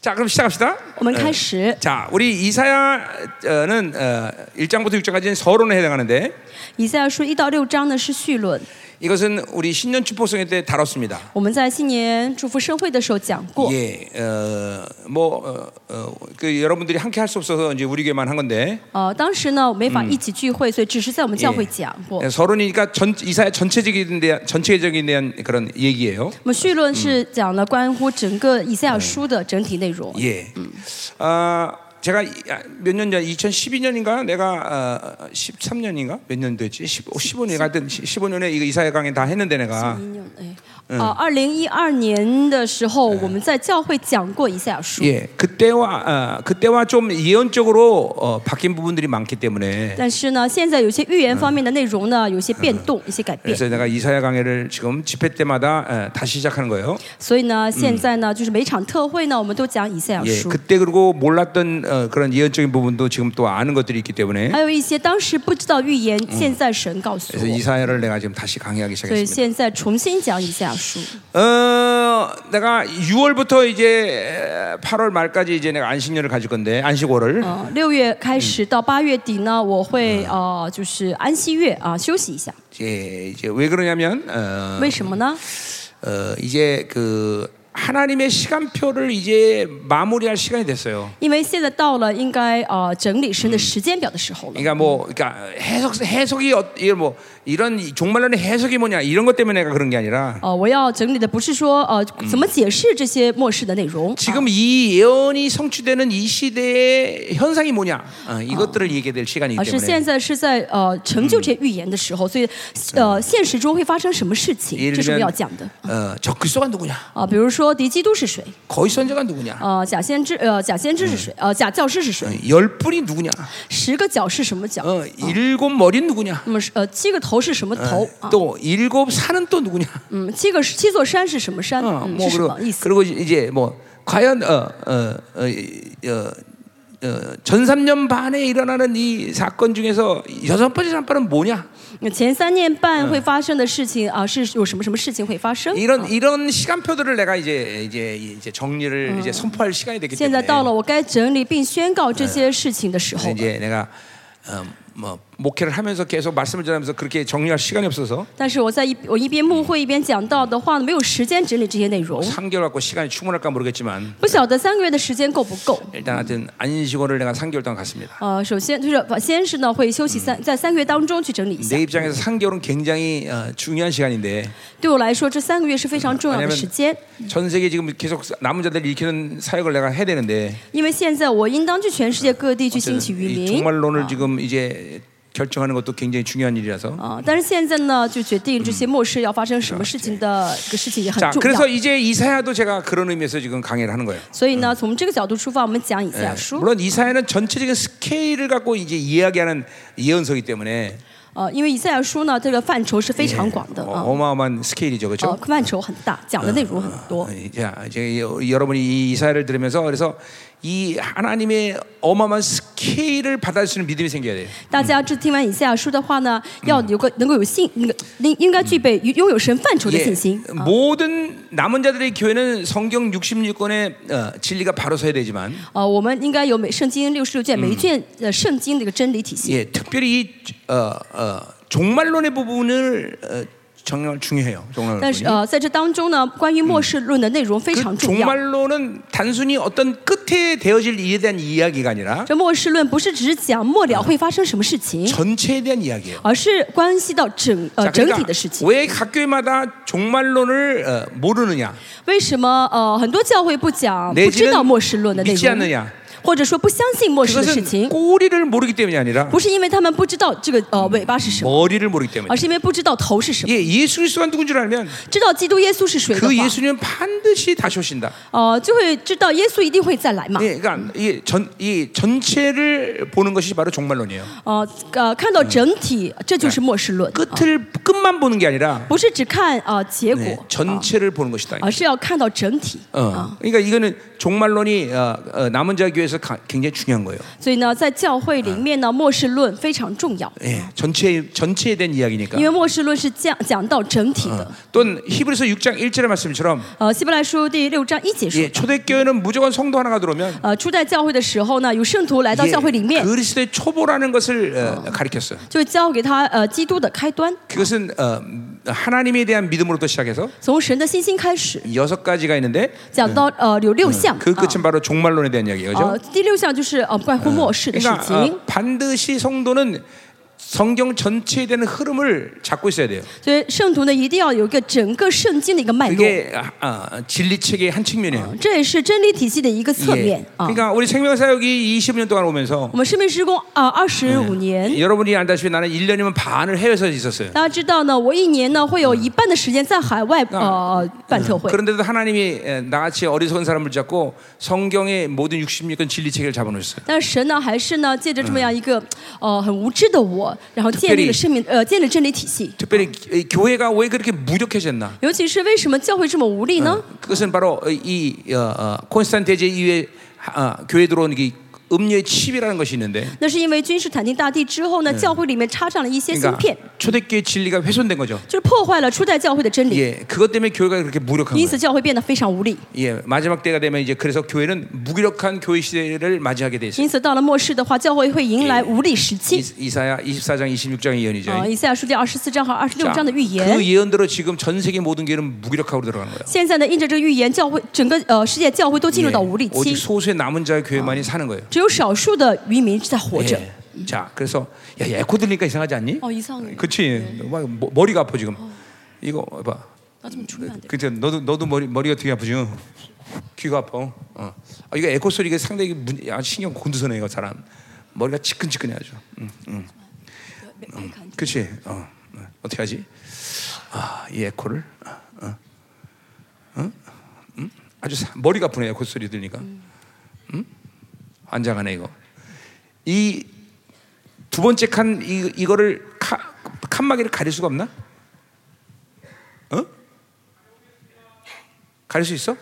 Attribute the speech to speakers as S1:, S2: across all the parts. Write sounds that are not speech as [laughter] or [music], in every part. S1: 자, 그럼 시작합시다.
S2: 我们开始
S1: 자, 우리 이사야는 어, 1장부터 6장까지는 서론에 해당하는데
S2: 以赛亚书一到六章呢是绪论，
S1: 이것은 우리 신년 축복성회 때 다뤘습니다.
S2: 我们在新年祝福盛会的时候讲过。
S1: 예, 어, 뭐, 어, 어, 그 여러분들이 함께 할 수 없어서 이제 우리 교회만 한 건데
S2: 呃，当时呢没法一起聚会，所以只是在我们教会讲过。
S1: 예, 서론이니까 전, 이사야 전체적인 대 전체적인 대한 그런 얘기예요.
S2: 我们绪论是讲了关乎整个以赛亚书的整体内容。
S1: 예. 아, 제가 몇 년 전, 2012년인가? 내가 어, 13년인가? 몇 년 됐지? 15, 15년, 하여튼 15년에 이 이사야 강의 다 했는데 내가
S2: 一年哎，呃，二零一二年的时候，我们在教会讲过以赛亚书，
S1: 예, 그때와 어, 그때와 좀 예언적으로 어, 바뀐 부분들이 많기 때문에
S2: 但是呢，现在有些预言方面的内容呢有些变动，一些改变，
S1: 그래서 내가 이사야 강의를 지금 집회 때마다 어, 다시 시작하는 거예요.
S2: 所以呢，现在呢就是每场特会呢，我们都讲以赛亚
S1: 예,
S2: 书。
S1: 그때 그리고 몰랐던 어, 그런 예언적인 부분도 지금 또 아는 것들이 있기 때문에
S2: 还有一些当时不知道预言，现在神告诉
S1: 그래서
S2: 我，
S1: 이사야를 내가 지금 다시 강의하기
S2: 所以
S1: 시작했습니다.
S2: 现在重新讲以赛亚书。
S1: 어, 내가 6월부터 이제 8월 말까지 이제 내가 안식년을 가질 건데 안식월을
S2: 呃，六月开始到八月底呢，我会呃就是安息月啊、休息一下。
S1: 예, 이제, 이제 왜 그러냐면 어,
S2: 为什么呢？
S1: 어, 이제 그 하나님의 시간표를 이제 마무리할 시간이 됐어요.
S2: 因为现在到了应该呃整理神的时间表的时候了。
S1: 그러니까 뭐 그러니까 해석 해석이 어, 이게 뭐 이런 이 종말론의 해석이 뭐냐 이런 것 때문에 내가 그런 게 아니라
S2: 呃，我要整理的不是说呃怎么解释这些末世的内容，啊
S1: 지금 이 예언이 성취되는 이 시대의 현상이 뭐냐 어, 이것들을 얘기해야 될 시간이기
S2: 而是
S1: 때문에
S2: 现在是在呃成就这些预言的时候，所以呃现实中会发生什么事情，这是我们要讲的。
S1: 어, 적그리스도가 누구냐
S2: 啊、比如说敌基督是谁？
S1: 거의 선제가 누구냐 어,
S2: 呃，假先知，呃，假先知是谁？呃，假教师是谁？
S1: 열 분이 누구냐?
S2: 十个脚是什么脚？
S1: 어, 일곱 머리는 누구냐?
S2: 那么是呃，七个头是什么头？啊，
S1: 또 일곱 산은 또 누구냐?
S2: 嗯，七个七座山是什么山？
S1: 어,
S2: 嗯，
S1: 뭐
S2: 是什
S1: 그리고
S2: 么意思？
S1: 그리고 이제 뭐 과연 어, 어어어전 삼 년 반에 일어나는 이 사건 중에서 여섯 번째 사건은 뭐냐?
S2: 那前三年半会发生的事情啊，是有什么什么事情会发生？
S1: 이런 이런 시간표들을 내가 이제 이제 이제 정리를 이제 선포할 어. 시간이 됐기
S2: 现在
S1: 때문에
S2: 到了我该整理并宣告这些事情的时候
S1: 그래서
S2: 了。
S1: 이제 내가 어, 뭐 목회를 하면서 계속 말씀을 전하면서 그렇게 정리할 시간이 없어서
S2: 但是我在一我一边幕会一边讲到的话呢，没有时间整理这些内容。
S1: 3개월 갖고 시간이 충분할까 모르겠지만
S2: 不晓得三个月的时间够不够？
S1: 일단 하여튼 안식원을 내가 3개월 동안 갔습니다.
S2: 呃，首先就是先是呢会休息三，在三个月当中去整理一下
S1: 내 。 입장에서 3개월은 굉장히 어, 중요한 시간인데
S2: 对我来说，这三个月是非常重要
S1: 왜냐면
S2: 的时间。
S1: 전 세계 지금 계속 남은 자들 일으키는 사역을 내가 해야 되는데
S2: 因为现在我应当去全世界各
S1: 哦
S2: 地去兴起渔
S1: 이
S2: 民。
S1: 종말론을 지금 이제 결정하는 것도 굉장히 중요한 일이라서
S2: 啊，但是现在呢，就决定这些末世要发生什么事情的这个事情也很
S1: 자
S2: 重
S1: 그래서
S2: 要。
S1: 이제 아, 이사야도 제가 그런 의미에서 지금 강의를 하는 거예요.
S2: 所以呢，从这个角度出发，我们讲以赛
S1: 哎
S2: 亚书。
S1: 물론 이사야는 전체적인 스케일을 갖고 이제 이야기하는 예언서이기 때문에
S2: 呃，因为以赛亚书呢，这个范畴是非常广的
S1: 어,
S2: 啊，
S1: 어마어마한 스케일이죠,
S2: 呃
S1: 그렇죠? ，
S2: 范畴很大，讲的内容很多。
S1: 嗯 자, 이제 여- 여러분이 이 이사야를 들으면서 그래서 이 하나님의 어마어마한 스케일을 받아들일 수 있는 믿음이 생겨야 돼요.
S2: 大家这听完以赛亚书的话呢，要有个能够有信，那个应应该具备拥有神范畴的
S1: 예,
S2: 信心。
S1: 모든 남은 자들의 교회는 성경 66권의 어, 진리가 바로 서야 되지만
S2: 呃，我们应该有每圣经六十六卷，每一卷呃圣经的一个真理体系。
S1: 예, 특별히 이, 어, 어, 종말론의 부분을 어, 정말 중요해요.
S2: 但
S1: 종말론.
S2: 是呃，在这当中呢，关于末世论的内容非常
S1: 그
S2: 重要。
S1: 종말론은 단순히 어떤 끝에 되어질 일에 대한 이야기가 아니라
S2: 这末世论不是只是讲末了会发生什么事情，
S1: 전체에 대한 이야기예요.
S2: 而是关系到整呃
S1: 자,
S2: 整体
S1: 그러니까
S2: 的事情。
S1: 왜각 교회마다 종말론을 어, 모르느냐?
S2: 为什么呃很多教会不讲
S1: 내지는
S2: 不知道末世论的内
S1: 믿지않느냐
S2: 容，或者说不相信末世的事
S1: 그것은
S2: 情？
S1: 꼬리를 모르기 때문이 아니라
S2: 不是因为他们不知道这个呃尾巴是什么，
S1: 머리를 모르기 때문에.
S2: 而是因为不知道头是什么。
S1: 예, 예수 그리스도가 누군 줄 알면
S2: 知道基督耶稣是谁的
S1: 그
S2: 话，
S1: 예수님은 반드시 다시 오신다.
S2: 呃，就会知道耶稣一定会再来嘛。
S1: 예, 그러니까 이 전 이 전체를 보는 것이 바로 종말론이에요.
S2: 呃呃，看到整体，这就是末世论，呃
S1: 끝을 끝만 보는 게 아니라
S2: 不是只看呃结
S1: 네,
S2: 果，
S1: 전체를 보는 것이다.
S2: 而是要看到整体。
S1: 嗯 아. 어, 그러니까 이거는 종말론이 어, 어, 남은 자 교회에서 교회에서 가- 굉장히 중요한 거예요.
S2: 所以呢，在教会里面呢，末世论非常重要，
S1: 예, 전체 전체에 대한 이야기니까.
S2: 因为末世论是讲讲到整体的。
S1: 또 히브리서 6장 1절의 말씀처럼
S2: 呃，希伯来书第六章一节说
S1: 예, ， 초대교회는 무조건 성도 하나가 들어오면
S2: 呃，初代教会的时候呢，有圣徒来到
S1: 예,
S2: 教会里面，
S1: 그리스도의 초보라는 것을 어, 가리켰어요.
S2: 就教给他呃基督的开端，
S1: 그것은 어, 하나님에 대한 믿음으로부터 시작해서
S2: 从神的信心开始，
S1: 여섯 가지가 있는데
S2: 讲到呃有六项
S1: 그
S2: 啊
S1: 끝은 바로 종말론에 대한 이야기예요.
S2: 呃，
S1: 죠
S2: 第六项就是呃关乎末世的事
S1: 아,
S2: 嗯
S1: 그러니까
S2: 情
S1: 어, ， 반드시 성도는 성경 전체에 대한 흐름을 잡고 있어야 돼요.
S2: 所以圣徒呢一定要有一个整个圣经的一个脉络，
S1: 그게 아, 아, 진리책의 한 측면이에요.
S2: 这也是真理体系的一个侧
S1: 예.
S2: 面啊。
S1: 그러니까 우리 생명사역이 20년 동안 오면서
S2: 我们生命施工啊二十五年，
S1: 여러분이 안다시피 나는 1년이면 반을 해외에서 있었어요.
S2: 大家知道呢，我一年呢会有一半的时间在海外呃办特会。
S1: 그런데도 하나님이 에, 나같이 어리석은 사람을 잡고 성경의 모든 66권 진리책을 잡아놓으셨어요.
S2: 但是神呢，还是呢，借着这么样一个，呃，很无知的我，然后
S1: 嗯
S2: 建
S1: 特别
S2: 立
S1: 的
S2: 了生命，呃，建立真理体系。
S1: 특별히 이 교회가 왜 그렇게 무력해졌나?
S2: 尤其是为什么教会这么无力
S1: 嗯
S2: 呢？
S1: 그것은 바로 이 어, 어, 콘스탄테제 이후에 하- 어, 교회 들어온 이 음료의 칩이라는 것이 있는데
S2: 那是因为君士坦丁大帝之后
S1: 嗯
S2: 呢，教会里面插上了一些芯
S1: 그러니까
S2: 片，
S1: 초대교회 진리가 훼손된 거죠.
S2: 就是破坏了初代教会的真理，
S1: 예, 그것 때문에 교회가 그렇게 무력한
S2: 因
S1: 거예요.
S2: 此教会变得非常无力。
S1: 예, 마지막 때가 되면 이제 그래서 교회는 무기력한 교회 시대를 맞이하게 돼 있어요.
S2: 因此到了末世的话，教会会迎来无力时期。
S1: 이- 이사야 24장 26장의 예언이죠.
S2: 啊、以赛亚书第二十四章和二十六
S1: 자,
S2: 章的预
S1: 그
S2: 言。
S1: 아, 예언대로 지금 전 세계 모든 교회는 무기력하고 들어가는 거예요.
S2: 现在呢，印着这个预言，教会整个呃世界教会都进入到无力
S1: 예, 오직
S2: 期，
S1: 소수의 남은 자의 교회만이 사는 거예요.
S2: 只有少数的渔民在活着。
S1: 예. 자, 그래서 야, 야, 에코 들리니까 이상하지 않니?
S2: 哦，以上啊，
S1: 그렇지. 막 머- 머리가 아파 지금. 이거 봐.
S2: 这么出面的。
S1: 그때 너도 너도 머리 머리가 되게 아프지. 응. 귀가 아파. 어. 아, 이거 에코 소리가 상당히 문, 야, 신경 곤두서네 이거 사람. 머리가 지끈지끈해 아주. 음. 응, 응. 그렇지. 어. 어. 어떻게 하지? 아, 이 에코를. 어. 어. 응? 응? 아주 사- 머리가 아프네 에코 소리 들으니까. 응? 환장하네 이거. 이 두 번째 칸 이, 이거를 카, 칸막이를 가릴 수가 없나? 어? 가릴 수 있어?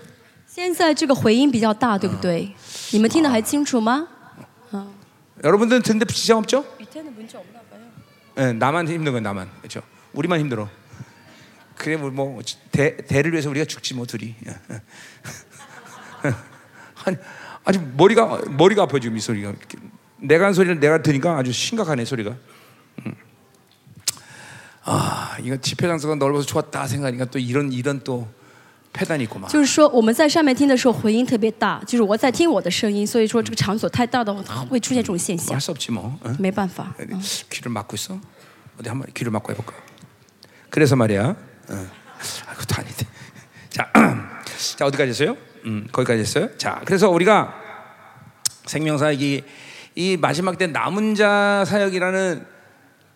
S2: 现在这个回音比较大，对不对？你们听得还清楚吗？
S1: 여러분들은 듣는데 지장 없죠? 예, 나만 힘든 건 나만 그렇죠. 우리만 힘들어. 그래 뭐, 뭐 대, 대를 위해서 우리가 죽지 뭐 둘이. 예, 예. [laughs] 아니, 아니 머리가 머리가 아파 지금 이 소리가. 내가 한 소리를 내가 들으니까 아주 심각하네 소리가. 음. 아 이거 집회 장소가 넓어서 좋았다 생각하니까 또 이런 이런 또 패단이 있고 막.
S2: 就是说我们在上面听的时候回音特别大，就是我在听我的声音，所以说这个场所太大的话会出现这种现象
S1: 할 ， 수 없지 뭐. 응?
S2: 没办法。
S1: 哎
S2: 嗯
S1: 귀를 막고 있어? 어디 한번 귀를 막고 해볼까? 그래서 말이야. 어. 아, 그것도 아닌데. 자, [clears throat] 자 어디까지 했어요? 음, 거기까지 했어요. 자, 그래서 우리가 생명사역이 이 마지막 때 남은 자 사역이라는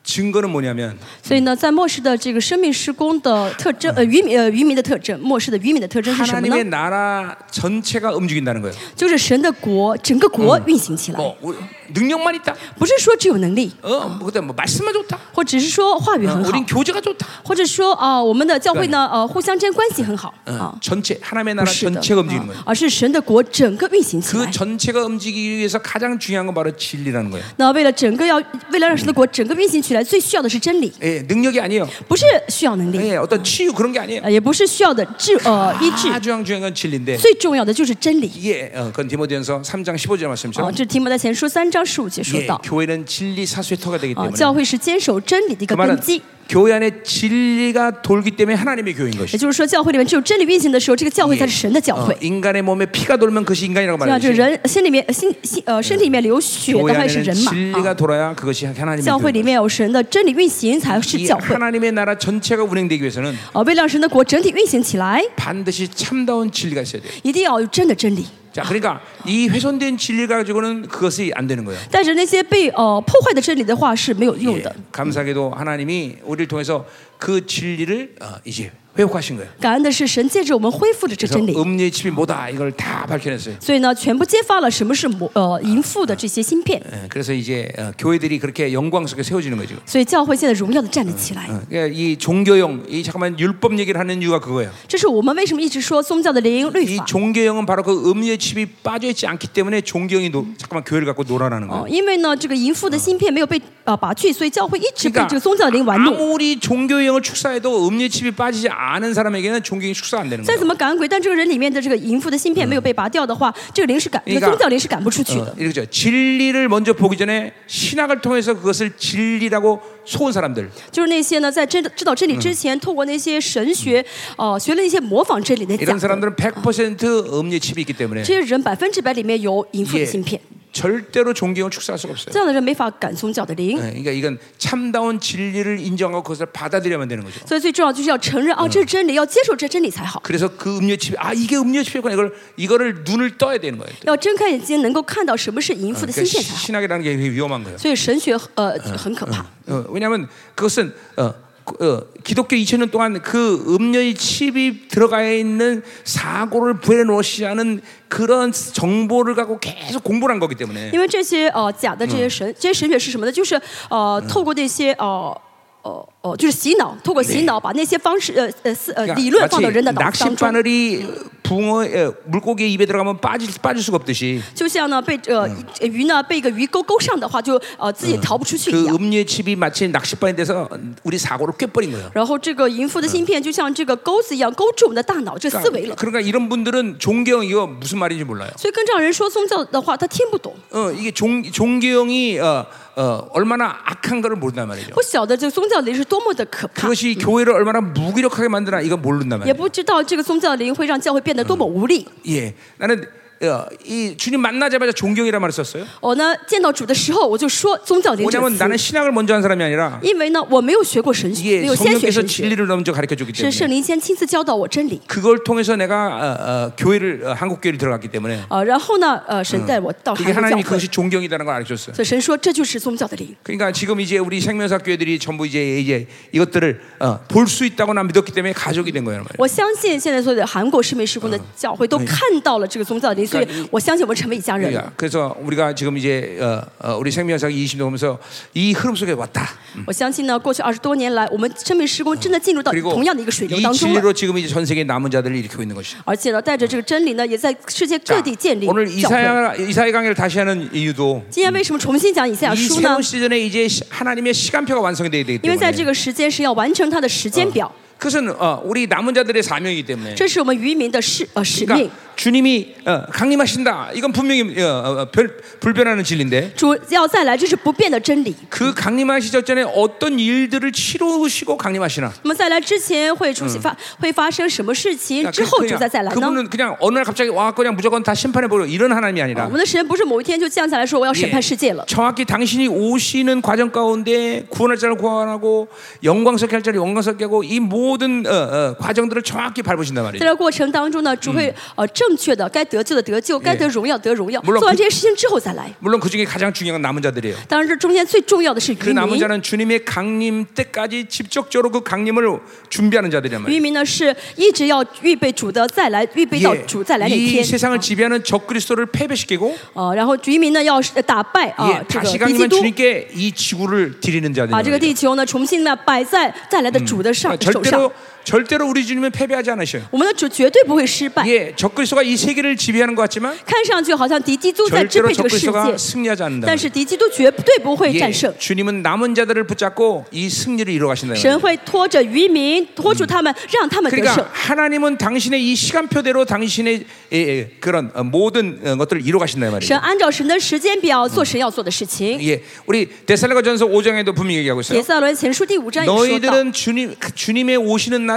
S1: 증거는 뭐냐면
S2: 所以呢，在末世的这个生命施工的特征，呃，渔民呃渔民的特征，末世的渔民的特征是什么
S1: 하나님의
S2: 呢？
S1: 나라 전체가 움직인다는 거예요.
S2: 就是神的国，整个国运行起来，
S1: 뭐 우리 능력만 있다.
S2: 不是说只有能力，
S1: 어, 뭐 그때 뭐 말씀만 좋다.
S2: 或只是说话语
S1: 어,
S2: 很好
S1: 우린 ， 교제가 좋다.
S2: 或者说啊、我们的教会呢，呃，互相之间关系很好
S1: 어,
S2: 啊，
S1: 전체 하나님의
S2: 不
S1: 나라
S2: 是的，
S1: 전체가 움직이는
S2: 啊
S1: 거예요.
S2: 而是神的国整个运行起来
S1: 그 。 전체가 움직이기 위해서 가장 중요한 건 바로 진리라는 거예요.
S2: 那为了整个要为了让神的国整个运行起来，最需要的是真理，
S1: 예, 능력이 아니에요.
S2: 不是需要能力，
S1: 예, 어떤 치유 그런 게 아니에요.
S2: 呃也不是需要的治呃医治，
S1: 가장 중요한 건 진리인데
S2: 最重要的就是真理。
S1: 이게 어, 그건 디모데전서 3장 15절
S2: 啊，
S1: 말씀처럼
S2: 这题目在前书三章十五节说
S1: 예,
S2: 到，
S1: 교회는 아, 진리 사수의터가 되기
S2: 啊，
S1: 때문에
S2: 教会是坚守真理的一
S1: 그
S2: 个
S1: 말은
S2: 根基。
S1: 교회 안에 진리가 돌기 때문에 하나님의 교회인
S2: 也
S1: 것이죠.
S2: 就是说，教会里面只有真理运行的时候，这个教会才是神的教
S1: 어,
S2: 会。
S1: 인간의 몸에 피가 돌면 그것이 인간이라고
S2: 那这
S1: 말하듯이
S2: 人心里面心心呃身体里面流血
S1: 교회
S2: 的还是
S1: 안에는
S2: 人嘛？
S1: 진리가
S2: 啊，
S1: 돌아야 그것이 하나님의
S2: 教会
S1: 교회인
S2: 里
S1: 것이죠.
S2: 面有神的真理运行才
S1: 이
S2: 是教会。
S1: 하나님의 나라 전체가 운행되기 위해서는
S2: 啊，为了让神的国整体运行起来，
S1: 반드시 참다운 진리가 있어야 돼요.
S2: 一定要有真的真理。
S1: 자, 그러니까 이 훼손된 진리 가지고는 그것이 안 되는 거예요.
S2: 但是那些被呃破坏的真理的话是没有用
S1: 예,
S2: 的。
S1: 감사하게도 하나님이 우리를 통해서 그 진리를 어, 이제 회복하신 거예요.
S2: 感恩的是，神借着我们恢复了这
S1: 그래서
S2: 真理，
S1: 음리의 칩이 뭐다 이걸 다 밝혀냈어요.
S2: 所以呢，全部揭发了什么是魔呃淫妇的这些芯片，
S1: 예, 그래서 이제 어, 교회들이 그렇게 영광스럽게 세워지는 거죠.
S2: 所以教会现在荣耀的站了起来。
S1: 어, 그러니까 이 종교형, 이 잠깐만 율법 얘기를 하는 이유가 그거예요.
S2: 这是我们为什么一直说宗教的联营律
S1: 이
S2: 法
S1: 종교형은 바로 그 음리의 칩이 빠져 있지 않기 때문에 종교형이 노, 잠깐만 교회를 갖고 놀아라는 거예요.
S2: 哦，因为呢，这个淫妇的芯片没有被啊拔去，所以教会一直被这个宗教的灵玩弄。
S1: 그러니까 아무리 종교형을 축사해도 음리의 칩이 빠지지 않은 사람에게는 종교형이 축사 안 되는
S2: 再
S1: 거예요.
S2: 怎么赶鬼，但这个人里面的这个淫妇的芯片没有被拔掉的话，这个灵是赶，这嗯个宗教灵是赶不出去
S1: 어,
S2: 的。
S1: 이렇죠. 진리를 먼저 보기 전에 신학을 통해서 그것을 진리라고 속은 사람들.
S2: 就是那些呢，在真知道真理之前，透过那些神学，哦，学了嗯一些模仿真理的假
S1: 이런
S2: 的，
S1: 사람들은 100% 음리의 칩이 있기 때문에
S2: 这些人百分之百里面有淫妇
S1: 예,
S2: 的芯片，
S1: 절대로 종교형을 축사할 수가 없어요.
S2: 这样的人没法赶宗教的灵。
S1: 예, 그러니까 이건 참다운 진리를 인정하고 그것을 받아들여야만 되는 거죠.
S2: 所以最重要就是要承认，哦，这是真理，要接受这真理才好。
S1: 그래서 그 음료 칩이 아 이게 음료 칩이구나 이걸 이거를 눈을 떠야 되는 거예요.
S2: 要睁开眼睛，能够看到什么是淫妇的
S1: 그러니까
S2: 芯片才好。
S1: 그 신학이라는 게 되게 위험한 거예요.
S2: 所以神学呃很可怕，
S1: 어, 왜냐하면 그것은 어, 그, 어, 기독교 2000년 동안 그 음료의 칩이 들어가 있는 사고를 브레인워시하는 그런 정보를 갖고 계속 공부를 한 거기 때문에
S2: 因为这些呃假的这些神，这些神学是什么呢？就是呃透过那些呃。哦哦，就是洗脑，透过洗脑把那些方式呃呃思呃
S1: 그러니까
S2: 理论放
S1: 마치
S2: 到人的脑子当
S1: 낚시
S2: 中，
S1: 바늘이 붕어 에, 물고기 입에 들어가면 빠질 빠질 수가 없듯이
S2: 就像呢被呃鱼呢被一个鱼钩钩上的话，就呃自己逃不出去一
S1: 그
S2: 样。
S1: 음료의 칩이 마치 낚싯바늘 돼서 우리 사고를 꿰버린 거예요.
S2: 然后这个淫妇的芯片就像这个钩子一样钩住我们的大脑，这思维
S1: 그러니까,
S2: 嗯了。
S1: 그러니까 이런 분들은 종교형 이거 무슨 말인지 몰라요.
S2: 所以跟这样人说宗教的话，他听不懂，
S1: 어, 이게 종, 종교형이 어, 어, 얼마나 악한 거를 모른단 말이죠.
S2: 不晓得这个宗教灵是多么的可怕，
S1: 그것이 교회를 얼마나 무기력하게 만드나 이거 모른단
S2: 也
S1: 말이에요.
S2: 不知道这个宗教灵会让教会变得多么无力。
S1: 예, 나는 어, 이 주님 만나자마자 존경이란 말을 썼어요.
S2: 我呢哦见到主的时候，我就说宗教灵这个
S1: 뭐냐면
S2: 词
S1: 나는 ， 신학을 네, 먼저 예, 한 사람이 아니라
S2: 因为呢我没有学过神
S1: 이게
S2: 学，没有先学
S1: 성령께서
S2: 神学，
S1: 진리를 먼저 가르쳐 주기
S2: 是
S1: 때문에
S2: 圣灵先亲自教导我真理。
S1: 그걸 통해서 내가 어, 어, 교회를 어, 한국 교회를 들어갔기 때문에
S2: 啊，然后呢，呃，神带我到
S1: 이게
S2: 韩国教
S1: 하나님이
S2: 会，
S1: 그것이 존경이라는 걸 알려줬어요.
S2: 所以神说这就是宗教的灵。
S1: 그러니까 지금 이제 우리 생명사 교회들이 전부 이제 이제 이것들을 어, 볼 수 있다고 난 믿었기 때문에 가족이 된 거예요, 말이에요.
S2: 我相信现在所有的韩国市民施工的教会都看到了这个宗教的灵，所以我相信我们成为一家人了。
S1: 그러니까 그래서 우리가 지금 이제 어, 어, 우리 생명사 20년 보면서 이 흐름 속에 왔다.
S2: 我相信呢，过去二十多年来，我们生命施工真的进入到
S1: 그리고
S2: 同样的嗯一个水流
S1: 이
S2: 当中了，
S1: 진리로 지금 이제 전 세계 남은 자들을 일으키고 있는 것이.
S2: 而且呢，带着这个真理呢，也在世界各地建立
S1: 오늘
S2: 教会。
S1: 이사야 이사야 강의를 다시 하는 이유도
S2: 今天为什么重新讲以赛亚
S1: 이
S2: 书呢
S1: 새로운 ？ 시즌에 이제 시- 하나님의 시간표가 완성돼야 되기
S2: 因为在
S1: 때문에
S2: 这个时间是要完成它的时间表，
S1: 그것은 어, 우리 남은 자들의 사명이기 때문에
S2: 这是我们渔民的使呃使命
S1: 그러니까 。 주님이 어, 강림하신다 이건 분명히 어, 어, 별, 불변하는 진리인데
S2: 主要再来，这是不变的真理。
S1: 그 강림하시기 전에 어떤 일들을 치루시고 강림하시나
S2: 那么再来之前会出现发、会发生什么事情？之后主再再来
S1: 그러니까
S2: 呢？
S1: 그분은 그냥 어느 날 갑자기 와 그냥 무조건 다 심판해 보려 이런 하나님이
S2: 啊我
S1: 아니라
S2: 们的神不是某一天就降下来说我要审
S1: 예,
S2: 判世界了，
S1: 정확히 당신이 오시는 과정 가운데 구원할 자를 구원하고 영광스럽게 할 자를 영광스럽게 하고 이 모든 어, 어, 과정들을 정확히 밟으신단
S2: 在
S1: 말이에요.
S2: 这过程当中呢，主会、呃正确的该得救的得救，该得荣耀得荣耀。
S1: 물론
S2: 做完这些事情之后再来。
S1: 물론 그 중에 가장 중요한 건 남은 자들이에요.
S2: 当然，这中间最重要的是
S1: 그
S2: 渔
S1: 남은
S2: 民。
S1: 자는 주님의 강림 때까지 직접적으로 그 강림을 준비하는 자들이란 말이에요.
S2: 渔民呢是一直要预备主的再来，预备到
S1: 예,
S2: 主再来那
S1: 이
S2: 天。
S1: 세상을 지배하는 적그리스도를 패배시키고
S2: 啊、然后渔民呢要是打败啊、
S1: 예,
S2: 这个
S1: 다시
S2: 敌基
S1: 강림한
S2: 督，
S1: 주님께 이 지구를 드리는 자들.
S2: 把这个地嗯球呢重新呢摆在再来的主的上、手上
S1: 절대로 。 절대로 우리 주님은 패배하지 않으셔요.
S2: 我们的主绝对不会失败。
S1: 예, 적그리스도가 이 세계를 지배하는 것 같지만
S2: 看上去好像敌基督在支
S1: 절대로
S2: 配这个世
S1: 적그리스도가
S2: 界，
S1: 승리하지 않는다.
S2: 但是敌基督绝对不会
S1: 예,
S2: 战胜。
S1: 주님은 남은 자들을 붙잡고 이 승리를 이루어 가신다.
S2: 神会拖着渔民，拖住他们，让他们得胜
S1: 그러니까 。 하나님은 당신의 이 시간표대로 당신의 예, 예, 그런 어, 모든 어, 것들을 이루어 가신다 말이에요.
S2: 神按照神的时间表做神要做的事情。
S1: 예, 우리 데살로가전서 5장에도 분명히 얘기하고
S2: 铁
S1: 있어요.
S2: 撒罗尼前书第五章也说到，
S1: 너희들은 주님 그 주님의 오시는 날을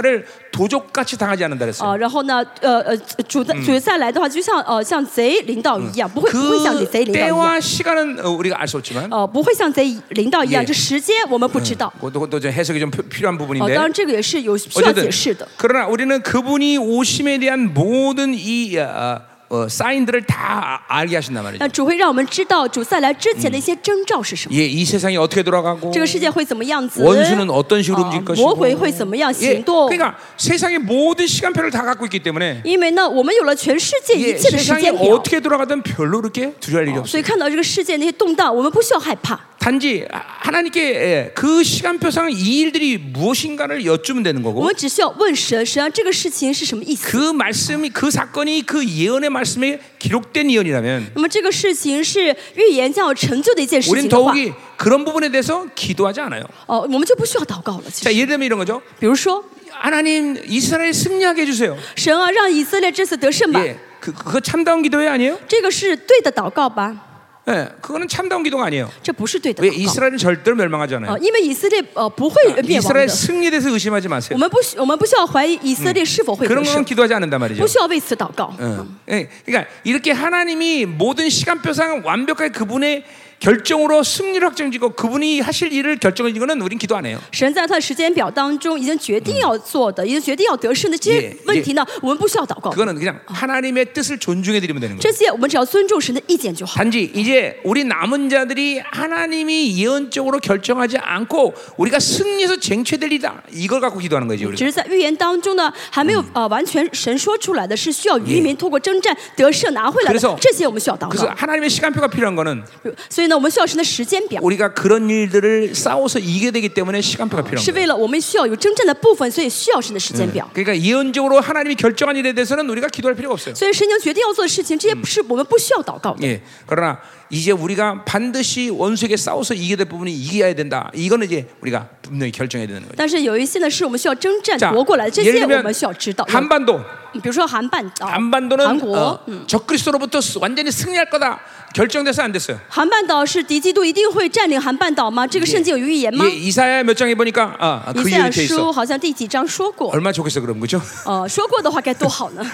S1: 도적같이 당하지 않는다 그랬어요.
S2: 啊，然后呢，呃呃，主的主再来的话，就像呃像贼临到一样，不会不会像你贼
S1: 그
S2: 临到一样，
S1: 때와 시간은 어, 우리가 알 수 없지만
S2: 呃，不会像贼临到一样。
S1: 예
S2: 这时间我们不知道，
S1: 그것도 그것도 좀 해석이 좀 피- 필요한
S2: 哦，
S1: 부분인데
S2: 当然这个也是有需要解
S1: 어쨌든
S2: 释的。
S1: 그러나 우리는 그분이 오심에 대한 모든 이 아, 아, 어, 사인들을 다 아- 알게 하신단 말이죠.
S2: 那主会让我们知道主再来之前的一些征兆是什么，
S1: 예, 이 세상이 어떻게 돌아가고
S2: 这个世界会怎么样子，
S1: 원수는 어떤 식으로
S2: 啊
S1: 움직일
S2: 魔
S1: 것이고
S2: 鬼会怎么样
S1: 예,
S2: 行动。
S1: 그러니까 세상의 모든 시간표를 다 갖고 있기 때문에
S2: 因为呢，我们有了全世界
S1: 예,
S2: 一切的时
S1: 세상이
S2: 间表，
S1: 어떻게 돌아가든 별로 그렇게 두려울 일이 없어요.
S2: 所以看到这个世界那些动荡，我们不需要害怕。
S1: 단지 하나님께 예, 그 시간표상 이 일들이 무엇인가를 여쭈면 되는
S2: 我
S1: 거고
S2: 们只需要问神，神啊，这个事情是什么意思？
S1: 그 말씀이 그 사건이 그 예언의 말씀에 기록된 예언이라면
S2: 那么这个事情是预言将要成就的一件事
S1: 우리는
S2: 情的话，
S1: 더욱이 그런 부분에 대해서 기도하지 않아요.
S2: 哦、我们就不需要祷告了。其
S1: 자
S2: 实，
S1: 예를 들면 이런 거죠.
S2: 比如说，
S1: 하나님 이스라엘 승리하게 해주세요.
S2: 神啊，让以色列这次得胜吧，
S1: 예, 그 그거 참다운 기도회 아니에요?
S2: 这个是对的祷告吧？
S1: 예, 그거는 참다운 기도가 아니에요.
S2: 这不是对的
S1: 왜
S2: 祷告。
S1: 이스라엘은 절대로 멸망하지
S2: 哦、
S1: 않아요.
S2: 因为以色列呃不会灭亡
S1: 어, 이스라엘
S2: 的，
S1: 승리에 대해서 의심하지
S2: 我
S1: 마세요.
S2: 们不需我们不需要怀疑以色列是否会
S1: 그런
S2: 得
S1: 건
S2: 胜，
S1: 기도하지 않는단 말이죠.
S2: 不需要为此祷告。
S1: 어. 예, 그러니까 이렇게 하나님이 모든 시간표상 완벽하게 그분의 결정으로 승리를 확정짓고 그분이 하실 일을 결정해진 거는 우린 기도 안 해요.
S2: 神在他的时间表当中已经决定要做的，已经决定要得胜的这
S1: 也
S2: 些问题呢，我们不需要祷告。
S1: 그거는 그냥 하나님의 뜻을 존중해 드리면 되는 거예요.
S2: 这些我们只要尊重神的意见就好。
S1: 단지 이제 우리 남은 자들이 하나님이 예언적으로 결정하지 않고 우리가 승리해서 쟁취될 일이다. 이걸 갖고 기도하는 거죠. 우리가.
S2: 只是在预言当中呢，还没有呃完全神说出来的是需要渔民通过征战得胜拿回来
S1: 그래서
S2: 的，这些我们需要祷
S1: 그래서
S2: 告。
S1: 하나님의 시간표가 필요한 거는
S2: 所以呢，我们需要神的时间表，
S1: 우리가 그런 일들을 싸워서 이겨야 되기 때문에 시간표가 필요한
S2: 是
S1: 거예요.
S2: 为了我们需要有征战的部分，所以需要神的时间表。
S1: 그러니까 예언적으로 하나님이 결정한 일에 대해서는 우리가 기도할 필요가 없어요.
S2: 所以神已经决定要做的事情，这些是我们不需要祷告的。
S1: 예. 그러나 이제 우리가 반드시 원수에게 싸워서 이겨야 될 부분이 이겨야 된다. 이거는 이제 우리가 분명히 결정해야 되는 거죠.
S2: 但是有一些呢，是我们需要征战
S1: 자,
S2: 夺过来的，这
S1: 예를
S2: 些我
S1: 들면
S2: 们需要知道。
S1: 한반도.
S2: 比如说韩半岛、呃韩
S1: 어, 한반도는
S2: 国。
S1: 어, 적그리스도로부터 완전히 승리할 거다. 결정돼서 안 됐어요.
S2: 韩半岛是敌基督一定会占领韩半岛吗？这个圣经有预言吗
S1: 예, ？ 이사야 몇 장에 보니까 아, 아,
S2: 以
S1: 그
S2: 赛亚
S1: 일이 돼 있어.
S2: 书好像第几章说过？
S1: 얼마나 좋겠어 그럼 그죠? [laughs]
S2: 呃，说过的话该多好呢！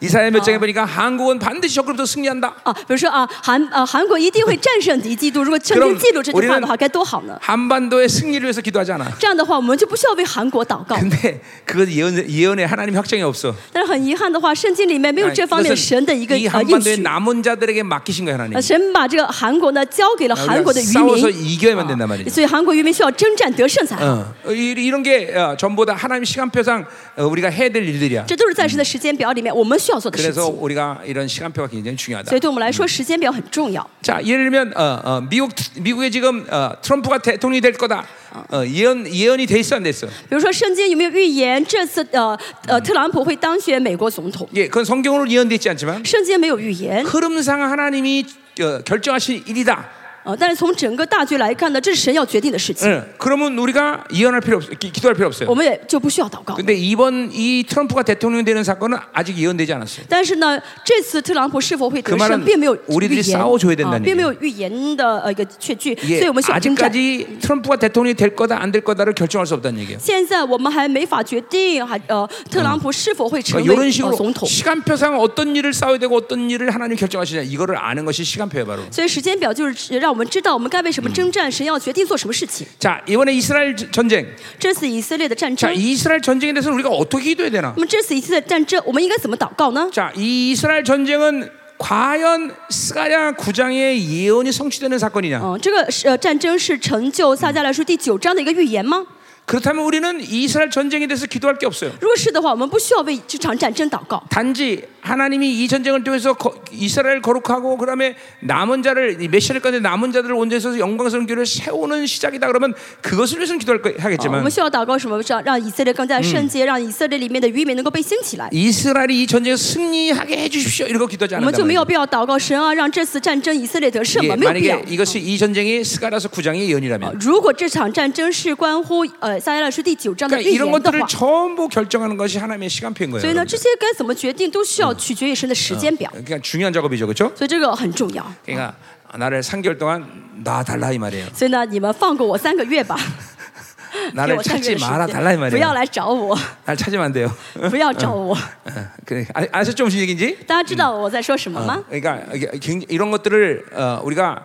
S1: 이사야 몇 장에 보니까 한국은 반드시 적그리스도韩国人반드시적그리스도승리한다
S2: 啊，比如说啊，韩呃韩国一定会战胜敌基督。如果圣
S1: 그럼
S2: 经记录这句话
S1: 우리는
S2: 的话，该多好呢！
S1: 한반도의 승리를 위해서 기도하지 않아. [laughs]
S2: 这样的话，我们就不需要为韩国祷告。
S1: 근데 그건 예언, 예언에 하나님 확정이 없어.
S2: 但是很遗憾的话，圣经里面没有
S1: 아니,
S2: 哎这方面
S1: 이것은
S2: 神的一个
S1: 이
S2: 呃应
S1: 한반도의
S2: 许。
S1: 남은 자들에게 맡기신 거예요 하나님.
S2: 呃，神把这个韩国呢交给了
S1: 나
S2: 韩国的
S1: 우리가
S2: 渔
S1: 싸워서
S2: 民，
S1: 이겨야만 된단 말이죠.
S2: 所以韩国渔民需要征战得胜才好。
S1: 어, 이- 이런 게 어, 전부 다 하나님 시간표상 어, 우리가 해야 될 일들이야.
S2: 这都是在神的时间表里面我们需要做的事
S1: 그래서
S2: 情。
S1: 우리가 이런 시간표가 굉장히 중요하다.
S2: 所以对我们来说，时间表很重要。
S1: 자, 예를 들면 어, 어, 미국 미국에 지금 어, 트럼프가 대통령이 될 거다. 어, 예언 예언이 돼 있어 안 됐어?
S2: 比如说，圣经有没有预言这次呃呃特朗普会当选美国总统？
S1: 예, 그건 성경으로 예언돼 있지 않지만
S2: 圣经没有预言，
S1: 흐름상 하나님이 어, 결정하신 일이다.
S2: 呃，但是从整个大局来看呢，这是神要决定的事情，
S1: 예, 그러면 우리가 예언할 필요 없, 기, 기도할 필요
S2: 我
S1: 없어요.
S2: 们也就不需要祷告。
S1: 근데 이번 이 트럼프가 대통령 되는 사건은 아직 예언되지 않았어요.
S2: 但是呢，这次特朗普是否会得
S1: 그말은
S2: 胜，并没有
S1: 우리들이
S2: 预言，啊
S1: 싸워줘야된다는얘기
S2: 并没有预言的呃一个确据，
S1: 예,
S2: 所以我们需要征战。
S1: 아직까지 트럼프가 대통령이 될 거다 안 될 거다를 결정할 수 없다는 얘기예요.
S2: 现在我们还没法决定，还呃，特朗普是否会成
S1: 그러니까 이런
S2: 为、呃、总
S1: 식으로
S2: 统？
S1: 시간표상 어떤 일을 싸워야 되고 어떤 일을 하나님 결정하시냐 이거를 아는 것이 시간표예요 바로.
S2: 所以时间表就是让我们知道我们该为什么征战，神要决定做什么事情。
S1: 자 이번에 이스라엘 전쟁.
S2: 这次以色列的战争
S1: 자 ， 이스라엘 전쟁에 대해서 는 우리가 어떻게 기도해야 되나?
S2: 那么这次以色列的战争，我们应该怎么祷告呢？
S1: 자 이스라엘 전쟁은 과연 스가랴 9장의 예언이 성취되는 사건이냐?
S2: 嗯，这个是呃战争是成就撒迦来书第九章的一个预言吗？
S1: 그렇다면 우리는 이스라엘 전쟁에 대해서 기도할 게 없어요.
S2: 如果是的话，我们不需要为这场战争祷告，
S1: 단지 하나님이 이 전쟁을 통해서 거- 이스라엘 거룩하고 그다음에 남은 자를 이 메시아까지 남은 자들을 온전해서 영광스러운 교회를 세우는 시작이다 그러면 그것을 위해서는 기도할 거
S2: 我
S1: 하겠지만
S2: 们需要祷告什么？让让以色列更加圣洁，让以色列里面的渔民能够被兴起来。
S1: 이스라엘이 이 전쟁에 승리하게 해주십시오 이러고 기도하지
S2: 我们
S1: 않는다
S2: 就没有必要祷告神啊，让这次战争以色列得胜
S1: 예,
S2: 嘛，没有必要
S1: 만약에 。 이것이 이 전쟁이 스가라서 9장의 예언이라면
S2: 如果这场战争是关乎呃撒迦来书第九章的
S1: 그러니까
S2: 预
S1: 이런
S2: 言的
S1: 것들을
S2: 话，
S1: 전부 결정하는 것이 하나님의 시간표인
S2: 所以
S1: 거예요
S2: 呢，
S1: 여러분.
S2: 这些该怎么决定都需要取决于神的时间表，
S1: 그러니까 중요한 작업이죠 그렇죠?
S2: 所以这个很重要。
S1: 그러니까 나를 3개월 동안 나 달라 이 [laughs] 말이에요
S2: 所以呢，你们放过我三个月吧，给
S1: 나를
S2: 我三个
S1: 찾지
S2: 月的时
S1: 마라 달라 이
S2: 间，不要
S1: 말이에요
S2: 来找我，
S1: 날 찾으면 안 [laughs] 돼요
S2: 不要找我。
S1: 어, 그래 아- 아셨죠 무슨 얘기인지? 뭐?
S2: 大家知道我在说什么吗？
S1: 그러니까 이게 굉장히 이런 것들을 어, 우리가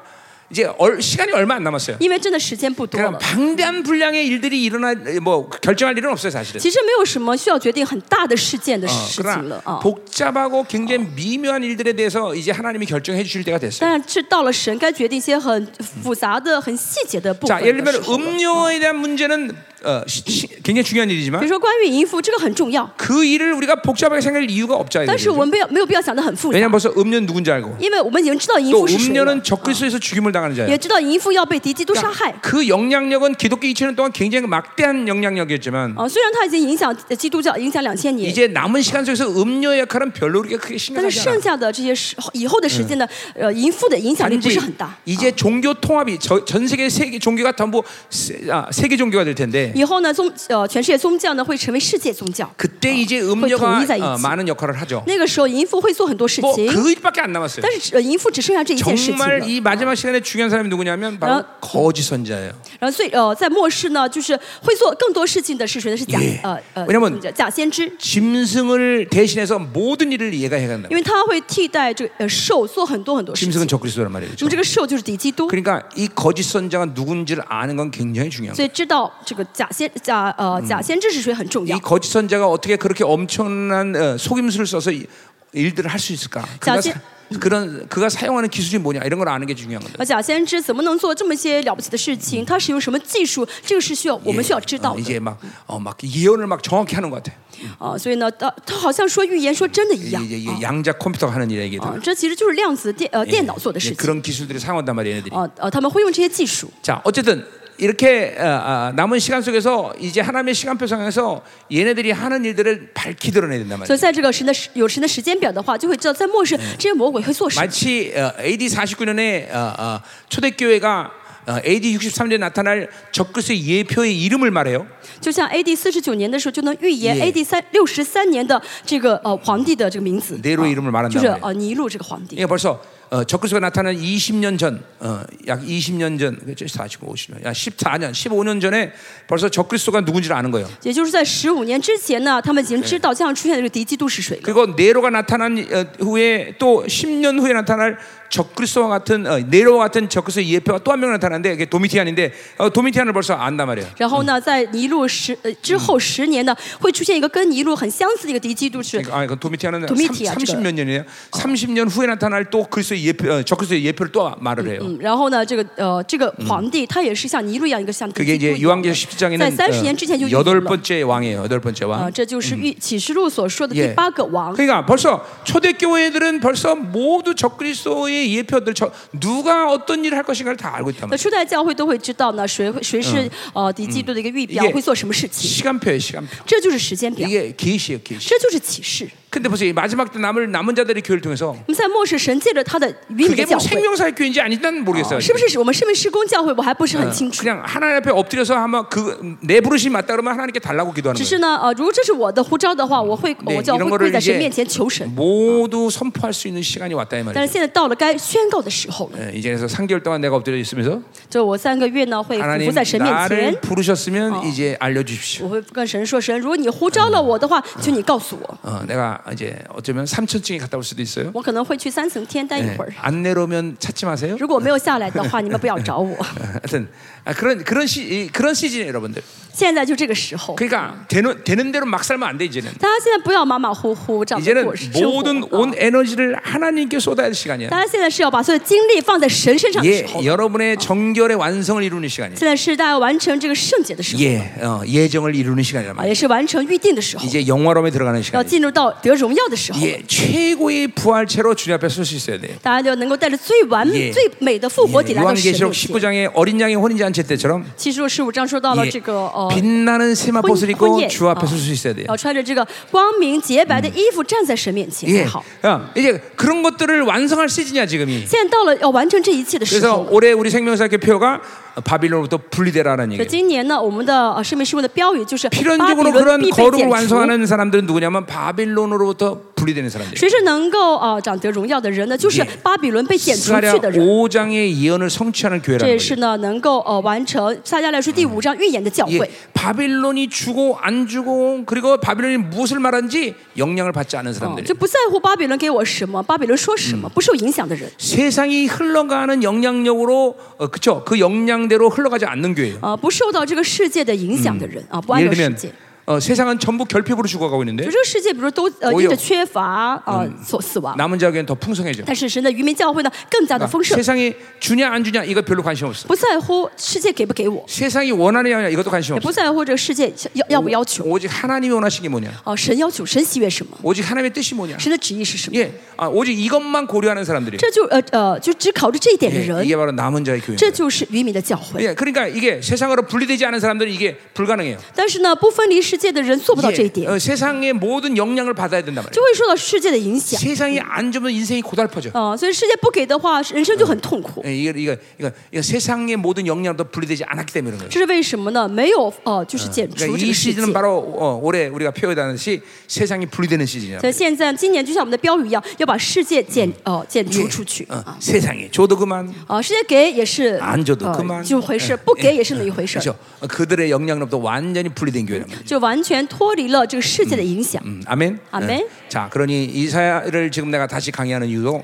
S1: 이제 얼, 시간이 얼마 안 남았어요.
S2: 因为真的时间不多
S1: 그러니까
S2: 了。
S1: 방대한 분량의 일들이 일어날 뭐 결정할 일은 없어요 사실은.
S2: 其实没有什么需要决定很大的事件的
S1: 어,
S2: 事情了
S1: 그러나
S2: 啊。
S1: 복잡하고 굉장히 미묘한 일들에 대해서 이제 하나님이 결정해 주실 때가 됐어요.
S2: 但是到了神该决定一些很复杂的、很细节的部分
S1: 자, 예를
S2: 的嗯时
S1: 들면
S2: 候了。
S1: 음료에 대한 문제는 어, 시- 시- 굉장히 중요한
S2: 比如
S1: 일이지만
S2: 说关于淫妇，这个很重要，
S1: 그 일을 우리가 복잡하게 생각할 이유가 없자
S2: 但是我
S1: 이거죠.
S2: 们没有没有必要想得很复杂，
S1: 왜냐면 벌써 음료는 누군지 알고
S2: 因为我们已经知道淫
S1: 또
S2: 妇是谁了，
S1: 음료는
S2: 어.
S1: 적그리스도에서 죽임을 당하는 자예요.
S2: 也知道淫妇要被敌基督杀害。
S1: 그 영향력은 기독교 2000년 동안 굉장히 막대한 영향력이었지만
S2: 啊，虽然它已经影响呃基督教影响两千年，
S1: 이제 남은 시간 속에서 음료의 역할은 별로 그렇게 크게
S2: 但
S1: 심각하지
S2: 是剩
S1: 않아.
S2: 下的这些时以后的时间呢，呃，淫妇的影响力不
S1: 단지
S2: 是很大。
S1: 이제 종교 통합이 저- 전 세계 세계 종교가 전부 세, 아, 세계 종교가 될 텐데
S2: 以后呢，宗呃全世界宗教呢会成为世界宗教，
S1: 그때 이제
S2: 어. 거의
S1: 음료가
S2: 동의자
S1: 어,
S2: 있지. 네,
S1: 많은 역할을 하죠.
S2: 那个时候淫妇会做很多事
S1: 뭐
S2: 情，
S1: 그 일밖에 안 남았어요.
S2: 但是呃淫妇只剩下这一件事情了
S1: 정말 。이 마지막 시간에 중요한 사람이 누구냐면 바로
S2: 어?
S1: 거짓 선자예요.
S2: 然后所以呃，在末世呢，就是会做更多事情的是谁呢？是假
S1: 예
S2: 呃呃
S1: 왜냐면
S2: 假先知，
S1: 짐승을 대신해서 모든 일을 얘가 해간다.
S2: 因为他会替代这个呃兽做很多很多事情。
S1: 짐승은 적그리스도란 말이에요.
S2: 那么这
S1: 그렇죠?
S2: 个兽就是敌基督，
S1: 그러니까 이 거짓 선자가 누군지를 아는 건 굉장히 중요한
S2: 所
S1: 거예요.
S2: 以知道这个假先假呃假先知是谁很重
S1: 이
S2: 要。
S1: 거짓 선자가 어떻게 그렇게 엄청난 어, 속임수를 써서 이- 일들을 할 수 있을까? 그가
S2: 자신-
S1: 사, 그런 그가 사용하는 기술이 뭐냐 이런 걸 아는 게 중요한 거예요.
S2: 而假先知怎么能做这么些了不起的事情？他使用什么技术？这个是需要我们需要知
S1: 어,
S2: 道的
S1: 이제 막 어, 막 예언을 막 정확히 하는 것 같아.
S2: 啊。所以呢，他他好像说预言说真的一
S1: 이제
S2: 样
S1: 이제 양자 컴퓨터가 하는 일이야 이게. 다.
S2: 啊，这其实就是量子电呃电脑做的
S1: 이제
S2: 事情
S1: 그런 기술들이 사용한단 말이에요, 얘네들이.
S2: 啊呃，他们会用这些技术。
S1: 자, 어쨌든 이렇게 어, 어, 남은 시간 속에서 이제 하나님의 시간표 상에서 얘네들이 하는 일들을 밝히 드러내야 된단
S2: 所以
S1: 말이에요.
S2: 在这个神的时有神的时间表的话，就会知道在末世这些魔鬼会做什么。
S1: 마치 어, AD 49년에 어, 어, 초대교회가 어, AD 63년에 나타날 적그리스의 예표의 이름을 말해요.
S2: 就像 A.D. 四十九年的时候，就能预言
S1: Yeah.
S2: A.D. 三六十三年的这个呃皇帝的这个名字，啊
S1: 네로이름을말한단
S2: 就是
S1: 말이에요
S2: 呃尼禄这个皇帝。
S1: 이게 벌써 어, 적그리스가 나타난 20년 전, 어, 약 20년 전, 그죠? 45, 50년, 야 14년, 15년 전에 벌써 적그리스가 누군지를 아는 거예요.
S2: 也就是在十五年之前呢，他们已经知道将出现的这个敌基督是谁了。
S1: 그리고 네로가 나타난 어, 후에 또 10년 후에 나타날 적그리스도와 같은 어, 네로와 같은 적그리스도 예표가 또 한 명 나타나는데 이게 도미티안인데 어, 도미티안을 벌써 안단 말이에요.
S2: 然后呢，在尼禄十呃之后十年呢，会出现一个跟尼禄很相似的一个敌基督是
S1: 그러니까, 아, 그 도미티안은
S2: 도미티아,
S1: 30몇 년이에요. 30년 후에 나타날 또 그리스도 예표, 어, 적그리스도 예표를 또 말을 해요.
S2: 嗯，然后呢，这个呃这个皇帝他也是像尼禄一样一个像敌
S1: 그게 이제
S2: 基督一样的
S1: 요한계시 17장에는 어,
S2: 在30년之前就
S1: 여덟
S2: 预言了。
S1: 번째 왕이에요. 여덟 번째
S2: 啊、
S1: 왕.
S2: 这就是预启示录所说的第
S1: 예.
S2: 八个王。
S1: 그러니까 벌써 초대 교회들은 벌써 모두 적그리스도의 예표들 저, 누가 어떤 일을 할 것인가를 다 알고 있단
S2: 那
S1: 말이에요.
S2: 初代教会都会知道呢，谁会谁是呃敌基督的一个预表
S1: 이，게
S2: 会做什么事情，
S1: 시간표예요, 시간표.
S2: 这就是时间表，
S1: 이게 계시예요, 계시.
S2: 这就是启示。
S1: 근데 보세요. 이 마지막 때 남을 남은 자들의 교회를 통해서
S2: 那么在末世，神借着他的渔民
S1: 그게 뭐
S2: 的教会，
S1: 생명사의 교회인지 아닌지는 모르겠어요.
S2: 是不是我们身为施工教会，我还不是很清楚。
S1: 그냥 하나님 앞에 엎드려서 아마 그내 부르심이 맞다 그러면 하나님께 달라고 기도하는
S2: 只
S1: 거예요.
S2: 是呢，呃，如果这是我的呼召的话，我会
S1: 네
S2: 我就
S1: 이런
S2: 会
S1: 거를
S2: 跪在神
S1: 이제
S2: 面前求
S1: 嗯
S2: 神。
S1: 모두 선포할 수 있는 시간이 왔다 이
S2: 但
S1: 말이에요.
S2: 是现在到了该宣告的时候了，
S1: 예, 이제 그래서 3개월 동안 내가 엎드려 있으면서
S2: 就我三个月呢会俯
S1: 하나님
S2: 伏在神面前
S1: 나를 ， 부르셨으면 어. 이제 알려주십시오.
S2: 我会跟神说：“神，如果你呼召了我的话，请你告诉我。
S1: 어, 내가 이제 어쩌면 삼천층에 갔다 올 수도 있어요.
S2: 我可能会去三层天待一
S1: 예,
S2: 会儿，
S1: 안 내려오면 찾지 마세요.
S2: 如果我没有下来的话，你们不要找我。”
S1: 하여튼 아, 그런 그런 시 이- 그런 시즌 여러분들.
S2: 现在就这个时候，
S1: 그러니까 되는 되는 대로 막 살면 안 돼 이제는.
S2: 大家现在不要马马虎虎这样子
S1: 이제는
S2: 过生
S1: 모든
S2: 活。
S1: 온
S2: 啊
S1: 에너지를 하나님께 쏟아야 될 시간이야.
S2: 大家现在是要把所有精力放在神身上的时
S1: 예,
S2: 候，
S1: 여러분의 정결의 완성을 이루는 시간이에요.
S2: 现在是大家完成这个圣洁的时候
S1: 예, 어, 아, 예정을 이루는 시간이란
S2: 啊，
S1: 말이에요.
S2: 也是完成预定的时候，
S1: 이제 영화로움에 들어가는
S2: 要
S1: 시간이에요.
S2: 进入到得荣耀的时候，
S1: 예, 최고의 부활체로 주님 앞에 설 수 있어야 돼요.
S2: 大家就能够带着最完美、
S1: 예.
S2: 最美的复活体
S1: 예,
S2: 来到神
S1: 요한계시록
S2: 面前。
S1: 19장의 어린 양의 혼인잔치 때처럼
S2: 七十十五章说到了
S1: 예,
S2: 这个呃，
S1: 빛나는 세마포스를 입고
S2: 婚宴
S1: 주 앞에
S2: 어
S1: 설 수 아. 있어야 돼요.
S2: 要穿着这个光明洁白的衣服站在神面前
S1: 예,
S2: 才好。
S1: 어, 이제 그런 것들을 완성할 시즌이야 지금이.
S2: 现在到了要完成这一切的时
S1: 그래서
S2: 候。
S1: 올해 우리 생명사학교 표가 바빌론으로부터 분리되라는
S2: 所以
S1: 얘기예요.
S2: 今年呢，我们的呃生命事务的标语就是巴比
S1: 필연적으로
S2: 伦
S1: 그런
S2: 必被
S1: 거룩을
S2: 剪除。
S1: 완성하는 사람들은 누구냐면 바빌론으로부터 분리되는 사람들.
S2: 谁是能够啊、长得荣耀的人呢？就是巴比伦被剪除去
S1: 사랴
S2: 的人。
S1: 5장의 예언을 성취하는
S2: 这
S1: 교회라는
S2: 也是
S1: 거예요.
S2: 呢，能够呃完成撒迦利亚书第五章预言的教
S1: 예,
S2: 会。哦
S1: 바빌론이 주고 안 주고 그리고 바빌론이 무엇을 말하는지 영향을 받지 않은
S2: 哦
S1: 사람들.
S2: 就不在乎巴比伦给我什么，巴比伦说什么，不受影响的人。
S1: 세상이 흘러가는 영향력으로 어, 그쵸 그 영향대로 흘러가지 않는 교회예요.
S2: 啊，不受到这个世界的影响的人啊，不按
S1: 예를
S2: 照世
S1: 들면
S2: 界。
S1: 어, 세상은 전부 결핍으로 죽어가고
S2: 就
S1: 있는데
S2: 这个世界，比如都呃
S1: 오히려
S2: 因着缺乏呃所死亡，
S1: 남은 자교는 더 풍성해져.
S2: 但是神的渔民教会呢更加的
S1: 그러니까
S2: 丰盛，
S1: 세상이 주냐 안 주냐 이거 별로 관심 없어.
S2: 不在乎世界给不给我，
S1: 세상이 원하느냐 안 하느냐 이것도 관심
S2: 也
S1: 없어.
S2: 不在乎这个世界要要不要求。
S1: 오직 하나님이 원하신 게 뭐냐?
S2: 哦，神要求，神喜悦什么，
S1: 오직 하나님의 뜻이 뭐냐?
S2: 神的旨意是什么？
S1: 예, 아, 오직 이것만 고려하는 사람들이.
S2: 这就呃呃，就只考虑这一点的
S1: 예,
S2: 人，
S1: 이게 바로 남은 자의 교회.
S2: 这就是渔民的教会。
S1: 예, 그러니까 이게 세상으로 분리되지 않은 사람들은 이게 불가능해요.
S2: 但是呢，不分离世界的人做不到这一
S1: 예,
S2: 点，
S1: 어, 세상의 모든 영향을 받아야 된단 말이에요.
S2: 就会受到世界的影响。
S1: 세상이 안 주면 인생이 고달퍼져.
S2: 啊，所以世界不给的话，人生就很痛苦。
S1: 예, 이거 이거 이거 이거 세상의 모든 영향도 분리되지 않았기 때문에 그런 거예요.
S2: 这是为什么呢？没有呃，就是剪除
S1: 그러니까
S2: 这
S1: 이
S2: 个世
S1: 시즌은
S2: 界。
S1: 바로 어, 올해 우리가 표현하듯이 세상이 분리되는 시즌이야.
S2: 所以现在今年就像我们的标语一样，要把世界剪呃剪除出去
S1: 어,
S2: 啊
S1: 세상이 줘도 그만.
S2: 啊！世界给也是
S1: 안줘도그만
S2: 呃就回事，不给也是那么一回事，
S1: 그렇죠. 어, 그들의 영향로부터 완전히 분리된 교회란 말이에요.
S2: 就完全脱离了这个世界的影响。
S1: 음, 아멘.
S2: 아멘.
S1: 네. 자, 그러니 이사야를 지금 내가 다시 강의하는 이유도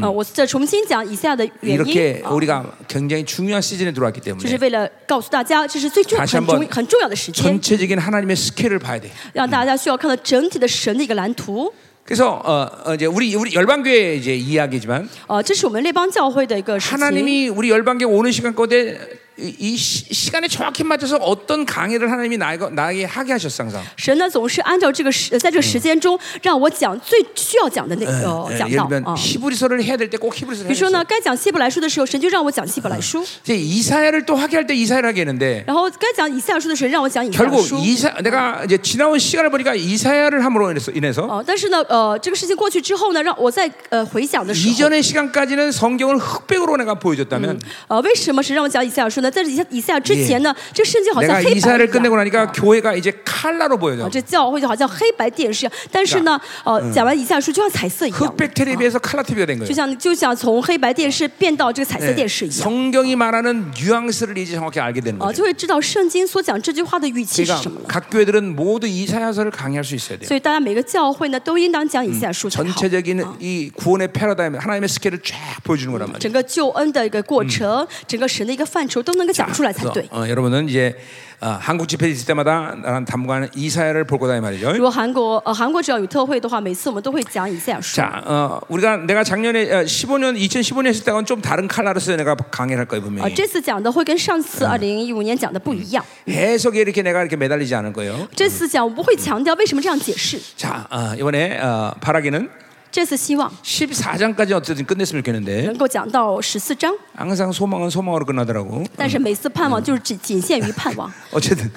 S2: 呃，我再重新讲以下的原因
S1: 이렇게
S2: 啊，
S1: 우리가 굉장히 중요한 시즌에 들어왔기
S2: 就是
S1: 때문에
S2: 为了告诉大家，这是最重
S1: 다시
S2: 很
S1: 한번
S2: 重很重要的时间，
S1: 전체적인 하나님의 스케일을 봐야 돼.
S2: 让大家需要看到整体的神的一个蓝图。
S1: 그래서 어, 어, 이제 우리 우리 열방교회 이제 이야기지만
S2: 呃，这是我们列邦教会的一个事情。
S1: 하나님이 우리 열방계 오는 시간 가운데 이, 이 시, 시간에 정확히 맞춰서 어떤 강의를 하나님이 나에게, 나에게 하게 하셨어 항상.
S2: 神呢总是按照这个时，呃在这个时间中，让我讲最需要讲的那个呃
S1: 嗯 예,
S2: 讲
S1: 예를
S2: 到
S1: 들면
S2: 啊。
S1: 히브리서를 해야 될 때 꼭 히브리서를 해야
S2: 比如说呢，
S1: 돼.
S2: 该讲希伯来书的时候，神就让我讲希伯来书；
S1: 이제 이사야를 또 하게 할 때 이사야를 하게 했는데
S2: 然后该讲以赛亚书的时候，让我讲以赛亚
S1: 결국
S2: 书。
S1: 이사 내가 이제 지나온 시간을 보니까 이사야를 함으로 인해서, 인해서
S2: 哦，但是呢，呃，这个事情过去之后呢，让我在呃回想的时候，
S1: 이전의 시간까지는 성경을 흑백으로 내가 보여줬다면
S2: 呃，为什么是让我讲以赛亚书呢？在以赛以赛亚之前呢，这个圣经好像
S1: 내가
S2: 黑白
S1: 이사야를
S2: 一
S1: 끝내고
S2: 样。
S1: 나니까 교회가 이제 칼라로 보여요.
S2: 啊，这教会就好像黑白电视一样，但是呢，呃，讲完以赛亚书就像彩色一样，
S1: 嗯 흑백 텔레비에서 칼라 TV가 된 거예요.
S2: 就像就像从黑白电视变到这个彩色
S1: 예,
S2: 电视一样，
S1: 성경이 말하는 뉘앙스를 이제 정확히 알게 되는
S2: 啊，
S1: 거죠.
S2: 就会知道圣经所讲这句话的语气是什
S1: 그러니까
S2: 么了。
S1: 각 교회들은 모두 이사야서를 강의할 수 있어야 돼요.
S2: 所以大家每个教会呢，都应当讲以赛亚书才好。啊
S1: 전체적인 이 구원의 패러다임, 하나님의 스케일을 쫙 보여주는 거란 말이에요.
S2: 整个救恩的一嗯个过程，整个神的一个范畴都能够讲出来才
S1: 그래서
S2: 对。
S1: 어, 여러분은 이제 어, 한국 집회 있을 때마다 나는 담관하는 이사야를 볼 거다 이
S2: 如
S1: 말이죠.
S2: 果韩国呃韩国只要有特会的话，每次我们都会讲以赛亚书。
S1: 자, 어, 우리가 내가 작년에 어, 15년, 2015년 했을 때와는 좀 다른 칼라로서 내가 강의를 할 거예요
S2: 啊，
S1: 분명히.
S2: 这次讲的会跟上次二零一五年讲的不一样。
S1: 해석에 이렇게 내가 이렇게 매달리지 않을 거예요.
S2: 这次讲我不会强调为什么这样解释。
S1: 자, 어, 이번에 어, 바라기는
S2: 这次希望
S1: 14장까지 어쨌든 끝냈으면 좋겠는데
S2: 能够讲到十四章，
S1: 항상 소망은 소망으로 끝나더라고.
S2: 但是每次盼望就是仅仅限于盼望。啊
S1: 어쨌든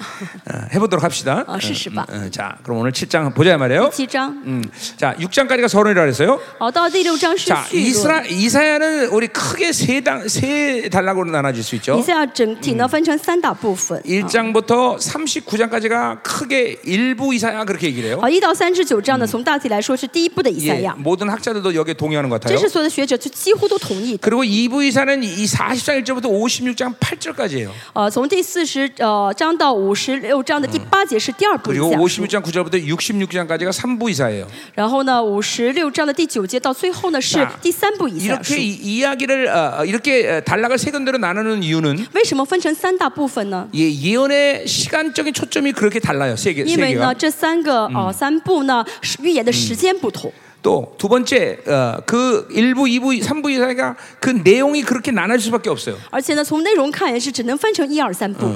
S1: 어, 해보도록 합시다.
S2: 어, 실시봐.
S1: 음, 음, 자, 그럼 오늘 7장 보자 이 말이에요.
S2: 七章，
S1: 음, 자, 6장까지가 서론이라 그랬어요.
S2: 哦，到第六章是
S1: 자,
S2: 序论。
S1: 이스라 이사야는 우리 크게 세당세 단락으로 나눠질 수
S2: 以
S1: 있죠.
S2: 赛亚整体呢分成三大部分。
S1: 1장부터 39장까지가 크게 어, 일부 이사야 그렇게 얘기를 해요.
S2: 好，一到三十九章呢，从大体来说是第一部的以赛
S1: 예,
S2: 亚，
S1: 모든 학자들도 여기에 동의하는 것
S2: 这
S1: 같아요.
S2: 是所有的学者就几乎都同意的。
S1: 그리고 2부 이사는 이 40장 1절부터 56장 8절까지예요.
S2: 呃，从第四十呃章到五十六章的第八节是第二部
S1: 그리고
S2: 讲述，
S1: 56장 9절부터 66장까지가 3부 이사예요.
S2: 然后呢，五十六章的第九节到最后呢是
S1: 자
S2: 第三部以赛亚书
S1: 이렇게 。 이- 이야기를 어, 어, 이렇게 어, 단락을 세 군데로 나누는 이유는
S2: 为什么分成三大部分呢？
S1: 예, 예언의 시간적인 초점이 그렇게 달라요. 세 개, 세
S2: 因为呢，
S1: 개가.
S2: 这三个呃三部呢是预言的时间不同。
S1: 또 두 번째 어, 그 1부, 2부, 3부 이사가 그 내용이 그렇게 나눌 수밖에 없어요.
S2: 而且呢，从内容看也是只能分成一二三部，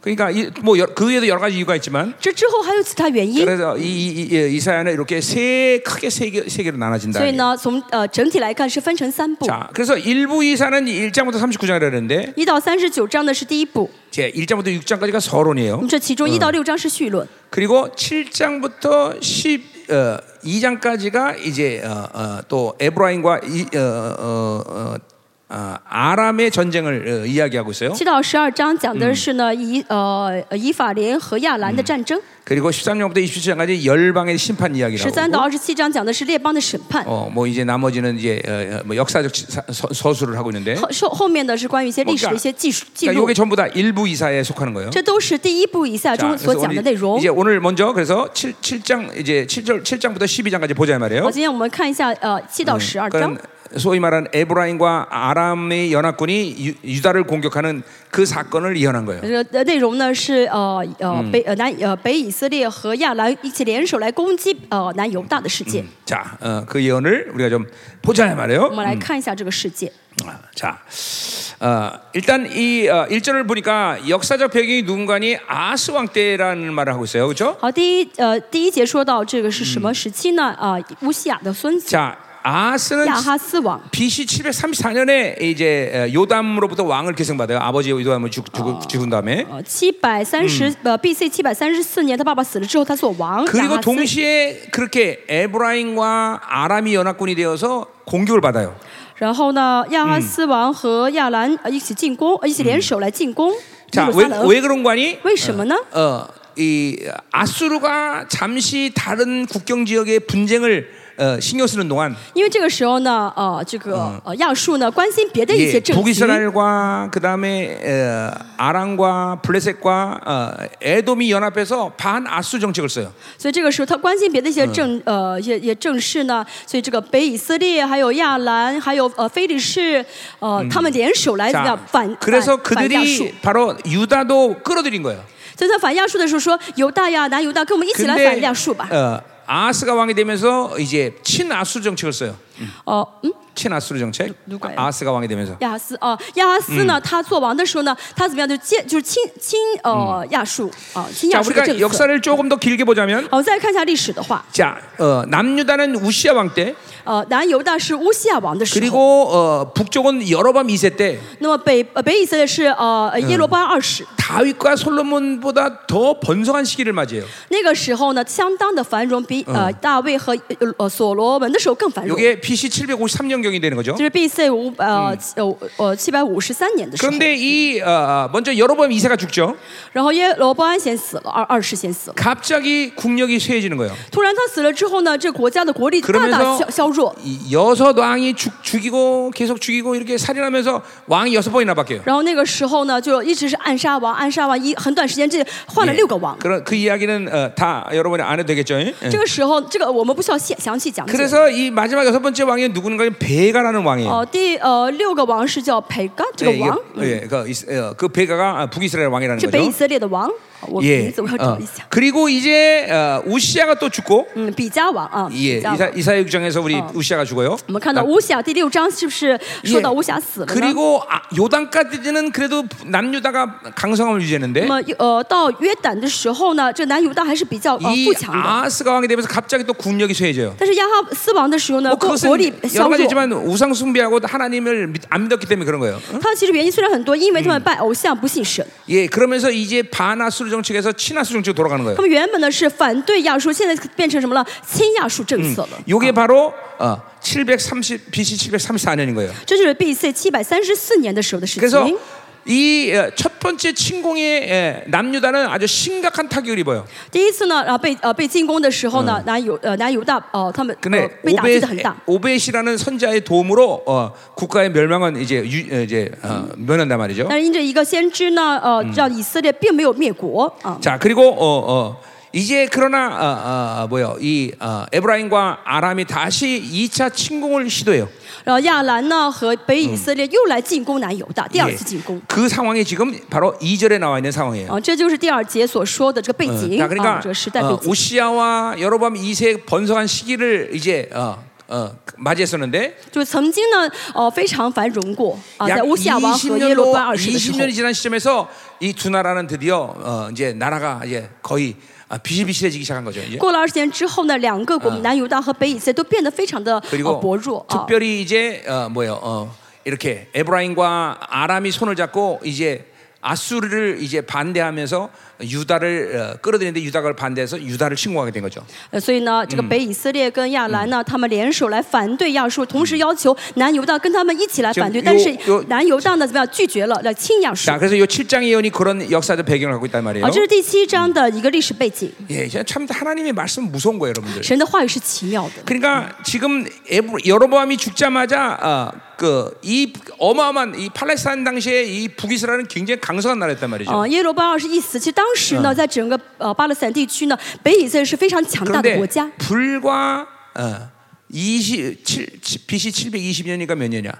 S1: 그러니까 이, 뭐그 외에도 여러 가지 이유가 있지만
S2: 这之后还有其他原因。
S1: 그래서 이, 이, 이, 이사야는 이렇게 세 크게 세, 개, 세 개로 나눠진다.
S2: 所以呢，从呃整体来看是分成三部，
S1: 자, 그래서 1부 이사는 1장부터 39장이라 그랬는데
S2: 一到三十九章呢是第一部，
S1: 제 1장부터 6장까지가
S2: 那
S1: 서론이에요.
S2: 么这其中一到六章是绪论，
S1: 그리고 7장부터 10 어, 2장까지가 이제 어, 어, 또 에브라임과 이, 어, 어, 어, 아, 아람의 전쟁을 어, 이야기하고 있어요.
S2: 七到十二章讲的是呢以呃呃以法莲和亚兰的战争，
S1: 그리고 13절부터 27절까지 열방의 심판
S2: 十三
S1: 이야기라고.
S2: 到二十七章讲的是列邦的审判。
S1: 어, 뭐 이제 나머지는 이제 어, 어, 뭐 역사적 시- 사- 서- 서술을 하고 있는데.
S2: 后后后面的是关于一些历史的一些记述记
S1: 그러니까
S2: 录
S1: 이게 ， 전부 다 일부 이사에 속하는 거예요.
S2: 这都是第一部以下
S1: 자,
S2: 中所
S1: 그래서
S2: 讲
S1: 우리
S2: 的内容
S1: 이제 。 오늘 먼저 그래서 7, 장 이제 7절 7장부터 12장까지 보자 이 말이에요.
S2: 好，今天我们看一下呃七到十二章
S1: 그러니까 。 소위 말하는 에브라임과 아람의 연합군이 유, 다를 공격하는 그 사건을 예언한 거예요.
S2: 这个内容呢是呃呃北呃南呃北以色列和亚兰一起联手来攻击呃南犹大的世界。
S1: 자, 어, 그 예언을 우리가 좀 보자 이
S2: 我
S1: 말이에요. 아,
S2: 们来看一下这个世界。
S1: 자, 어, 일단 이 어, 1절을 보니까 역사적 배경이 누군가니 아스 왕 때라는 말을 하고 있어요. 그렇죠?
S2: 好，第一呃第一节说到这个是什么时期呢？啊、乌西亚的孙子
S1: 자, 아스는
S2: 亚哈斯王。
S1: BC 734년에 이제 어, 요담으로부터 왕을 계승받아요. 아버지 요담을 죽, 죽, 죽은 다음에
S2: 呃，七百三十呃，B.C. 七百三十四年，他爸爸死了之后，他做王。亚
S1: 그리고
S2: 哈斯
S1: 동시에 그렇게 에브라임과 아람이 연합군이 되어서 공격을 받아요.
S2: 然后呢，亚哈斯王和亚兰呃一起进攻，呃一起联手来进攻耶
S1: 자,
S2: 路撒
S1: 왜
S2: 冷。
S1: 왜 그런 거니?
S2: 为什么呢？
S1: 어, 이 아수르가 잠시 다른 국경 지역의 분쟁을 어, 신경 쓰는 동안
S2: 因为这个时候呢，呃，这个呃亚述呢关心别的一
S1: 예,
S2: 些政局，
S1: 북이스라엘과 그다음에 어, 아람과 블레셋과 어, 에돔이 연합해서 반 아수 정책을 써요.
S2: 所以这个时候他关心别的一些政呃一些一些政事呢，所以这个北以色列还有亚兰还有呃非利士呃他们联手来怎么样
S1: 자,
S2: 反反
S1: 그래서
S2: 反亚述
S1: 그들이 。 바로 유다도 끌어들인 거예요.
S2: 所以在反亚述的时候说，犹大呀南犹大，跟我们一起来反
S1: 근데
S2: 亚述吧。
S1: 어, 아스가 왕이 되면서 이제 친아수 정책을 써요.
S2: 哦，嗯，
S1: 친아수르 정책.
S2: 누가요?
S1: 아, 아스가 왕이 되면서.
S2: 亚哈斯哦，亚哈斯呢，他做王的时候呢，他怎么样就建就是亲亲呃亚述啊，亲
S1: 자,
S2: 亚述的
S1: 우리가
S2: 政策。哦
S1: 역사를 조금 더 길게 보자면
S2: 好，我们再来看一下历史的话，
S1: 자, 어, 남유다는 우시아 왕 때,
S2: 呃，南犹大是乌西亚王的时候，
S1: 그리고 어, 북쪽은 여로밤 2세 때
S2: 那么北呃北以色列是呃呃耶罗波安二世，
S1: 다윗과 솔로몬보다 더 번성한 시기를 맞이해요.
S2: 那个时候呢相当的繁荣，比呃大卫和呃呃所罗门的时候更繁荣。
S1: 이게 BC 753년경이 되는 거죠.
S2: 就是 B.C. 五呃呃呃七百五十三年的时候，
S1: 그런데 이 어, 먼저 여로밤 2세가 죽죠.
S2: 然后耶罗波安先死了，二二世先死了。
S1: 갑자기 국력이 쇠해지는 거예요.
S2: 突然他死了之后呢，这国家的国力大大
S1: 그러면서
S2: 消削弱，
S1: 이 여섯 왕이 죽, 죽이고 계속 죽이고 이렇게 살인하면서 왕이 여섯 번이나 바뀌어요.
S2: 然后那个时候呢，就一直是暗杀王，暗杀王一很短时间之内换了
S1: 예.
S2: 六个王。
S1: 그런 그 이야기는 어, 다 여러분이 안 해도 되겠죠. 예?
S2: 这个时候，这个我们不需要详详细讲解。
S1: 그래서 이 마지막 여섯 번째 왕이 누구인가 하면 베가라는 왕이에요.
S2: 哦、第呃六个王是叫培嘎这
S1: 예,
S2: 个王，
S1: 이게- 예, 그, 이스- 어, 그 베가가 아, 북이스라엘 왕이라는
S2: 是北以
S1: 거죠.
S2: 色列的王，我
S1: 예.
S2: 名字我要
S1: 어.
S2: 找一下。
S1: 그리고 이제 어, 우시아가 또 죽고
S2: 嗯，比加王啊，
S1: 예,
S2: 比加王。
S1: 이사, 이사의 6장에서 우리 우시아가 죽어요.
S2: 我们看到乌西亚第六章是不是说到乌西亚死了呢？
S1: 그리고 아, 요단까지는 그래도 남유다가 강성함을
S2: 那
S1: 유지했는데
S2: 么呃，到约旦的时候呢，这南犹大还是比较呃
S1: 이
S2: 富强的。
S1: 아스가 왕이 되면서 갑자기 또 국력이 쇠해져요.
S2: 但是亚哈斯王的时候呢，
S1: 뭐
S2: 国国力
S1: 그것은
S2: 削
S1: 여러
S2: 弱。
S1: 가지지만 우상 숭배하고 하나님을 믿- 안 믿었기 때문에 그런 거예요.
S2: 他其实原因虽然很多，因为他们拜偶像不信神。
S1: 예, 그러면서 이제 반아수르 정책에서 친아수르 정책으로 돌아가는 거예요.
S2: 他们原本呢是反对亚述，现在变成什么了？亲亚述政策了。
S1: 이게 바로 어, 730 BC 734년인 거예요.
S2: 这就是 B.C. 七百三十四年的时候的事
S1: 그래서
S2: 情。
S1: 이 어, 첫 번째 침공의 에, 남유다는 아주 심각한 타격을 입어요.
S2: 第一次呢，啊被呃被进攻的时候呢，南犹呃南犹大呃他们呃
S1: 근데 예,
S2: 被打击的很
S1: 오벳,
S2: 大。
S1: 오벳이라는 선자의 도움으로 어, 국가의 멸망은 이제 유, 어, 이제 어, 면한단 말이죠.
S2: 但是因着一个先知呢，呃，让以色列并没有灭国啊。
S1: 자 그리고 어, 어, 이제 그러나 어, 어, 뭐요 이 어, 에브라임과 아람이 다시 2차 침공을 시도해요.
S2: 然后亚兰呢和北以色列又来进攻南犹大，第二
S1: 예.
S2: 次进攻。
S1: 그 상황이 지금 바로 2절에 나와 있는 상황이에요.
S2: 啊，这就是第二节所说的这个背
S1: 어,
S2: 景
S1: 자
S2: 啊，
S1: 그러니까
S2: 这个时代背
S1: 어,
S2: 景。
S1: 오시아와 여로밤 2세 번성한 시기를 이제 어, 어, 맞이했었는데
S2: 就曾经呢，呃，非常繁荣过啊，在
S1: 약
S2: 乌西亚王和耶
S1: 20년로
S2: 罗波安二世的时候
S1: 20년이 。 지난 시점에서 이 두 나라는 드디어 어, 이제 나라가 이제 거의 아, 비실비실해지기 시작한 거죠. 이제.
S2: 过了二十年之后呢，两个国南犹大和北以色列都变得非常的呃
S1: 그리고
S2: 薄弱啊。
S1: 특별히 이제 어, 뭐예요? 어, 이렇게 에브라임과 아람이 손을 잡고 이제 아수르를 이제 반대하면서 유다를 어, 끌어들이는데 유다가 반대해서 유다를 침공하게 된 거죠.
S2: 呃，所以呢，这个北以色列跟亚兰呢，他们联手来反对亚述，同时要求南犹大跟他们一起来反对，
S1: 就
S2: 但是
S1: 有有
S2: 南犹大呢怎么样拒绝了，来亲亚述。
S1: 자,
S2: 啊，
S1: 그래서 이 7장의 예언이 그런 역사적 배경을 갖고 있단 말이에요.
S2: 这是第七章的一个历史背景。
S1: 예, 참 하나님의 말씀 무서운 거예요, 여러분들.
S2: 神的话语是奇妙的。
S1: 그러니까 지금 에브- 여로보암이 죽자마자 그 이 어마어마한 이 팔레스타인 당시에 이 북이스라엘은 굉장히 강성한 나라였단 말이죠.
S2: 啊，耶罗波二世一死，其实当时呢，在整个呃巴勒斯坦地区呢，北以色列是非常强大的
S1: 그런데
S2: 国家。
S1: 불과 어, 27, BC 720년이니까 몇 년이야?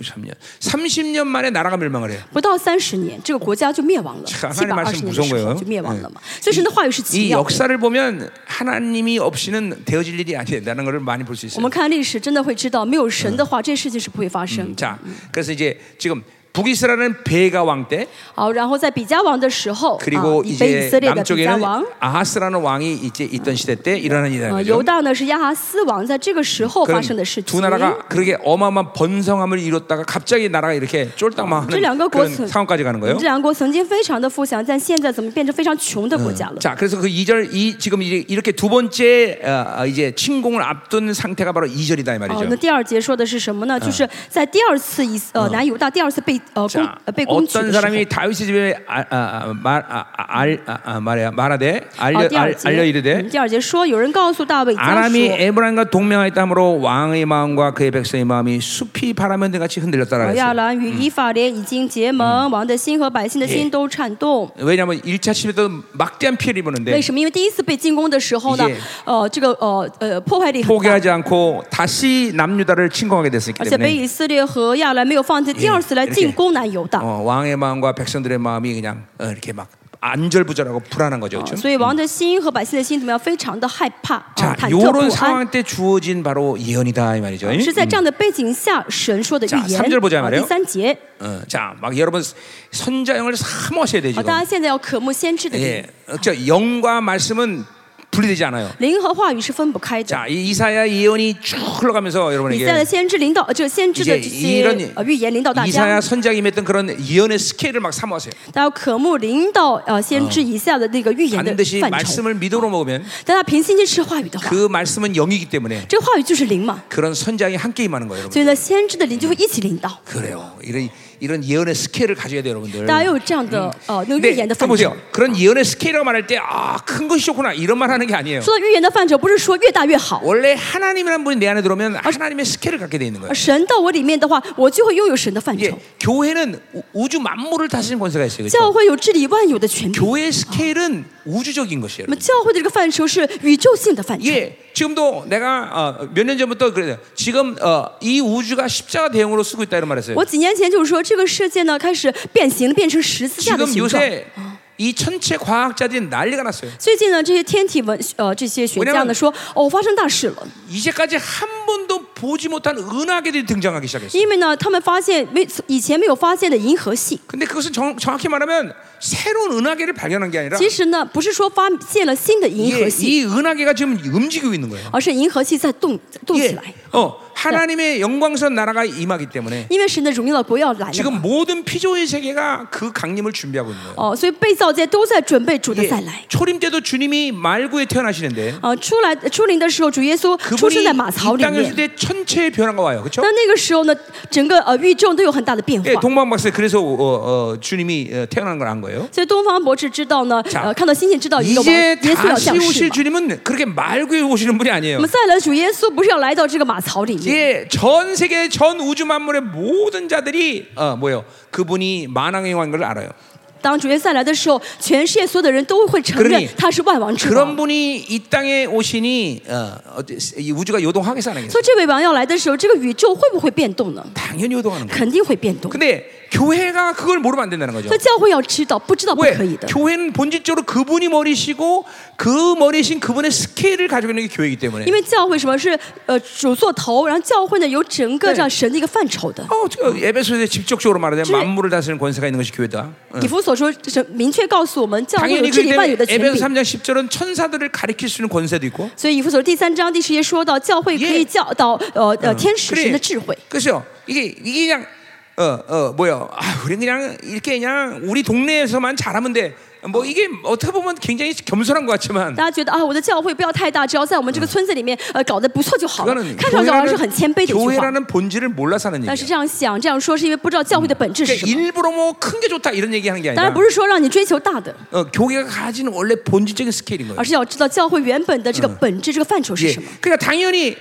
S1: 53년. 30년 만에 나라가 멸망을 해요.
S2: 不到三十年，这个国家就灭亡了，
S1: 참
S2: 七百
S1: 하나님
S2: 二
S1: 말씀
S2: 十年
S1: 무서운
S2: 的时
S1: 거예요
S2: 候就灭亡了嘛。所以神的话语是奇
S1: 이
S2: 妙的。
S1: 역사를 보면 하나님이 없이는 되어질 일이 안 된다는 것을 많이 볼 수
S2: 我
S1: 있어요.
S2: 们看历史，真的会知道，没有神的话，这事情是不会发生。
S1: 자, 그래서 이제 지금 북이스라엘은 베가 왕 때,
S2: 好，然后在比加王的时候，啊
S1: 그리고 ，
S2: 以北以
S1: 아, 이제
S2: 色列的比加
S1: 남쪽에는
S2: 王，
S1: 아하스라는 왕이 이제 있던 시대 때 일어난 일이라는
S2: 呃，
S1: 거죠.
S2: 犹大呢是亚哈斯王在这个时候发
S1: 그런
S2: 生的事
S1: 두
S2: 情。
S1: 나라가 그렇게 어마어마한 번성함을 이뤘다가 갑자기 나라가 이렇게 쫄딱망하는
S2: 찔량과
S1: 그런
S2: 고스.
S1: 상황까지 가는 거예요.
S2: 这两个国曾经非常的富强，但现在怎么变成非常穷的国家了？
S1: 자, 그래서 그 2절 이 지금 이제 이렇게 두 번째 어, 어, 이제 침공을 앞둔 상태가 바로 2절이다 이
S2: 哦，那
S1: 말이죠.
S2: 第二节说的是什么呢？就是在第二次以呃南犹大第二次被呃攻
S1: 嗯 자,
S2: 呃被攻取
S1: 어떤
S2: 的时候
S1: 사람이 ， 다윗의 집에 아, 아, 아, 말, 아, 아, 알, 아, 아, 말해야 말하되
S2: 哦，
S1: 알려
S2: 第二
S1: 알,
S2: 节，
S1: 알려
S2: 嗯
S1: 이르되
S2: 第二节说有人告诉大卫家
S1: 음, 아람이
S2: 说。
S1: 에브라임과 동맹하였다 하므로 왕의 마음과 그의 백성의 마음이 숲이 바람에 같이 흔들렸다라
S2: 哦
S1: 그랬어요. 嗯
S2: 亚兰与以法莲已经结盟，王的心和百姓的心都颤动。
S1: 왜냐하면 1차 시대 때 막대한 피해를
S2: 为
S1: 입었는데
S2: 什么？因为第一次被进攻的时候呢
S1: 이，
S2: 呃，这个呃呃破坏力很大，
S1: 포기하지 않고 다시 남유다를 침공하게 됐었기
S2: 而且北
S1: 때문에
S2: 以色列和亚兰没有放弃第二次来进攻南犹大，
S1: 어, 왕의 마음과 백성들의 마음이 그냥 어, 이렇게 막 안절부절하고 불안한 거죠. 그렇죠?
S2: 所以王的心和百姓的心怎么样？非常的害怕，啊
S1: 嗯 자,
S2: 忐忑
S1: 요런
S2: 不安。
S1: 상황 때 주어진 바로 예언이다 이 말이죠. 음,
S2: 是在这样的背景下，神说的预
S1: 자
S2: 言。
S1: 삼절보자말이에요
S2: 第哎嗯三节，
S1: 어, 자, 막 여러분 선자형을 사모하셔야 되죠.
S2: 啊，大家现在要渴慕先知的灵
S1: 예, 저 영과 말씀은 분리되지 않아요.
S2: 灵和话语是分不开的。
S1: 자, 이 이사야 예언이 쭉 흘러가면서
S2: 以赛的
S1: 여러분에게
S2: 先知领导，呃，这个先知的
S1: 이제
S2: 这些
S1: 이런
S2: 呃预言领导大
S1: 이사야
S2: 家，
S1: 선자가 임했던 그런 예언의 스케일을 막 사모하세요.
S2: 大家要渴慕领导呃先知以下的那个预言的
S1: 반드시
S2: 范畴。
S1: 말씀을 믿음으로 먹으면
S2: 大家凭信心吃话语的话，
S1: 그 말씀은 영이기 때문에
S2: 这个话语就是灵嘛，
S1: 그런 선장이 함께 임하는 거예요,
S2: 所
S1: 여러분.
S2: 以呢，先知的灵就会一起领导。
S1: 그래요. 이런 이런 예언의 스케일을 가져야 돼요, 여러분들.
S2: 大家要有这样的呃那个预
S1: 근데
S2: 言的
S1: 또
S2: 范畴。
S1: 보세요. 그런 예언의 스케일이라고 말할 때 아 큰 것이 좋구나 이런 말 하는 게 아니에요.
S2: 说到预言的范畴，不是说越大越好，
S1: 원래 하나님이란 분이 내 안에 들어오면 하나님의 스케일을 갖게 돼 있는 거예요.
S2: 而神到我里面的话，我就会拥有神的范
S1: 이게
S2: 畴。
S1: 교회는 우- 우주 만물을 다스리는 권세가 있어요.
S2: 教
S1: 그렇죠?
S2: 会有治理万有的权柄。
S1: 교회의 스케일은 우주적인 것이에요.
S2: 那么
S1: 여러분.
S2: 教会的这个范畴是宇宙性的范畴。
S1: 예, 지금도 내가 어, 몇 년 전부터 그래요. 지금 어, 이 우주가 십자가 대형으로 쓰고 있다 이런 말했어요.
S2: 我几年前就是说，这个世界呢开始变形了，变成十字架的
S1: 지금
S2: 形状。
S1: 요새 이 천체 과학자들이 난리가 났어요.
S2: 最近呢，这些天体文呃这些学家
S1: 왜냐면
S2: 呢说，哦，发生大事了，
S1: 이제까지 한 번도 보지 못한 은하계들이 등장하기 시작했어요.
S2: 因为呢，他们发现没以前没有发现的银河系。
S1: 근데 그것은 정, 정확히 말하면 새로운 은하계를 발견한 게 아니라
S2: 其实呢，不是说发现了新的银
S1: 이게
S2: 河系，
S1: 이 은하계가 지금 움직이고 있는 거예요.
S2: 而是银河系在动动起
S1: 예,
S2: 来。
S1: 어, 하나님의 영광스러운 나라가 임하기 때문에
S2: 因为神的荣耀的国要来了
S1: 지금
S2: 嘛，
S1: 모든 피조의 세계가 그 강림을 준비하고 있는 거예요.
S2: 哦，所以被造界都在准备主的
S1: 예,
S2: 再来。
S1: 초림 때도 주님이 말구에 태어나시는데
S2: 啊，出来出灵的时候，主耶稣出
S1: 그분이
S2: 生在马槽
S1: 이
S2: 里
S1: 땅에 있을
S2: 面。
S1: 때 천체의 변화가 와요. 그렇죠?
S2: 那那个时候呢，整个呃宇宙都有很大的变
S1: 예,
S2: 化。
S1: 동방박사 그래서 어, 어, 주님이 어, 태어난 걸 안 거예요.
S2: 所以东方博士知道呢，
S1: 자
S2: 呃，看到星星知道一个
S1: 아,
S2: 王
S1: 이제
S2: 耶稣要
S1: 다시
S2: 降世
S1: 오실
S2: 嘛。
S1: 주님은 그렇게 말구에 오시는 분이
S2: 我
S1: 아니에요.
S2: 们再来的主耶稣不是要来到这个马槽里面，
S1: 예, 전 세계 전 우주 만물의 모든 자들이 어, 뭐예요? 그분이 만왕의 왕을 알아요.
S2: 当主耶稣再来的时候，全世界所有的人都会承
S1: 그러
S2: 认
S1: 니
S2: 他是万王之
S1: 그런
S2: 王。
S1: 분이 이 땅에 오시니 어, 어째- 이 우주가 요동하게 사는 거예요.
S2: 所以这位王要来的时候，这个宇宙会不会变动呢？
S1: 당연히 요동하는 거예요.
S2: 肯定会变动。
S1: 근데 교회가 그걸 모르면 안 된다는 거죠.
S2: 所以教会要知道，不知道不
S1: 왜
S2: 可以的。
S1: 교회는 본질적으로 그분이 머리시고 그 머리신 그분의 스케일을 가지고 있는 게 교회이기 때문에
S2: 因为教会什么是呃主做头，然后教会呢有整个这样神的一个范畴的。
S1: 어, 저 에베소서에 직접적으로 말하자면
S2: 주-
S1: 만물을 다스리는 권세가 있는 것이 교회다.
S2: 以弗所说，神明确告诉我们，教会有
S1: 당연히
S2: 治理
S1: 그렇기
S2: 万有
S1: 때문에
S2: 的权
S1: 에베소
S2: 柄。
S1: 3장 10절은 천사들을 가리킬 수 있는 권세도 있고
S2: 所以以弗所第三章第十节说到，教会可
S1: 예
S2: 以教导呃呃天使神
S1: 그래,
S2: 的智慧。
S1: 그죠? 이게 이게 그냥 어 어 뭐야? 아, 우리 그냥 이렇게 그냥 우리 동네에서만 잘하면 돼. 뭐 이게 어떻게 보면 굉장히 겸손한 것 같지만
S2: 大家觉得啊，我的教会不要太大，只要在我们这个村子里面，呃，搞得不错就好了。
S1: 그거는
S2: 看上去好像是很谦
S1: 교회라는,
S2: 卑的一句话，
S1: 교회라는 본질을 몰라서 하는
S2: 但是
S1: 얘기예요.
S2: 这样想、这样说，是因为不知道教会的本质是
S1: 그러니까
S2: 什么。
S1: 일부러 뭐 큰 게 좋다 이런 얘기하는 게
S2: 当
S1: 아니라
S2: 然不是说让你追求大的，
S1: 어, 교회가 가진 원래 본질적인 스케일인 거예요.
S2: 而是要知道教会原本的这个本质、这个范畴是
S1: 예.
S2: 什么。
S1: 그러니까 당연히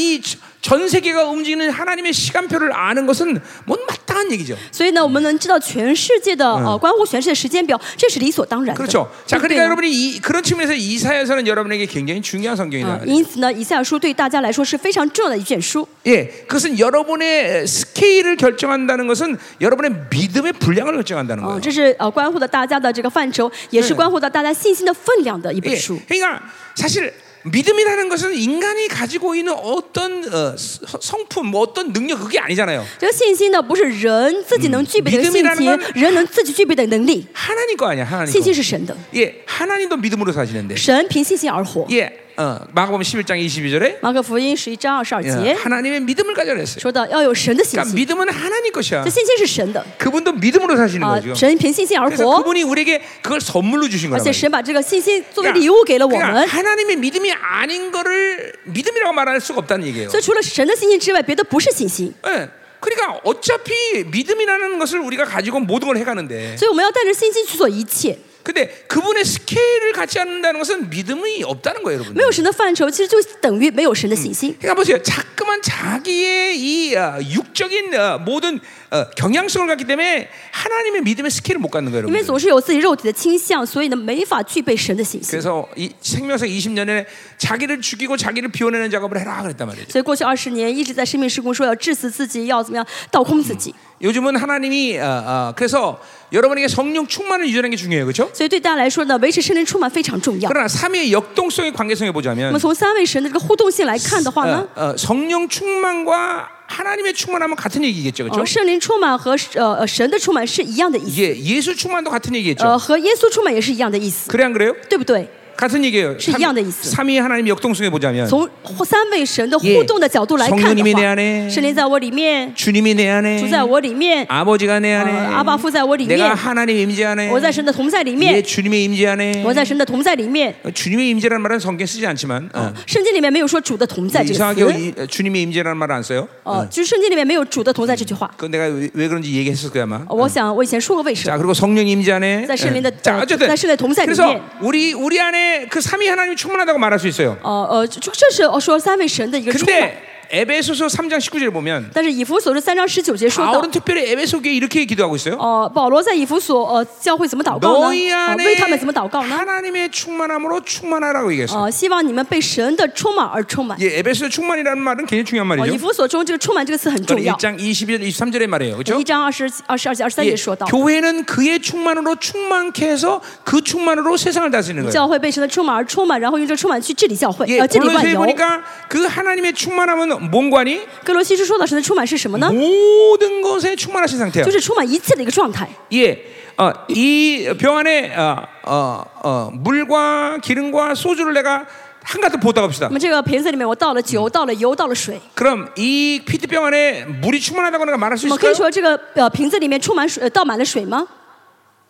S1: 이전 세계가 움직이는 하나님의 시간표를 아는 것은 뭔 마땅한 얘기죠.
S2: 所以呢，我们能知道全世界的呃，关乎全世界的时间表，这是理所当然的。
S1: 그렇죠. 자,
S2: 对不对
S1: 그러니까
S2: 呢
S1: 여러분이 이, 그런 측면에서 이사야서는 여러분에게 굉장히 중요한
S2: 啊
S1: 어, 성경이다.
S2: 因此呢，以赛亚书对大家来说是非常重要的一卷书。
S1: 예, 그것은 여러분의 스케일을 결정한다는 것은 여러분의 믿음의 분량을 결정한다는
S2: 嗯，
S1: 거예요.
S2: 这是呃关乎到大家的这个范畴，也是关乎到大家信心的分量的一本
S1: 예,
S2: 书。
S1: 그러니까 사실 믿음이라는 것은 인간이 가지고 있는 어떤 어, 서- 성품, 뭐 어떤 능력 그게 아니잖아요.
S2: 这个信心呢，不是人自己能具备的
S1: 믿음이라는
S2: 信心
S1: 건 ，
S2: 人能自己具备的能力。
S1: 하나님 거 아니야, 하나님
S2: 信心
S1: 거.
S2: 是神的，
S1: 예, 하나님도 믿음으로 사시는데.
S2: 神凭信心而活。
S1: 예, 어, 마가복음 11장 22절에 예,
S2: 马可福音十一章二十二节
S1: 하나님의 믿음을 가져라 했어요.
S2: 说到要有神的信
S1: 그러니까
S2: 心，
S1: 믿음은 하나님 것이야.
S2: 这信心是神的
S1: 그분도 믿음으로 사시는
S2: 啊，
S1: 거죠.
S2: 神凭信心而
S1: 그래서
S2: 活，
S1: 그분이 우리에게 그걸 선물로 주신
S2: 而
S1: 거라고.
S2: 且神把这个信心作为礼物给了我
S1: 그러니까
S2: 们。
S1: 하나님의 믿음이 아닌 거를 믿음이라고 말할 수가 없다는 얘기예요.
S2: 所以除了神的信心之外，别的不是信心。
S1: 예. 그러니까 어차피 믿음이라는 것을 우리가 가지고 모든 걸 해가는데
S2: 所以我们要带着信心去做一切。
S1: 근데 그분의 스케일을 갖지 않는다는 것은 믿음이 없다는 거예요 여러분
S2: 没有神的范畴，其实就等于没有神的信心。
S1: 그러니까 보세요 자꾸만 자기의 이 아, 육적인 아, 모든 어, 경향성을 갖기 때문에 하나님의 믿음의 스케일을 못 갖는 거예요
S2: 因为
S1: 여러분
S2: 总是有自己肉体的倾向，所以呢，没法具备神的信心。
S1: 그래서 이 생명서 20년에 자기를 죽이고 자기를 비워내는 작업을 해라 그랬단 말이죠
S2: 所以过去二十年一直在生命施工，说要致死自己，要怎么样倒空自己。
S1: 요즘은 하나님이 아, 아, 그래서 여러분에게 성령 충만을 유지하는 게 중요해요 그렇죠?
S2: 所以对大家来说呢，维持圣灵充满非常重要。
S1: 그러나 삼위의 역동성의 관계성에
S2: 那
S1: 보자면
S2: 么从三位神的这个互动性来看的话呢
S1: 어, ， 어, 성령 충만과 하나님의 충만하면 같은 얘기겠죠,
S2: 呃，
S1: 그렇죠?
S2: 圣灵充满和呃呃神的充满是一样的意思，
S1: 예, 예수 충만도 같은 얘기겠죠.
S2: 呃，和耶稣充满也是一样的意思，
S1: 그래 안 그래요?
S2: 对不对？
S1: 같은 얘기예요.
S2: 시- 이해한다, 있어.
S1: 삼위 하나님 역동성에 보자면
S2: 从三位神的
S1: 예
S2: 互动的角度来看
S1: 성령님이내
S2: 的
S1: 안에
S2: 话，圣灵在我里面，
S1: 주님이 내 안에,
S2: 主在我里
S1: 啊
S2: 面，呃
S1: 아버지가 내 안에,
S2: 어, 아빠, 부자, 우리
S1: 내가
S2: 위에.
S1: 하나님 임재 안에,
S2: 我在神的同在里
S1: 예,
S2: 面，
S1: 주님의 임재 안에.
S2: 我在神的同在里面。
S1: 어, 주님의 임재라는 말은 성경 쓰지 않지만 어.
S2: [laughs] 圣经里面没有说主的同在这个
S1: 이상하게
S2: 词，
S1: 이- 주님의 임재라는 말을 안 써요.
S2: 呃，就是圣经里面没有主的同在这句话。
S1: 그건 내가 왜, 왜 그런지 얘기했을 거야 아마.
S2: 呃我想我以前说过为什
S1: 자
S2: 么，
S1: 그리고 성령 임재 안에,
S2: 在圣灵的
S1: 예. 자
S2: 呃
S1: 어쨌든
S2: 在圣灵的同在里
S1: 그래서
S2: 面，
S1: 우리 우리 안에 그 삼위 하나님이 충만하다고 말할 수 있어요.
S2: 呃呃，这这是呃说三位神的一个充满。
S1: 근데 에베소서 3장 19절 보면
S2: 但是以弗所书三章十九节说到
S1: 바울은 ， 특별히 에베소 교회 이렇게 기도하고 있어요. 어,
S2: 呃，保罗在以弗所呃教会怎么祷告呢
S1: 너희 ？
S2: 啊
S1: 안에
S2: 为他们怎么祷告呢？
S1: 하나님의 충만함으로 충만하라고 얘기했어요.
S2: 呃，希望你们被神的充满而充满。
S1: 예, 에베소 충만이라는 말은 굉장히 중요한
S2: 呃，以
S1: 어, 말이죠.
S2: 弗所中这个“充满”这个词很重
S1: 그건
S2: 要。
S1: 1장 21, 23절의 말이에요.
S2: 一
S1: 그렇죠? 예,
S2: 章二十、二十二节、二十三节说到，
S1: 교회는 그의 충만으로 충만케 해서 그 충만으로 세상을 다스리는 거예요.
S2: 教会被神的充满而充满，然后用这个充满去治理教会，
S1: 예,
S2: 呃，治理万
S1: 골로새
S2: 有。
S1: 보니까 그 하나님의 충만함은 뭔 관이?
S2: 格罗西书说到神的充满是什么呢？
S1: 모든 것에 충만하신 상태예요.
S2: 就是充满一切的一个状态。
S1: 예, 어, 이 병 안에 어, 어, 어, 물과 기름과 소주를 내가 한가득 부었다고 합시다.
S2: 那么这个瓶子里面，我倒了酒，倒了油，倒了水。
S1: 그럼 이 피트병 안에 물이 충만하다고 내가 말할 수
S2: 我们可
S1: 있을까요?
S2: 以说这个呃瓶子里面充满水，呃倒满了水吗？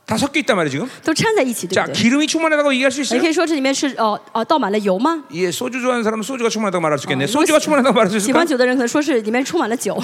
S1: 다 섞여 있단 말이에요 지금.
S2: 都掺在一起，对
S1: 자,
S2: 不对？
S1: 기름이 충만하다고 얘기할 수
S2: 你
S1: 있어요?
S2: 可以说这里面是呃呃倒满了油吗？
S1: 예, 소주 좋아하는 사람은 소주가 충만하다고 말할 수 있겠네.
S2: 哦如果
S1: 소주가 충만하다고 말할 수
S2: 喜
S1: 있을까?
S2: 欢酒的人可能说是里面充满了酒，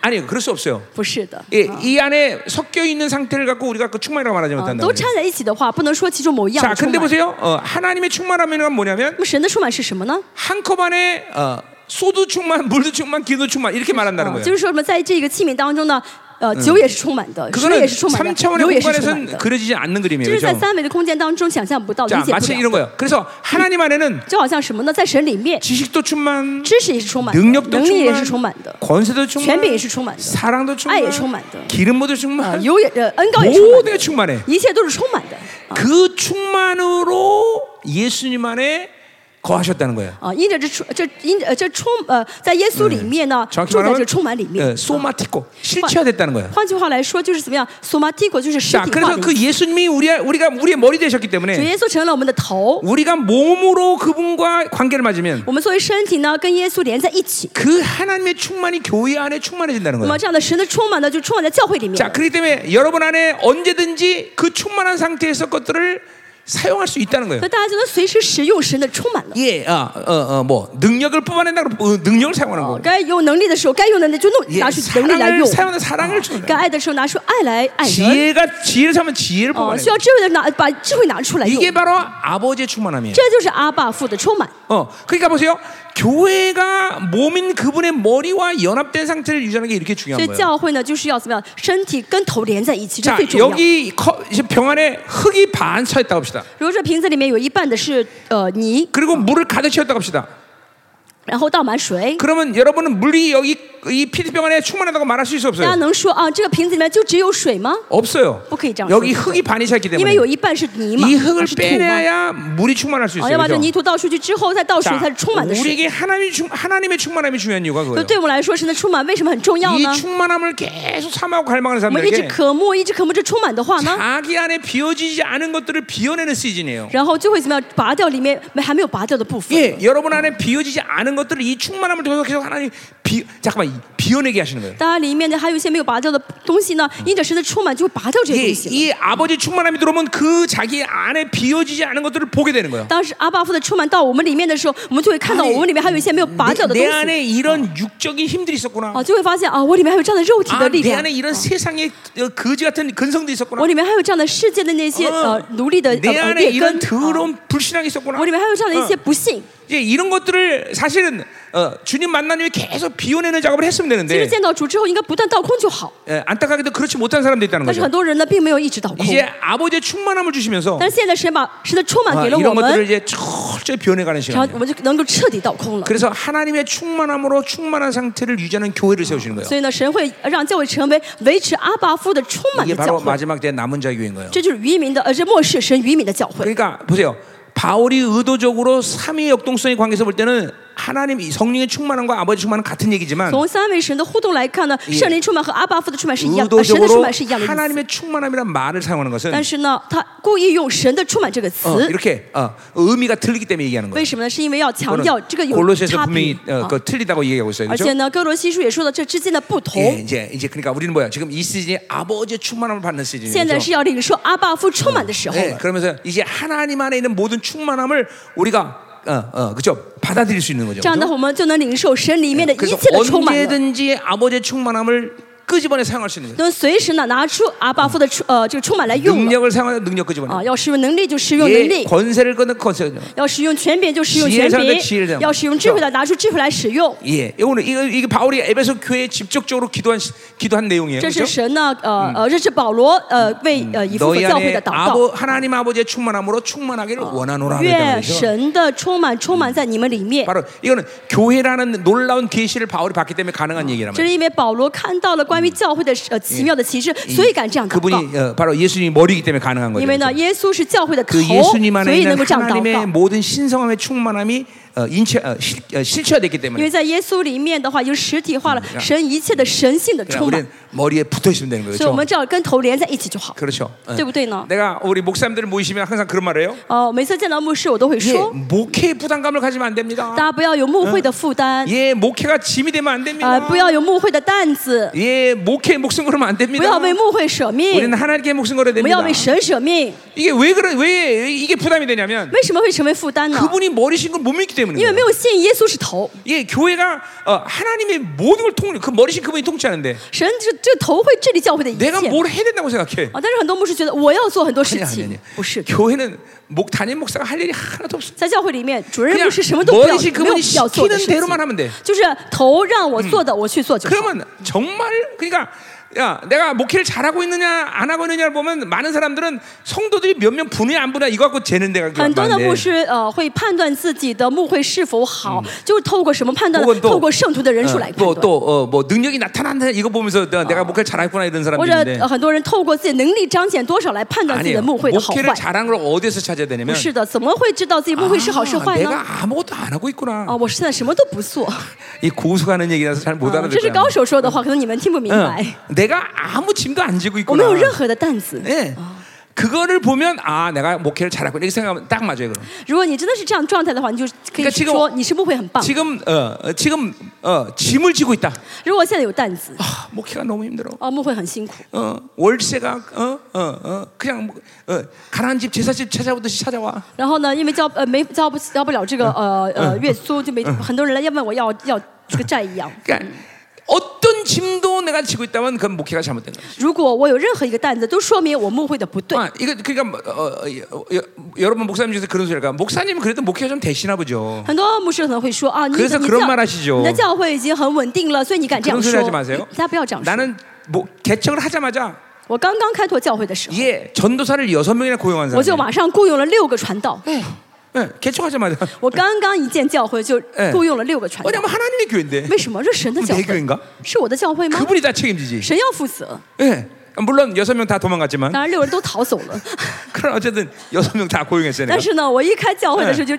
S1: 아니요, 그럴 수 없어요.
S2: 不是的。
S1: 예, 이 안에 섞여 있는 상태를 갖고 우리가 그 충만이라고 말하지
S2: 啊
S1: 못한다.
S2: 都掺在一起的啊话，不能说其中某一样
S1: 자,
S2: 充
S1: 근데
S2: 满。
S1: 보세요. 어, 하나님의 충만함이란 뭐냐면
S2: 那么神的充满是什么呢？
S1: 한 컵 안에 어, 소도 충만, [laughs] 물도 충만, 기도 충만 이렇게 말한다는
S2: 啊
S1: 거예요.
S2: 就是说什么，在这个器皿当中呢，呃，酒也是充满的，水
S1: 그거는
S2: 也是充满
S1: 3차원의
S2: 的，油也是充满
S1: 공간에서는
S2: 的。
S1: 그려지지 않는
S2: 就
S1: 그림이에요.
S2: 是在
S1: 그렇죠?
S2: 三维的空间当中想象不到、理
S1: 자,
S2: 解
S1: 마치
S2: 不
S1: 이런
S2: 了。
S1: 거예요. 그래서 하나님 안에는
S2: 就好像什么呢？在神里面，
S1: 지식도 충만,
S2: 知识也是充满的，
S1: 능력도
S2: 能力也
S1: 충만,
S2: 是充满的，
S1: 권세도 충만,
S2: 权柄也是充满的，
S1: 사랑도 아,
S2: 아예
S1: 충만,
S2: 충만도.
S1: 기름모도 [laughs]
S2: 啊
S1: 충만,
S2: 油也呃恩膏也充满
S1: 모든
S2: 的，
S1: 충만해. 어.
S2: 一切都是充满的。
S1: 그 충만으로 예수님 안에 거하셨다는 거예요.
S2: 啊，因着这充这因着呃这充呃在耶稣里面呢，
S1: 정확히
S2: 住在
S1: 말하면
S2: 这充满里面。
S1: 예, 소마티코 실체화됐다는 거예요.
S2: 换句话来说，就是怎么样？somatico 就是实
S1: 자,
S2: 体化
S1: 그래서
S2: 的
S1: 그 예수님이 우리 우리가 우리의 머리 되셨기
S2: 主
S1: 때문에
S2: 耶稣成了我们的头，
S1: 우리가 몸으로 그분과 관계를 맺으면
S2: 我们作为身体呢，跟耶稣连在一起。
S1: 그 하나님의 충만이 교회 안에 충만해진다는
S2: 那
S1: 거예요.
S2: 么这样的神的充满呢，就充满在教会里面
S1: 자,
S2: 了。
S1: 그렇기 때문에 여러분 안에 언제든지 그 충만한 상태에서 것들을 사용할 수 있다는 거예요.
S2: 所以大家就能随时使用神的充满了。
S1: 예, 아, 어, 어, 뭐 능력을 뽑아낸다 그러면 어, 능력을 사용하는 거고.
S2: 该有能力的时候，该用能力就弄
S1: 예,
S2: 拿出能力来
S1: 사랑을
S2: 用；
S1: 사용하는 사랑을 주는 거예요.
S2: 该爱的时候拿出爱来
S1: 그러니까
S2: 爱人。
S1: 지혜가 지혜를 사면 지혜를
S2: 哦，
S1: 뽑아내는
S2: 需
S1: 거예요.
S2: 要智慧的拿把智慧拿出来用
S1: 이게 。 바로 아버지의 충만함이에요.
S2: 这就是阿爸父的充满。
S1: 어, 그러니까 보세요. 교회가 몸인 그분의 머리와 연합된 상태를 유지하는 게 이렇게
S2: 所
S1: 중요한
S2: 以
S1: 거예요.
S2: 教会呢，就是要怎么样？身体跟头连在一起，这
S1: 자,
S2: 最重要。
S1: 여기 커, 이제 병 안에 흙이 반 차있다고 합시다.
S2: 如果这瓶子里面有一半的是呃泥，
S1: 그리고 물을 가득 채웠다고 합시다.
S2: 然后倒满水，
S1: 그러면 여러분은 물이 여기 이 피트병 안에 충만하다고 말할 수 있어요,
S2: 大家
S1: 없어요?
S2: 能说啊，这个瓶子里面就只有水吗？
S1: 없어요.
S2: 不可以这样
S1: 여기
S2: 说。
S1: 흙이 반이 차있기
S2: 因
S1: 때문에
S2: 为有一半是泥嘛，
S1: 이 흙을
S2: 是土嘛。
S1: 빼내야 물이 충만할 수
S2: 啊，
S1: 있어요.
S2: 要把这
S1: 그죠?
S2: 泥土倒出去之后，再倒水
S1: 자,
S2: 才是充满的水。
S1: 우리에게 하나님 충, 하나님의 충만함이 중요한 이유가
S2: 所
S1: 그거예요.
S2: 以对我们来说，神的充满为什么很重要呢
S1: 이 ？ 충만함을 계속 삼하고 갈망하는
S2: 我们一直
S1: 사람들에게
S2: 渴慕，一直渴慕这充满的话呢，
S1: 자기 안에 비워지지 않은 것들을 비워내는 시즌이에요.
S2: 然后就会怎么样？拔掉里面没还没有拔掉的部分。
S1: 예, 여러분 안에 비워지지 않은 것들을 이 충만함을 통해서 계속 하나님 비 잠깐만 이- 비워내게 하시는 거예요.
S2: 当然，里面呢还有一些没有拔掉的东西呢，因着神的充满就会拔掉这些
S1: 예,
S2: 东西了。
S1: 이 아버지 충만함이 들어오면 그 자기 안에 비워지지 않은 것들을 보게 되는 거예요.
S2: 当时阿爸父的充满到我们里面的时候，我们就会看到
S1: 아니
S2: 我们里面还有一些没有拔掉
S1: 내,
S2: 的东
S1: 내
S2: 西
S1: 안에 이런 육적인 힘들이 있었구나.
S2: 啊，就会发现啊，我里面还有这样的肉体
S1: 아,
S2: 的力
S1: 내
S2: 量
S1: 안에 ， 이런 세상의 어, 거지 같은 근성도
S2: 我
S1: 있었구나.
S2: 里面还有这样的世界的那些
S1: 어,
S2: 呃奴隶的呃
S1: 내
S2: 呃
S1: 안에
S2: 劣
S1: 이런 어.
S2: 根，
S1: 더러운 불신앙이 있었구나.
S2: 我里面还有这样的一些不幸。
S1: 이제 이런 것들을 사실은 어, 주님 만난 후에 계속 비워내는 작업을 했으면
S2: 其实
S1: 되는데
S2: 见到主之后，应该不断倒空就好。
S1: 예, 안타깝게도 그렇지 못한 사람도 있다는
S2: 但是
S1: 거죠.
S2: 很多人呢，并没有一直倒空。
S1: 이제 아버지의 충만함을 주시면서
S2: 但是现在神把神的充满
S1: 아,
S2: 给了我
S1: 이런
S2: 们
S1: 것들을 ， 이제 철저히 비워내가는
S2: 然后
S1: 시간이에요.
S2: 我们就能够彻底倒空了。
S1: 그래서 하나님의 충만함으로 충만한 상태를 유지하는 교회를 세우시는 거예요.
S2: 所以呢，神会让教会成为维持阿爸父的充满
S1: 이게
S2: 的
S1: 바로
S2: 教会，
S1: 마지막 때 남은 자 교회인 거예요.
S2: 这就是渔民的，呃，这末世神渔民的教会。
S1: 그러니까 보세요. 바울이 의도적으로 삼위 역동성의 관계에서 볼 때는 하나님 이 성령의 충만함과 아버지 충만은 같은 얘기지만
S2: [laughs] 从三位神的互动来看呢，
S1: 嗯
S2: 圣灵充满和阿爸父的
S1: 아,
S2: 充满是一样，呃神的充
S1: 의도적으로
S2: 满是一样的意思。
S1: 하나님의 충만함이란 말을 사용하는 것은
S2: 但是呢，他故意用“神的充满”这个
S1: 어,
S2: 词，
S1: 이렇게 어, 의미가 틀리기 때문에 얘기하는
S2: 为
S1: 거예요.
S2: 什么呢？是因为要强
S1: 이거는
S2: 调这个有差
S1: 골로새서
S2: 别
S1: 분명히 。 어,
S2: 啊
S1: 그 틀리다고 얘기하고 있어요.
S2: 而
S1: 그렇죠?
S2: 且呢，哥罗西书也说到这之间的不
S1: 예,
S2: 同。
S1: 이제 이제 그러니까 우리는 뭐야? 지금 이 시즌에 아버지의 충만함을 받는 시즌이죠.
S2: 现在是要领受阿爸父充满的时候
S1: 예,
S2: 了。
S1: 그러면서 이제 하나님 안에 있는 모든 충만함을 우리가 어, 어, 그렇죠? 받아들일 수 있는 거죠.
S2: 这样的
S1: 그죠?
S2: 话，我们就能领受神里面的一
S1: 그래서
S2: 切的充满了。
S1: 언제든지 아버지의 충만함을 끄집어내 사용할 수 있는 거예요.
S2: 能随时呢拿出阿爸父的充呃这个充满来用了
S1: 능력을 사용하는 능력 끄집어내.
S2: 啊，要使用能力就使用能
S1: 예,
S2: 力，
S1: 권세를 끊는 권세.
S2: 要使用权柄就使用
S1: 지혜 哎
S2: 权
S1: 上的
S2: 柄
S1: 지혜를 사용，
S2: 要使用智慧的拿出智慧来使用。
S1: 예, 오늘 이거 이게 바울이 에베소 교회에 직접적으로 기도한 시- 기도한 내용이에요.
S2: 这是
S1: 그렇죠?
S2: 神呢，呃呃，这是保罗呃为呃以弗所
S1: 너희
S2: 教会
S1: 안에
S2: 的祷
S1: 아버
S2: 告。
S1: 하나님 아버지의 충만함으로 충만하기를 원하노라 하는
S2: 愿
S1: 거죠.
S2: 神的充满充满在你们里面，
S1: 바로 이거는 교회라는 놀라운 계시를 바울이 받기 때문에 가능한 얘기란
S2: 这
S1: 말이에요.
S2: 是因为保罗看到了关于教会的呃奇妙的启示，所以敢这样祷告。
S1: 그분이 어, 바로 예수님이 머리이기 때문에 가능한
S2: 因为
S1: 거죠.
S2: 呢，耶稣是教会的头，
S1: 그 예수님
S2: 所
S1: 안에
S2: 以能
S1: 있는
S2: 够这样祷
S1: 하나님의
S2: 告。
S1: 모든 신성함의 충만함이 어, 인체 어, 실, 어, 실체화됐기
S2: 因
S1: 때문에
S2: 为在耶稣里面的话，已经实体化了神一切的神性的
S1: 그냥
S2: 充满
S1: 우리는 ， 머리에 붙어 있으면 되는
S2: 所以我
S1: 거죠.
S2: 们只要跟头连在一起就好。
S1: 그렇죠. 예.
S2: 对不对呢?
S1: 내가 우리 목사님들 모이시면 항상 그런 말해요.
S2: 哦，每次见到牧师，我都会
S1: 예,
S2: 说，
S1: 목회 부담감을 가지면 안
S2: 大
S1: 됩니다.
S2: 家不要有牧会的负担，
S1: 예, 목회가 짐이 되면 안
S2: 呃，
S1: 됩니다.
S2: 不要有牧会的担子，
S1: 예, 목회 목숨 걸으면 안
S2: 不
S1: 됩니다.
S2: 要为牧会舍命
S1: 우리는 ， 하나님께 목숨 걸어야
S2: 我们要
S1: 됩니다.
S2: 为神舍命。
S1: 이게 왜 그런 왜 이게 부담이 되냐면
S2: 为什么会成为负担呢？
S1: 그분이 머리신 걸 못 믿기
S2: 因为
S1: 때문에.
S2: 没有信耶稣是头，
S1: 예, 교회가 어, 하나님의 모든 걸 통, 그 머리신 그분이 통치하는데
S2: 神这这头会治理教会的一切
S1: 내가 。뭘 해야 된다고 생각해?
S2: 啊，但是很多牧师觉得我要做很多事
S1: 아니야, 아니야,
S2: 情
S1: 아니야. ，
S2: 不是。
S1: 아, 교회는 목 담임 목사가 할 일이 하나도 없어.
S2: 在教会里面，主任牧
S1: 그냥
S2: 师什么都不要，
S1: 머리신
S2: 没有
S1: 그분이
S2: 要做的
S1: 시키는
S2: 事情，
S1: 대로만 하면 돼.
S2: 嗯就是头让我做的，我去做就好。
S1: 그러면 정말 그러니까 야, 내가 목회를 잘하고 있느냐 안 하고 있느냐를 보면 많은 사람들은 성도들이 몇 명 분해 안 분해 이거 갖고 재는 데가
S2: 很多的
S1: 많은데.
S2: 牧师呃会判断自己的牧会是否好，就是透过什么判断呢
S1: 혹은또
S2: 透过圣徒的人数来
S1: 어,
S2: 判断。
S1: 또또뭐 아. 능력이 나타난다 이거 보면서 내가, 내가 목회를 잘했구나 이런
S2: 或
S1: 사람들이
S2: 者
S1: 있는데
S2: 呃很多人透过自己能力彰显多少来判断自己
S1: 아니에요.
S2: 的牧会的好
S1: 목회를
S2: 坏。
S1: 잘한 걸 어디에서 찾아야
S2: 不
S1: 되냐면
S2: 是的，怎么会知道自己牧会是好是
S1: 아,
S2: 坏呢？
S1: 내가 아무것도 안 하고 있구나
S2: 啊，我现在什么都不 [laughs] 做，
S1: 이 고수가 하는 얘기라서 잘 못
S2: 啊这嗯是
S1: 알아듣잖아요
S2: 高手说的话，可能你们听不明
S1: 응.
S2: 白。
S1: 내가 아무 짐도 안 지고
S2: 我
S1: 있구나
S2: 没有任何的担子。
S1: 예. 그거를 보면 아 내가 목회를 잘하고 이렇게 생각하면 딱 맞아요 그럼
S2: 如果你真的是这样状态的话，你就可
S1: 그러니까
S2: 以
S1: 지금
S2: 说你是牧会很棒。
S1: 지금 어, 어, 지금 어, 짐을 지고 있다
S2: 如果现在有担子，
S1: 아, 목회가 너무 힘들어
S2: 哦，牧会很辛苦，
S1: 어, 월세가 어, 어, 어, 그냥 뭐, 어, 가난한 집 제사집 찾아오듯이 찾아와
S2: 然后呢，因为交呃没交不交不了这个呃呃月租，就没很多人来要问我要要这个债一样。
S1: 그러니까 어떤 짐도 내가 지고 있다면 그건 목회가 잘못된 거예요.
S2: 如果我有任何一个担子，都说明我牧会的不对。
S1: 아, 이거 그러니까 뭐, 어, 어, 여- 여- 여러분 목사님 중에서 그런 소리가 목사님 은 그래도 목회가 좀 대신하 보죠.
S2: 很多牧师可能会说啊，你
S1: 그래서그런말하시죠
S2: 你的教会已经很稳定了，所以你敢这
S1: 그
S2: 样
S1: 런
S2: 说
S1: 소리 ？ 하지 마세요.
S2: 大家不要这样说。
S1: 나는 뭐 개척을 하자마자
S2: 我刚刚开拓教会的时候，
S1: 예, 전도사를 여섯 명이나 고용한
S2: 我就
S1: 사람.
S2: 马上雇佣了六个传道。
S1: 예, 개척하자마자
S2: [laughs] 我刚刚一建教会就
S1: 哎
S2: 雇佣了六个传道。
S1: 왜냐면 하나님의 교회인데
S2: 为什么？这是神的教
S1: 내교회인
S2: 会
S1: 가 ，
S2: 是嗯我的教会吗？
S1: 그분이 다 책임지지.
S2: 神要负责。
S1: 예, 물론 여섯 명 다 도망갔지만
S2: 当然六人都逃走 [laughs] 了，
S1: 그럼 어쨌든 여섯 명 다 고용했어요.
S2: 但
S1: 내가.
S2: 是呢，我一开教会的时候就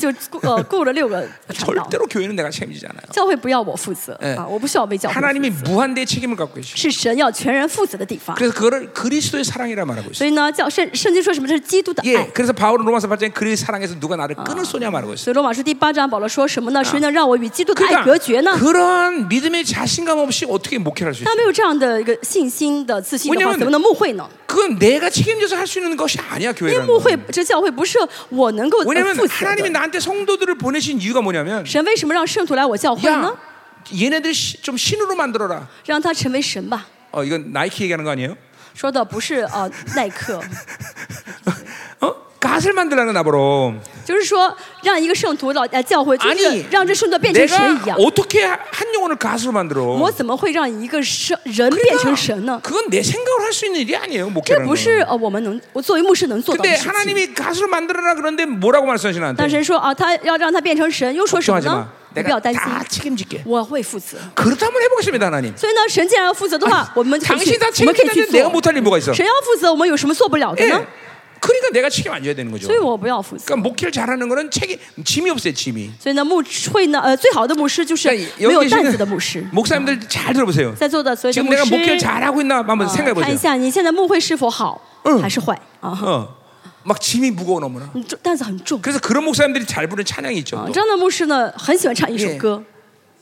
S2: 就雇 [laughs] 呃雇了六个传道。
S1: 절대로 교회는 내가 책임지지 않아요.
S2: 教会不要我负责
S1: 哎
S2: 啊，我不需要为教会负责，
S1: 하나님이 무한대의 책임을 갖고 계시죠.
S2: 是神要全然负责的地方。
S1: 그래서 그거를 그리스도의 사랑이라 말하고 있어요.
S2: 所以呢，教圣圣经说什么？这是基督的
S1: 예,
S2: 爱。
S1: 그래서 바울은 로마서 8장에 그의 사랑에서 누가 나를 끊을 소냐 말하고 있어요.
S2: 所以罗马书第八章，保罗说什么呢？谁能让我与基督的爱隔绝呢
S1: 그러니까 ？ 그런 믿음의 자신감 없이 어떻게 목회할 를수
S2: 他
S1: 있어요?
S2: 没有这样的一个信心的自信的
S1: 왜냐면
S2: 话，怎么能牧会呢？
S1: 그건 내가 책임져서 할 수 있는 것이 아니야
S2: 因为
S1: 교회라는 뭐
S2: 牧
S1: 거.
S2: 会这教会不是我能够呃
S1: 왜냐면
S2: 负责
S1: 하나님이
S2: 的。
S1: 나한테 성도들을 보내신 이유가 뭐냐면
S2: 神为什么让圣徒来我教会
S1: 야 ？
S2: 呢
S1: 얘네들 시- 좀 신으로 만들어라.
S2: 让他成为神吧。
S1: 어, 이건 나이키 얘기하는 거 아니에요?
S2: 说的不是呃耐克，
S1: 어? 갓을 만들라는 나보로
S2: 就是说让一个圣徒老呃教会，就
S1: 아니
S2: 是让这圣徒变成神
S1: 내가
S2: 一样。
S1: 어떻게 뭐 하- 한 영혼을 갓으로 만들어? 그러니까
S2: 我怎么会让一个圣人变成神呢？
S1: 그건 내 생각으로 할 수 있는 일이 아니에요
S2: 这
S1: 목회라는
S2: 不
S1: 거.
S2: 是呃我们能我作为牧师能做到的
S1: 근데
S2: 事情。
S1: 하나님이 가수로 만들어라 그런데 뭐라고 말씀하시나
S2: 但
S1: 한테
S2: 神说啊，他要让他变成神，又说什么
S1: 걱정하지
S2: 呢
S1: 마 ？
S2: 你不要
S1: 내가
S2: 担心，
S1: 다 책임질게
S2: 我会负责。
S1: 그렇다 한번 해보겠습니다 하나님
S2: 所以呢，神既然要负责的话，我们就可以去
S1: 당신 다
S2: 我们可以去
S1: 책임지는데
S2: 做哎
S1: 내가 못할 일 뭐가 있어
S2: 神要负责，我们有什么做不了的
S1: 예.
S2: 呢？
S1: 그러니까 내가 책임 안 져야 되는 거죠
S2: 所以我不要负责。
S1: 그러니까 목회를 잘하는 거는 책임 짐이 없어요 짐이
S2: 所以呢，牧会呢，呃，最好的牧师就是
S1: 그러니까
S2: 没
S1: 여기
S2: 有担子的
S1: 계시는
S2: 牧 [laughs] 师。
S1: 목사님들 잘 들어보세요
S2: 在座的所有的
S1: 지금
S2: 牧
S1: 내가
S2: 师，
S1: 목회를 잘하고 있나 한번
S2: 呃看一
S1: 생각해보세요
S2: 下你现在牧会是否好还是坏啊？
S1: 어. 막 짐이 무거워 너무나
S2: 你重担子很重。
S1: 그래서 그런 목사님들이 잘 부르는 찬양이
S2: 啊
S1: 있죠 ，
S2: 这样的牧师呢，很喜欢唱一首
S1: 예
S2: 歌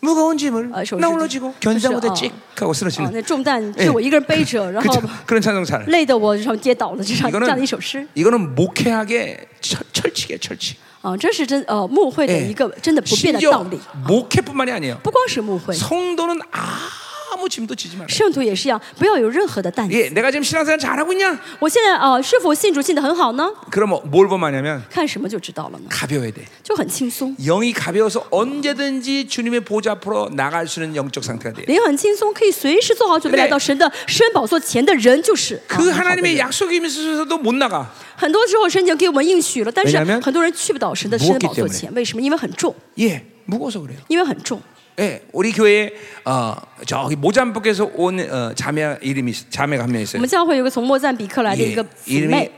S1: 무거운 짐을
S2: 아, 저-
S1: 나
S2: 저-
S1: 올라지고
S2: 저-
S1: 견사보다
S2: 저-
S1: 찍 하고
S2: 啊，
S1: 쓰러지는
S2: 那重担是我一个人背着，然
S1: 그쵸?
S2: 后 [laughs]
S1: 그런 찬양 잘
S2: 累得我上跌倒了，这样这样的
S1: 이거는
S2: 一首诗
S1: 이거는 목회하게 철, 철칙이에요 철칙
S2: 啊，这是真呃牧会的
S1: 예
S2: 一个真的不变的道
S1: 심지어
S2: 理，
S1: 목회뿐만이 아니에요
S2: 不光是牧会，
S1: 성도는 아무 짐도 지지 말아요
S2: 圣徒也是一样，不要有任何的担子。
S1: 예, 내가 지금 신앙생활 잘하고 있냐?
S2: 我现在啊，呃是否信主信得很好呢？
S1: 그럼 뭘 보면 하냐면
S2: 看什么就知道了呢，
S1: 가벼워야 돼
S2: 就很轻松，
S1: 영이 가벼워서 언제든지 주님의 보좌 앞으로 나갈 수 있는 영적 상태가 돼요
S2: 灵很轻松，可以随时做好准备
S1: 네
S2: 来到神的深宝座前的人就是啊
S1: 그
S2: 很好的人
S1: 하나님의 약속이 있으면서도 못 나가
S2: 很多时候神已经给我们应许了，但是
S1: 왜냐면
S2: 很多人去不到神的
S1: 무겁기
S2: 深宝座
S1: 때문에
S2: 前，为什么？因为很重，
S1: 예, 무거워서 그래요
S2: 因为很重。
S1: 예, 우리 교회에 어, 저기 모잠복에서 온 어, 자매 이름이 있- 자매가 한 명
S2: 我
S1: 있어요
S2: 们教会有个从莫赞比克来的一
S1: 예,
S2: 个姊
S1: 이름이
S2: 妹，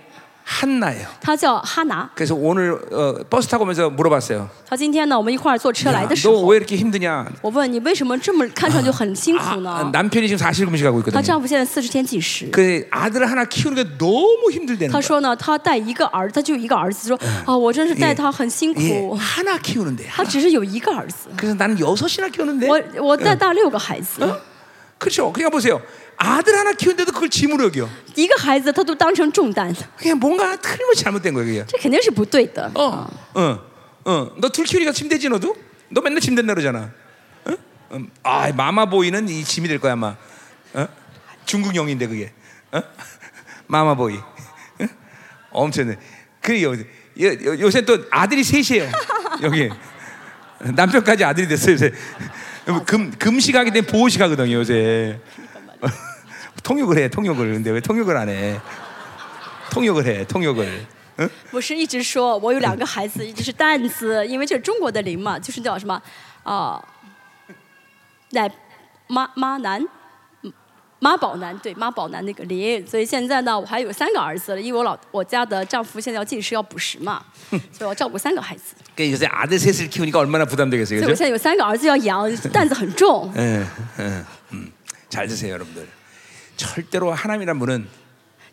S1: 한나예요
S2: 她叫哈拿。
S1: 그래서 오늘 어, 버스 타고 오면서 물어봤어요.
S2: 她今天呢，我们一块儿坐车来的时
S1: 너
S2: 候，
S1: 왜 이렇게 힘드냐?
S2: 我问你为什么这么看上去啊很辛
S1: 아,
S2: 苦呢？
S1: 남편이 지금 40일 금식하고
S2: 她
S1: 있거든요.
S2: 丈夫现在四十天禁食。
S1: 그 아들을 하나 키우는 게 너무 힘들대는
S2: 她
S1: 거예요.
S2: 说呢，她带一个儿子，她就有一个儿子，说啊，我真是带他很辛
S1: 예,
S2: 苦，
S1: 하나 키우는데.
S2: 她只是有一个儿子，
S1: 그래서 나는 여섯이나 키우는데.
S2: 我我带大六个孩子，
S1: 그렇죠. 그러니까 보세요. 아들 하나 키우는데도 그걸 짐으로 여겨.
S2: 一个孩子她都当成重担，
S1: 그냥 뭔가 틀림없이 잘못된 거예요. 그게.
S2: 这肯定是不对的。
S1: 어, 어, 어. 너 둘 키우니까 침대지 너도? 너 맨날 짐 된다 그러잖아. 어? 음, 아, 마마보이는 이 짐이 될 거야 아마. 어? 중국형인데 그게. 어? [laughs] 마마보이. 어? 엄청네. 그래 요, 요, 요새 또 아들이 셋이에요. 여기 뭐 남편까지 아들이 됐어요 요새. 금 금식하기 때문에 보호식하거든요 요새. [laughs] 통역을 해, 통역을. 근데 왜 통역을 안 해? 통역을 해, 통역을.
S2: 我是一直说我有两个孩子，一直是担子，因为这是中国的灵嘛，就是叫什么啊、奶妈妈男。嗯妈宝男对妈宝男那个林，所以现在呢，我还有三个儿子了，因为我老我家的丈夫现在要进食要捕食 [laughs] 嘛，所以我照顾三个孩子，
S1: 그러니까 요새 아들 셋을 키우니까 얼마나 부담되겠어요,
S2: 所以我
S1: 그죠?
S2: [laughs] 现在有三个儿子要养，担子很重。
S1: 예, 예, 음. 잘 드세요, 여러분들. 절대로 하나님이란 분은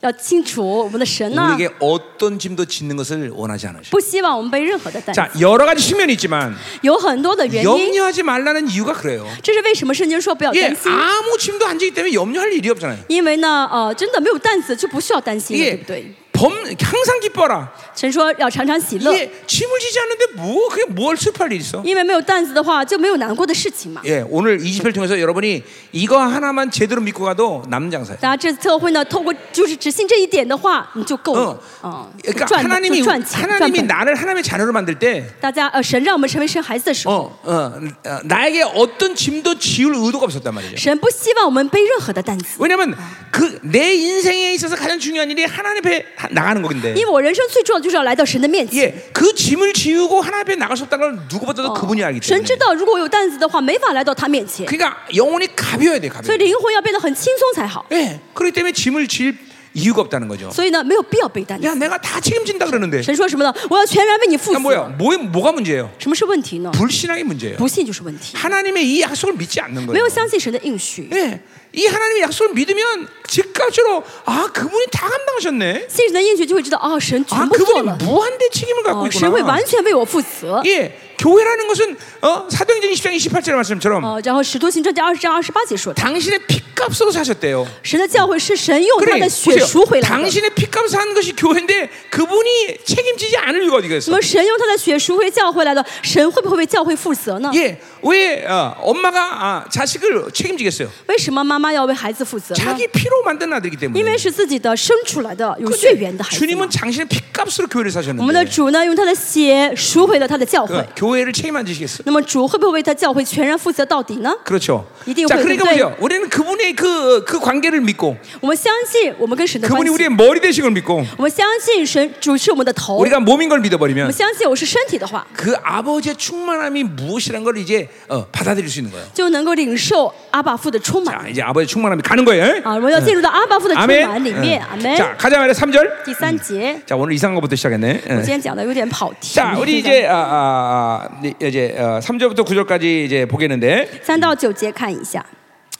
S2: 要清楚我们的神呢，
S1: 우리에게 어떤 짐도 짓는 것을 원하지 않으셔.
S2: 不希望我们背任何的担子，
S1: 자, 여러 가지 측면이 있지만
S2: 有很多的原因。
S1: 염려하지 말라는 이유가 그래요.
S2: 这是为什么圣经说不要
S1: 예,
S2: 担心？
S1: 아무 짐도 안 지기 때문에 염려할 일이 없잖아요.
S2: 因为呢，呃，真的没有担子就不需要担心了，对
S1: 이게
S2: 不对？
S1: 범 항상 기뻐라.
S2: 神说要常常喜乐，
S1: 이게 짐을 지지 않는데 뭐 그게 뭘 슬퍼할 일이 있어?
S2: 因为没有担子的话就没有难过的事情嘛。
S1: 예, 오늘 20회를 통해서 여러분이 이거 하나만 제대로 믿고 가도 남는 장사예요.
S2: 大家这次特会呢，透过就是只信这一点的话，你就够了
S1: 어. ，
S2: 嗯，
S1: 그러니까
S2: 赚
S1: 하나님이
S2: 就赚钱赚
S1: 하나님이
S2: 本。
S1: 나를 하나님의 자녀로 만들 때
S2: 大家呃，神让我们成为生孩子的时
S1: 어,
S2: 候，
S1: 어, 어, 나에게 어떤 짐도 지울 의도가 없었단 말이죠.
S2: 神不希望我们背任何的担子，
S1: 왜냐면 그 내 인생에 있어서 가장 중요한 일이 하나님 앞에 하- 나가는 거긴데.
S2: 因为我人生最重要就是要来到神的面前。
S1: 예, 그 짐을 지우고 하나님 앞에 나갈 수 없다는 걸 누구보다도
S2: 哦
S1: 그분이 알기
S2: 神
S1: 때문에.
S2: 知道，如果我有担子的话，没法来到他面前，
S1: 그러니까 영혼이 가벼워야 돼,
S2: 所
S1: 가벼워.
S2: 以灵魂要变得很轻松才好。
S1: 예, 그렇기 때문에 짐을 질 이유가 없다는 거죠.
S2: 所以呢，没有必要背担子。
S1: 야, 내가 다 책임진다 그러는데.
S2: 神说什么呢？我要全然为你负
S1: 그러니까
S2: 责。
S1: 뭐야? 뭐 뭐가 문제예요?
S2: 什么是问题呢？
S1: 불신앙이 문제예요.
S2: 不信就是问题，
S1: 하나님의 이 약속을 믿지 않는
S2: 没
S1: 거예요.
S2: 有相信神的应许。
S1: 예, 이 하나님의 약속을 믿으면 즉각적으로 아 그분이 다 감당하셨네.
S2: 信神的应许就会知道，哦，神
S1: 아
S2: 全部做
S1: 그분이
S2: 了，
S1: 무한대 책임을 갖고
S2: 哦，神会
S1: 있구나.
S2: 完全为我负责。
S1: 예, 교회라는 것은 어, 사도행전 20장 28절 말씀처럼
S2: 哦，然后《使徒行传》第二十章二十八节说的，
S1: 당신의 피값으로 사셨대요.
S2: 神的教会是神用他
S1: 어, 그래,
S2: 的血
S1: 보세요.
S2: 赎回来的。
S1: 당신의 피값 산 것이 교회인데 그분이 책임지지 않을 이유가 어디가
S2: 那
S1: 있어?
S2: 么神用他的血赎回教会来的，神会不会为教会负责呢？
S1: 예, 왜 어, 엄마가 아, 자식을 책임지겠어요?
S2: 为什么妈妈要为孩子负责呢？
S1: 자기 피로 만든 아들이기
S2: 因
S1: 때문에.
S2: 为是自己的生出来的有
S1: 근데
S2: 血缘的孩子嘛。
S1: 주님은 당신의 피값으로 교회를
S2: 我们的
S1: 사셨는데
S2: 主呢，用他的血赎回了他的教会
S1: 어, 。 교회를 책임안 지시겠어?
S2: 那么主会不会为他教会全然负责到底呢？
S1: 그렇죠.
S2: 이대호
S1: 자,
S2: 교회
S1: 그러니까
S2: 근데-
S1: 보세요. 우리는 그분의 그, 그 관계를 믿고
S2: 我们相信我们跟神的关
S1: 그분이
S2: 系，
S1: 우리의 머리 되신 걸 믿고
S2: 我们相信神主是我们的头，我
S1: 우리가 몸인 걸 믿어버리면
S2: 们相信我是身体的话，
S1: 그 아버지의 충만함이 무엇이란 걸 이제 어, 받아들일 수 있는 거예요.
S2: 就能够领受阿爸父的充满
S1: 자, 이제 아버지의 충만함이 가는 거예요. 예?
S2: 啊！我们要进入到阿爸父的充
S1: 아멘.
S2: 满里
S1: 응.
S2: 面，嗯阿门。
S1: 자, 가자 말이야. 3절.
S2: 第三节，
S1: 자, 오늘 이상한 것부터 시작했네. 예.
S2: 我今天讲的有点跑题。
S1: 자, 우리 이제 아, 아, 아, 네, 이제 어, 3절부터 9절까지 이제 보겠는데.
S2: 三到九节看一下，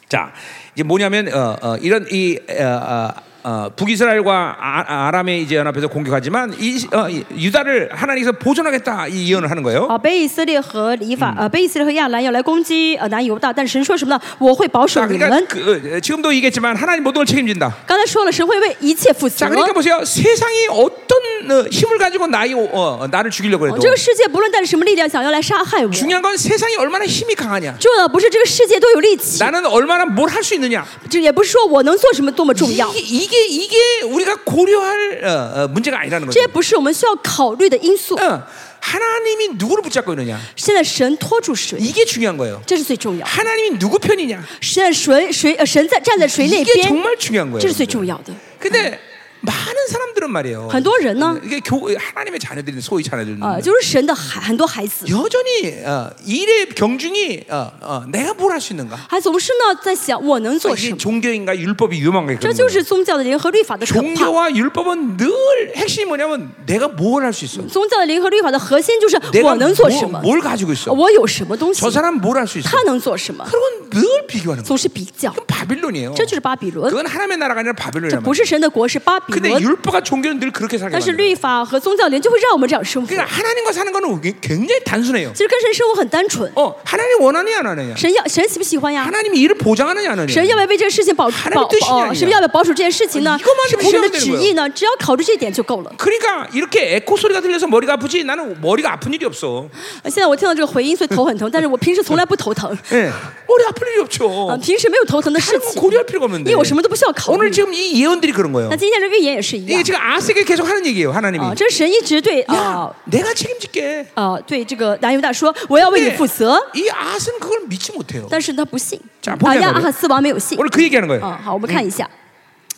S1: 자, 이제 뭐냐면 어, 어, 이런 이 어, 어, 어, 북이스라엘과 아, 아람의 이제 연합해서 공격하지만 이, 어, 이 유다를 하나님께서 보존하겠다 이 예언을 하는 거예요.
S2: 啊，北以色列和以法，呃，北以色列和亚兰要来攻击呃南犹大，但神说什么呢？我会保守
S1: 자,
S2: 你
S1: 그러니까
S2: 们。
S1: 그, 어, 지금도 얘기했지만 하나님 모든 걸 책임진다.
S2: 刚才说了，神会为一切负责
S1: 자, 。 그러니까 보세요. 세상이 어떤 어, 힘을 가지고 나이 어, 어, 나를 죽이려고
S2: 哦
S1: 해도
S2: 这个世界不论带着什么力量想要来杀害我，
S1: 중요한 건 세상이 얼마나 힘이 강하냐.
S2: 重要的不是这个世界多有力气，
S1: 나는 얼마나 뭘 할 수 있느냐.
S2: 这也不是说我能做什么多么重要
S1: 이게 ， 이게, 이게 우리가 고려할 어, 어, 문제가 아니라는
S2: 这
S1: 거죠.
S2: 也不是我们需要考虑的因素。呃
S1: 어, 하나님이 누구를 붙잡고 있느냐.
S2: 现在神拖住谁，
S1: 이게 중요한 거예요.
S2: 这是最重要。
S1: 하나님이 누구 편이냐.
S2: 现在谁谁呃神在站在谁那
S1: 이게
S2: 边，
S1: 정말 중요한
S2: 这是
S1: 거예요.
S2: 最重要的。
S1: 근데 많은 사람들은 말이에요.
S2: 很多人呢?
S1: 이게 교, 하나님의 자녀들이 소위 자녀들은
S2: 呃，就是神的孩很多孩子，
S1: 여전히 어, 일의 경중이 어, 어, 내가 뭘 할 수 있는가?
S2: 还总是呢在想我能做
S1: 이게
S2: 什么。
S1: 종교인가 율법이 위험한가?
S2: 这就是宗教的联合律法的可怕。
S1: 종교와 율법은 늘 핵심이 뭐냐면 내가 뭘 할 수 있어?
S2: 宗教的联合律法的核心就是我
S1: 내가 뭐,
S2: 能做什么
S1: 뭘 ，뭘 가지고 뭐 있어? 뭐
S2: 我有什么东西
S1: 저 ， 사람 뭘 할 수 있어?
S2: 他能做什么，
S1: 그건 늘 비교하는 거야.
S2: 总是比较。
S1: 그건 바빌론이에요.
S2: 这就是巴比伦，
S1: 그건 하나님의 나라가 아니라
S2: 这
S1: 바빌론이란
S2: 不
S1: 말이야.
S2: 是神的国，是巴比
S1: 근데
S2: 伦。
S1: 율법과 종교는 늘 그렇게 살게
S2: 但是
S1: 만들어요.
S2: 律法和宗教联就会让我们这样生活，其
S1: 그러니까 하나님과 사는 거는 굉장히 단순해요.
S2: 实跟神生活很单纯。
S1: 어, 하나님 원하느냐 안 하느냐.
S2: 神要神喜不喜欢呀？
S1: 하나님이 일을 보장하느냐 안 하느냐.
S2: 神要不要为这个事情保
S1: 하나님의
S2: 保
S1: 뜻이냐
S2: 保
S1: 아니냐
S2: 呃？神要不要保守这件事情呢
S1: 이것만？
S2: 是不是神的
S1: 고려하면
S2: 旨
S1: 되는
S2: 意呢？只要考虑这一点就够了。
S1: 그러니까 이렇게 에코 소리가 들려서 머리가 아프지 나는 머리가 아픈 일이 없어.
S2: 呃现在我听到这个回音，所以头很疼，但是我平时从来不头疼。
S1: 예. 어, 머리 아플 음. 일이 없죠.
S2: 啊，平时没有头疼的事
S1: 하는 건
S2: 情，
S1: 고려할 필요가 없는데.
S2: 因为我什么都不需要考
S1: 오늘
S2: 虑。
S1: 지금 이 예언들이 그런 거예요.
S2: 那今天的预言也是一
S1: 이게
S2: 样
S1: 지금 아, 아세게 계속 하는 얘기예요. 하나님이.
S2: 啊，这是神一直对啊
S1: 야, 내가 책임질게. 예.
S2: 啊对这个南犹大说，我要为你负责，
S1: 이 아스는 그걸 믿지 못해요.
S2: 但是他不信
S1: 자，
S2: 啊
S1: 보자
S2: 亚
S1: 말이야
S2: 哈斯王没有信
S1: 오늘 그 얘기하는 거예요.
S2: 啊。好，我们看一下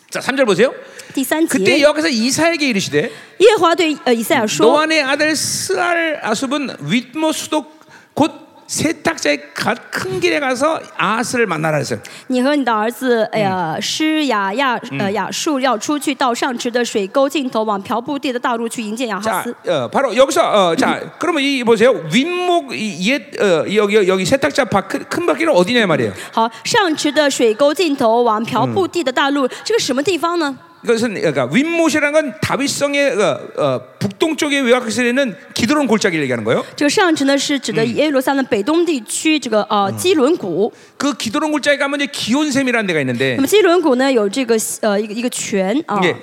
S1: 자, 3절 보세요.
S2: 第三
S1: 그때
S2: 节，
S1: 여호와께서 이사에게 이르시되
S2: 耶和华对呃以赛亚说，
S1: 노안의 아들 스알 아숲은 윗모 수독 곧 세탁자의 갓 큰 길에 가서 아스를 만나라 했어요.
S2: 你和你的儿子哎呀施雅亚呃雅述要出去到上池的水沟尽头，往瓢布地的大路去迎接亚哈
S1: 자,
S2: 斯。
S1: 어, 바로 여기서 어, 자, 그러면 이 보세요. 윗목 이, 옛, 어, 여기 여기 세탁자 바, 큰, 큰 바퀴는 어디냐 말이에요.
S2: 好，上池的水沟尽头往瓢布地的大路，这个什么地方呢？
S1: 이것은 그러니까 윗못이라는 건 다윗성의 어, 어, 북동쪽의 외곽에서 있는 기드론 골짜기를 얘기하는 거예요.
S2: 这个上池呢是指的耶路撒冷北东地区这个呃基伦谷。
S1: 그 기드론 골짜기 가면 이제 기온샘이라는 데가 있는데
S2: 那么基伦谷呢有这个呃一个一个泉啊。
S1: 이게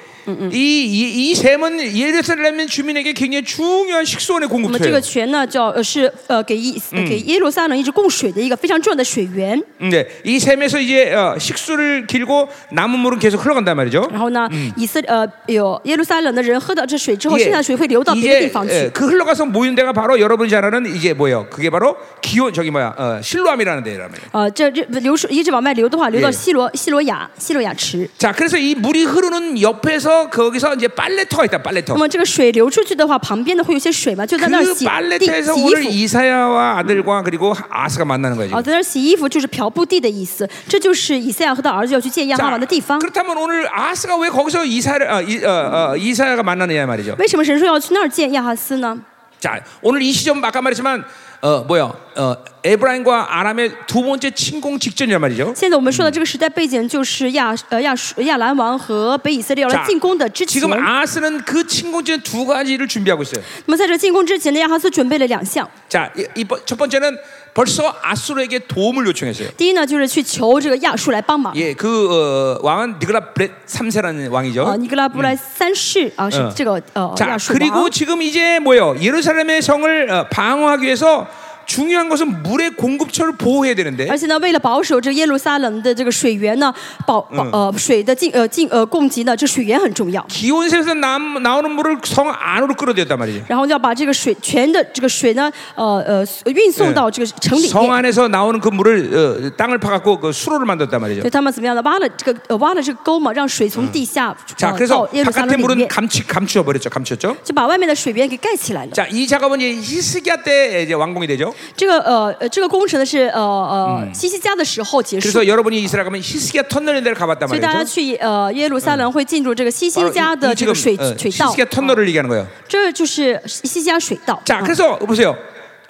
S1: 이이 샘은 예루살렘 주민에게 굉장히 중요한 식수원의
S2: 那么这
S1: 공급처예요.
S2: 个泉呢，叫呃是呃给耶给耶路撒冷一直供水的一个非常重要的水源。
S1: 네, 이 샘에서 이제 어, 식수를 길고 남은 물은 계속 흘러간단 말이죠.
S2: 然后呢，以色呃有耶路撒冷的人喝到这水之后，剩
S1: 이게-
S2: 下的水会流到别的地
S1: 이게
S2: 方
S1: 예,
S2: 去。
S1: 그 흘러가서 모인 데가 바로 여러분이 잘 아는 이게 뭐예요? 그게 바로 기온 저기 뭐야 어, 실로암이라는 데라며.
S2: 呃，这这流水一直往外流的话，流到
S1: 예
S2: 西罗西罗亚西罗亚池。
S1: 자, 그래서 이 물이 흐르는 옆에서 거기서 이제 빨래터가 있다.
S2: 那
S1: 빨래터.
S2: 么这个水流出去的话，旁边呢会有些水嘛，就在那儿
S1: 그
S2: 洗地洗
S1: 빨래터에서
S2: 衣
S1: 오늘
S2: 服。
S1: 이사야와 아들과 그리고 아스가 만나는 거예요.
S2: 哦，
S1: 지금.
S2: 在那儿洗衣服就是瓢布地的意思，这就是以赛亚和他儿子要去见亚哈
S1: 자,
S2: 王的地方。
S1: 그렇다면 오늘 아스가 왜 거기서 이사를 어, 이, 어, 어, 이사야가 만나느냐 말이죠.
S2: 为什么神说要去那儿见亚哈斯呢？
S1: 자, 오늘 이 시점 아까 말했지만 어, 뭐야? 어, 에브라임과 아람의 두 번째 침공 직전이란 말이죠.
S2: 现在我们说的这个时代背景就是亚呃亚述亚兰王和北以色列要来进攻的之前。
S1: 지금
S2: 那
S1: 아스는 그 침공 전에 두 가지를 준비하고 있어요.
S2: 么在这进攻之前呢，亚哈斯准备了两项，
S1: 자, 이, 이번- 첫 번째는 벌써 아수르에게 도움을 요청했어요.
S2: 第一呢就是去求这个亚述来帮忙。
S1: 예, 그 어, 왕은 니그라 브렛 3세라는
S2: 啊，
S1: 왕이죠.
S2: 尼格拉布莱三世啊，是
S1: 嗯
S2: 这个呃亚
S1: 자,
S2: 述
S1: 그리고
S2: 王。
S1: 지금 이제 뭐요? 예루살렘의 성을 어, 방어하기 위해서 중요한 것은 물의 공급처를 보호해야 되는데
S2: 而且呢，为了保守这耶路撒冷的这个水源呢，保保呃水的进呃进呃供给呢，这水源很重要。
S1: 기온세에서 남, 나오는 물을 성 안으로 끌어들였단 말이죠.
S2: 然后要把这个水全的这个水呢，呃呃运送到这个城里
S1: 성
S2: 面。
S1: 안에서 나오는 그 물을 어, 땅을 파갖고 그 수로를 만들었단 말이죠.
S2: 对他们怎么样呢？挖了这个呃挖了这个沟嘛，让水从地下、
S1: 자
S2: 呃
S1: 그래서
S2: 到耶路撒
S1: 바깥의
S2: 冷里
S1: 물은
S2: 面，
S1: 감추 감추어 버렸죠. 감췄죠.
S2: 就把外面的水源给盖起来了。
S1: 자이 작업은 이제 히스기야 때 이제 완공이 되죠.
S2: 这个呃呃这个工程呢是呃呃西西家的时候结束，
S1: 그래서 여러분이 이스라엘 가면 히스기야 터널인 데를 가봤단
S2: 所以大家
S1: 말이죠.
S2: 去呃耶路撒冷会进入这个西西
S1: 바로
S2: 家
S1: 이-
S2: 的
S1: 이
S2: 这
S1: 지금
S2: 个水
S1: 어, 어.
S2: 水道，
S1: 히스기야 터널을 얘기하는 거예요.
S2: 这就是西西家水道。
S1: 자
S2: 啊
S1: 그래서 보세요.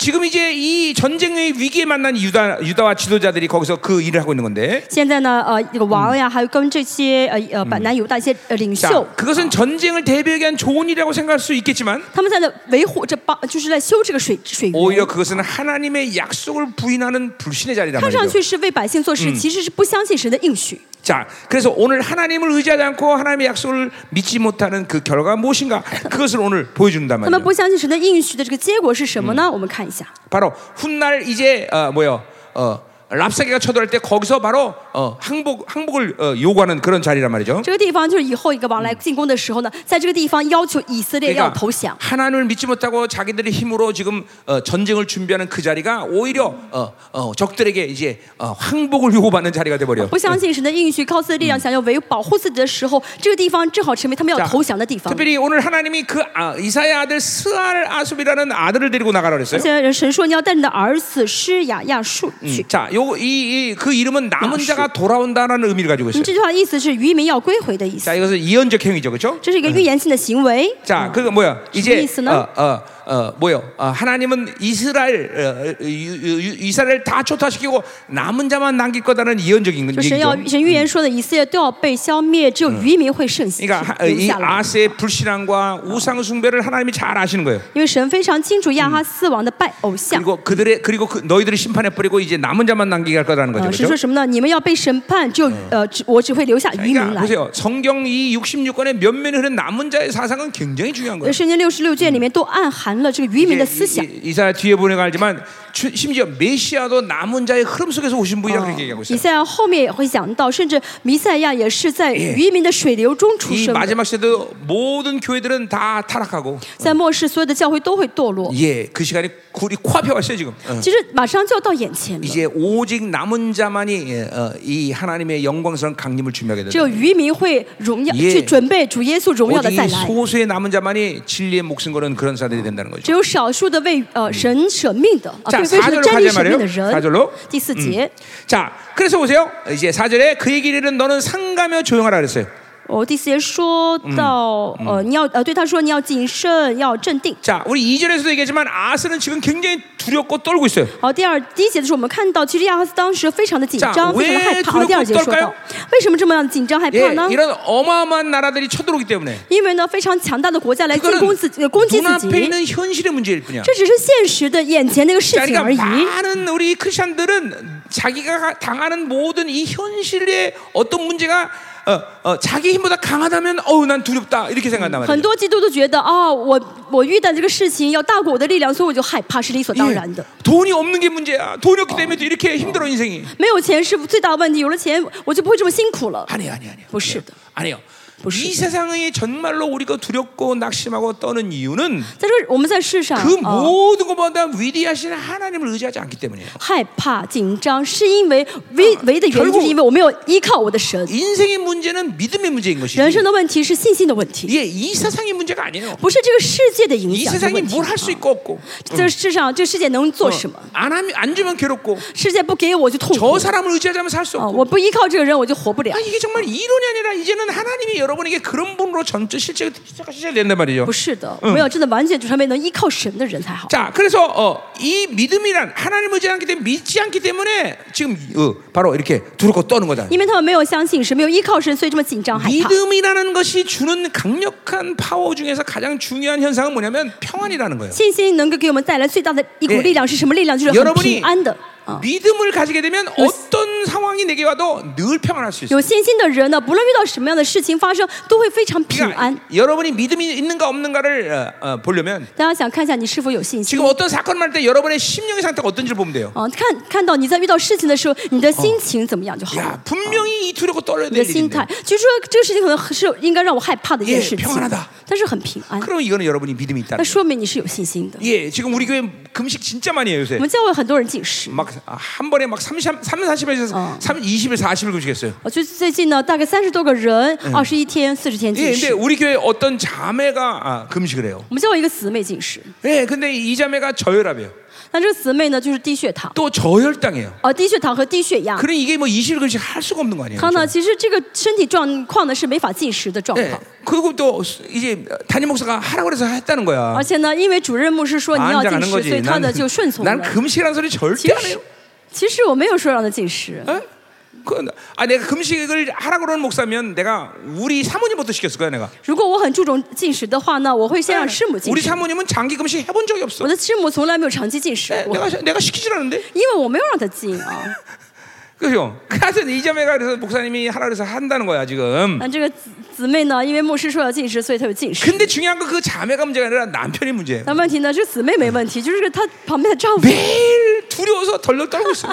S1: 지금 이제 이 전쟁의 위기에 만난 유다 유다와 지도자들이 거기서 그 일을 하고 있는 건데.
S2: 现在呢，呃，这个王呀，还有跟这些呃呃板南犹大一些呃领
S1: 자
S2: 袖，
S1: 그것은 전쟁을 대비하기 위한 좋은 일이라고 생각할 수 있겠지만
S2: 他们在那维护这帮，就是在修这个水水源
S1: 오히려 。 그것은 하나님의 약속을 부인하는 불신의 자리란
S2: 看上
S1: 말이죠.
S2: 去是为百姓做事，其实是不相信神的应许。
S1: 자, 그래서 오늘 하나님을 의지하지 않고 하나님의 약속을 믿지 못하는 그 결과가 무엇인가? 그것을 오늘 보여준단
S2: 他们
S1: 말이에요.
S2: 不相信神的应许的这个结果是什么呢？我们看一下，
S1: 바로 훗날 이제 어, 뭐요? 어, 랍사게가 쳐들어갈 때 거기서 바로 어, 항복 항복을 어, 요구하는 그런 자리란 말이죠.
S2: 这个地方就是以后一个王来进攻的时候呢，在这个地方要求以色列要
S1: 그러니까
S2: 投降。
S1: 하나님을 믿지 못하고 자기들의 힘으로 지금 어, 전쟁을 준비하는 그 자리가 오히려 어, 어, 적들에게 이제 어, 항복을 요구받는 자리가 돼 버려.
S2: 不相信神的应许，靠自己的力量想要维保护自己的时候，这个地方正好成为他们要投降的地方。
S1: 특별히 오늘 하나님이 그 아, 이사야 아들 스알 아숲이라는 아들을 데리고 나가라 그랬어요.
S2: 而且神说你要带你的儿子施雅亚述去。
S1: 자, 요이그 이름은 남은 자가 돌아온다라는 의미를 가지고
S2: 那
S1: 있어요.
S2: 么这句话的意思是渔民要归回的意思
S1: 자, ， 이것은 예언적 행위죠, 그렇죠?
S2: 这是一个预言性的行为。
S1: 자, 그거 뭐야? 이제
S2: 무슨
S1: 어,
S2: 뜻이나?
S1: 어, 어, 뭐요? 어, 하나님은 이스라엘 어, 유- 유- 유- 이스라엘 다 초토화시키고 남은 자만 남길 거다는 예언적인
S2: 就神
S1: 얘기죠.
S2: 要神预言说的，以色列都要被消灭，只有渔民会剩下
S1: 그러니까 하-
S2: 留
S1: 이
S2: 下来。
S1: 아스의 불신앙과 우상 숭배를 하나님이 잘 아시는 거예요.
S2: 因为神非常清楚亚哈斯王的拜偶像。
S1: 그리고 그들의 그리고 그, 너희들을 심판해 버리고 이제 남은 자만 남기게 할 거라는 거죠.
S2: 呃，神
S1: 그렇죠?
S2: 说什么呢？你们要被审判，只有呃，只我只会留下渔民
S1: 그러니까
S2: 来。
S1: 보세요. 성경 이 66권의 몇 면에 흐른 남은 자의 사상은 굉장히 중요한 거예요.
S2: 圣经六十六卷里面都暗含含了这个渔民的思想
S1: 이, 。 이, 이 사람 뒤에 보내가 알지만 주- 심지어 메시아도 남은 자의 흐름 속에서 오신 분이라고 그렇게 얘기하고
S2: 以
S1: 있어요.
S2: 赛亚后面也会讲到，甚至弥赛亚也是在
S1: 예
S2: 渔民的水流中出
S1: 이
S2: 生的。
S1: 마지막 시대도 모든 교회들은 다 타락하고
S2: 在末世，所有的教会都会堕落。
S1: 예, 그 시간이 굴이 코앞에 왔어요 지금. 어.
S2: 其实马上就要到眼前了，
S1: 이제 오직 남은 자만이 예, 어, 이 하나님의 영광스러운 강림을 준비하게
S2: 只
S1: 된다.
S2: 有渔民会荣耀
S1: 예
S2: 去准备主耶稣荣耀的
S1: 오직
S2: 再
S1: 이
S2: 来。
S1: 소수의 남은 자만이 진리의 목숨 거는 그런 사람들이 된다는 거죠.
S2: 只有少数的为呃神舍命的啊，
S1: 자
S2: 对为
S1: 4절로
S2: 神真理舍命的
S1: 가자말이에요4절로
S2: 人。第四节，
S1: 嗯 자, 그래서 보세요. 이제 4절에 그의 길에는 너는 상가며 조용하라 그랬어요.
S2: 我、哦第四节说到、呃，你要呃对他说你要谨慎，要镇定。
S1: 자, 우리 2절에서도 얘기했지만 아스는 지금 굉장히 두렵고 떨고 있어요.
S2: 好，第二第一节的时候，我们看到其实亚哈斯当时非常的紧
S1: 자
S2: 张，非常的害
S1: 왜
S2: 怕。好第二节
S1: 두렵고
S2: 说
S1: 떨까요
S2: 到，为什么这么样紧张害
S1: 예,
S2: 怕呢？
S1: 이런 어마어마한 나라들이 쳐들어오기 때문에
S2: 因为呢，非常强大的国家来进
S1: 그거는
S2: 攻自己、呃攻击自
S1: 눈앞에
S2: 己，
S1: 있는 현실의 문제일 뿐이야.
S2: 这只是现实的眼前的一个事
S1: 자,
S2: 情
S1: 그러니까
S2: 而已。
S1: 많은 우리 크리스천들은 자기가 가- 당하는 모든 이 현실의 어떤 문제가 어, 어, 자기 힘보다 강하다면 어우 난 두렵다 이렇게 생각한단
S2: 很
S1: 말이에요.
S2: 多基督徒觉得哦，我我遇到这个事情要大过我的力量，所以我就害怕，是理所当
S1: 예,
S2: 然的。
S1: 돈이 없는 게 문제야. 돈이 없기 때문에 또 이렇게 힘들어 인생이.
S2: 没有钱是最大的问题，有了钱我就不会这么辛苦了。
S1: 아니에요, 아니에요, 아니에요.
S2: 不是的。
S1: 아니에요. 이
S2: 不是的。
S1: 세상에 정말로 우리가 두렵고 낙심하고 떠는 이유는
S2: 在这个我们在世上
S1: 그
S2: 啊、
S1: 모든 것보다 위대하신 하나님을 의지하지 않기 때문이에요.
S2: 害怕、紧张，是因为唯唯一的原因，
S1: 결국
S2: 就是因为我没有依靠我的神。
S1: 인생의 문제는 믿음의 문제인 것이지.
S2: 人生的问题是信心的问题，
S1: 예, 이 세상의 문제가 아니에요.
S2: 不是这个世界的影
S1: 이
S2: 响的
S1: 세상이
S2: 问题
S1: 뭘 할 。수 있고 없고
S2: 这世上这世界能做什么？
S1: 안 하면 안 주면 괴롭고
S2: 世界不给我就痛苦
S1: 저 。 사람을 의지하자면 살 수
S2: 啊，
S1: 없고
S2: 我不依靠这个人我就活不了
S1: 아, 。 이게 정말 이론이 아니라 이제는 하나님이 여러분에게 그런 분으로 전체 실제가 실제가 된단 말이죠.
S2: 不是的，我们要真的完全成为能依靠神的人才好。
S1: 자, 그래서 어, 이 믿음이란 하나님을 의지 않기 때문에 믿지 않기 때문에 지금 어, 바로 이렇게 두렵고 떠는 거다.
S2: 因为他们没有相信神，没有依靠神，所以这么紧张害怕。
S1: 믿음이라는 것이 주는 강력한 파워 중에서 가장 중요한 현상은 뭐냐면 평안이라는 거예요.
S2: 信心能够给我们带来最大的一股
S1: 예
S2: 力量是什么力量？就是很
S1: 여러분이
S2: 平安的
S1: 어.
S2: 啊。
S1: 믿음을 가지게 되면 어떤 상황이 내게 와도 늘 평안할 수 있어요.
S2: 有信心的人呢，不论遇到什么样的事情发生，都会非常平
S1: 그러니까
S2: 安。
S1: 여러분이 믿음이 있는가 없는가를 어, 어, 보려면
S2: 大家想看一下你是否有信心
S1: 지금 ？ 어떤 사건을 할 때 여러분의 심령의 상태가 어떤지를 보면 돼요.
S2: 啊，看看到你在遇到事情的时候，你的心情怎么样就好了。
S1: 야, 분명히 이 두려고 떨어야
S2: 你
S1: 될
S2: 的心
S1: 일인데.
S2: 态，就是说这个事情可能是应该让我害怕的一件
S1: 예
S2: 事情
S1: 평안하다 ，
S2: 但是很平安，
S1: 그럼 이거는 여러분이 믿음이
S2: 那
S1: 있다는 거예요.
S2: 说明你是有信心的。
S1: 예, 지금 우리 교회 금식 진짜 많이 해요, 요새.
S2: 我们教会很多人禁食，
S1: 막 한 번에 막 30, 3 40에서
S2: 어.
S1: 3 20일 40일 금식했어요.
S2: 我哦就最近呢，大概三十多个人，二嗯十一天、四十天
S1: 예,
S2: 禁
S1: 근데
S2: 食。
S1: 우리 교회 어떤 자매가 아, 금식을 해요.
S2: 我们教会一个姊妹禁食，
S1: 예, 근데 이 자매가 저혈압이에요.
S2: 那这个姊妹呢就是低血糖，
S1: 또 저혈당이에요.
S2: 呃，低血糖和低血压。
S1: 그러니 이게 뭐 20일 금식 할 수가 없는 거 아니에요.
S2: 她呢，其实这个身体状况呢是没法进食的状
S1: 예,
S2: 况，
S1: 그리고 또 이제 담임 목사가 하라고 해서 했다는 거야.
S2: 而且呢，因为主任牧师说啊你要
S1: 안
S2: 进
S1: 자는
S2: 食，所
S1: 거지.
S2: 以她
S1: 난
S2: 呢就顺从
S1: 난
S2: 了。
S1: 금식이라는 소리
S2: 其
S1: 절대 안
S2: 实
S1: 해요. ，
S2: 其实我没有说让她进食。
S1: 어? 그, 아 내가 금식을 하라고 그러는 목사면 내가 우리 사모님부터 시켰을 거야 내가.
S2: 如果我很注重进食的话呢，我会先让师母进
S1: 우리
S2: 食。
S1: 사모님은 장기 금식 해본 적이 없어.
S2: 我的师母从哎来没有长期进食
S1: 네,
S2: 过，
S1: 내가 내가 시키질 않은데.
S2: 因为我没有让她进 [laughs] 啊。
S1: 그죠? 그래서 이 자매가 그래서 목사님이 하라 그래서 한다는 거야 지금.
S2: 那这个姊姊妹呢，因为牧师说要进食，所以她有进食。
S1: 근데 중요한 건 그 자매가 문제가 아니라 남편이 문제예요.
S2: 但问题呢，这姊妹没问 [laughs] 题，就是她旁边的丈夫
S1: 매일 두려워서 덜덜 떨고 있어.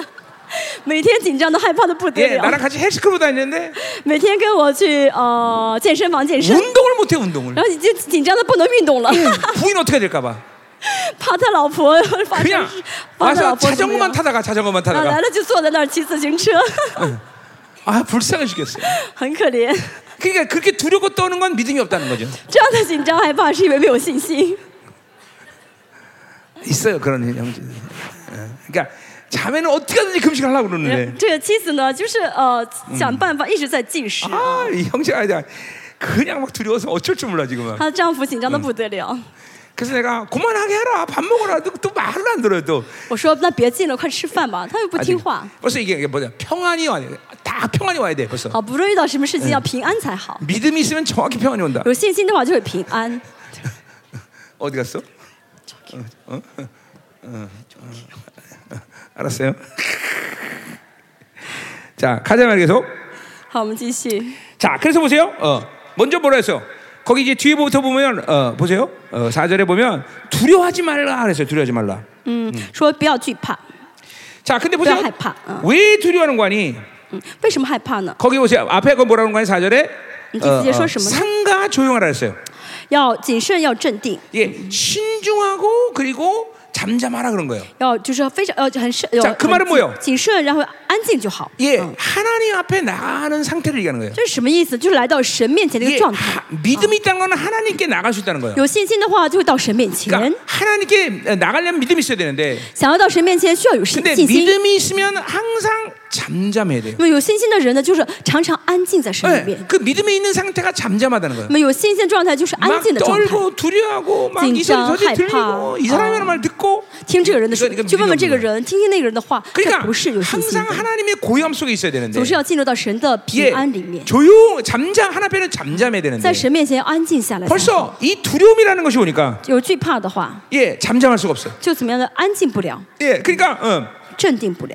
S2: 每天紧张的害怕的不得
S1: 예,
S2: 哎了
S1: 나랑 ， 같이 헬스클럽 다니는데
S2: 每天跟我去呃健身房健身，
S1: 운동을 못해 운동을.
S2: 然后已经紧张的不能运动了， [laughs]
S1: 부인 어떻게 될까봐.
S2: 怕他老婆 [laughs] 发生
S1: 그냥 ，
S2: 怕啊他老
S1: 와서
S2: 婆怎么
S1: 자전거만
S2: 样
S1: 타다가 자전거만
S2: 然后来
S1: 타다가
S2: 了就坐在那儿骑自行车， [laughs]
S1: 아 불쌍해 죽겠어요.
S2: 很可怜。
S1: 그러니까 그렇게 두렵고 떠는 건 믿음이 없다는 거죠.
S2: 这样的紧张害怕是因为没有信心。
S1: 있어요 그런 형제. 예. 그러니까 자매는 어떻게든지 금식을 하려고 그러는데
S2: 这个妻子呢，就是呃想办法一直在进食，
S1: 아 이 형제가 그냥 그냥 막 두려워서 어쩔 줄 몰라 지금. 은
S2: 她的丈夫紧张的不得了。
S1: 그래서 내가 그만하게 해라 밥 먹어라 또, 또 말을 안 들어요 또.
S2: 我说那别进了，快吃饭吧。他又不
S1: 아직.
S2: 听话。
S1: 벌써 이게 이게 뭐냐 평안이 와야 돼. 다 평안이 와야 돼 벌써.
S2: 好，不论遇到什么事情，要平安才好。
S1: 믿음이 있으면 정확히 평안이 온다.
S2: 有信心的话就会平安。
S1: 어디 갔어? 어? 어? 어. 어. 알았어요. [laughs] 자 가자 말이에요. 계속.
S2: 好，我们继续。
S1: 자 그래서 보세요. 어. 먼저 뭐라 했어? 거기 이제 뒤에부터 보면 어, 보세요. 어, 4절에 보면 두려워하지 말라 그랬어요. 두려워하지 말라.
S2: 嗯，说不要惧怕，
S1: 자, 근데 보세요.
S2: 왜害怕? 어.
S1: 왜 두려워하는 거니?
S2: 嗯，为什么害怕呢？
S1: 거기 보세요. 앞에 거 뭐라는 거니? 4절에 어,
S2: 음, 뒤에서 뭐죠?
S1: 상가 조용하라 그랬어요.
S2: 要谨慎，要镇定，
S1: 이게 신중하고 그리고 잠잠하라 그런 거예요.
S2: 要就是非常要很慎，要
S1: 자그말은뭐예요
S2: 很谨慎，然后安静就好。
S1: 예,
S2: 嗯
S1: 하나님 앞에 나가는 상태를 얘기하는 거예요.
S2: 这是什么意思？就是来到神面前的一
S1: 이게
S2: 个状态
S1: 하- 。 믿음이 있다는 어. 건 하나님께 나갈 수 있다는 거예요.
S2: 有信心的话，就会到神面前
S1: 그러니까 ； 하나님께 나가려면 믿음이 있어야 되는데
S2: 想要到神面前，需要有信
S1: 근데
S2: 信心。
S1: 믿음이 있으면 항상 잠잠해야 돼요.
S2: 那么有信心的人呢，就是常常安静在神里
S1: 네,
S2: 面。
S1: 그 믿음에 음, 있는 상태가 잠잠하다는 거예요.
S2: 那么有信心的状态就是安
S1: 막
S2: 静的状态。
S1: 떨고 두려워하고 막 이
S2: 진짜
S1: 소리 저리
S2: 害怕.
S1: 들리고 이 사람이 하는
S2: 어.
S1: 말 듣고
S2: 听这个人的说
S1: 이건이건，
S2: 去问问这个
S1: 믿음이야
S2: 人，听听那个人的话，这
S1: 그러니까
S2: 不是有信心
S1: 항상
S2: 的。
S1: 하나님의 고요함 속에 있어야 되는데
S2: 总是要进入到神的平
S1: 예,
S2: 安里面，
S1: 조용 잠잠 하나님께는 잠잠해야 되는데
S2: 在神面前安静下来才好。
S1: 벌써 이 두려움이라는 것이 오니까
S2: 有惧怕的话，
S1: 예 잠잠할 수가 없어요.
S2: 就怎么样的安静不了，
S1: 예, 그러니까 어,
S2: 镇定不了，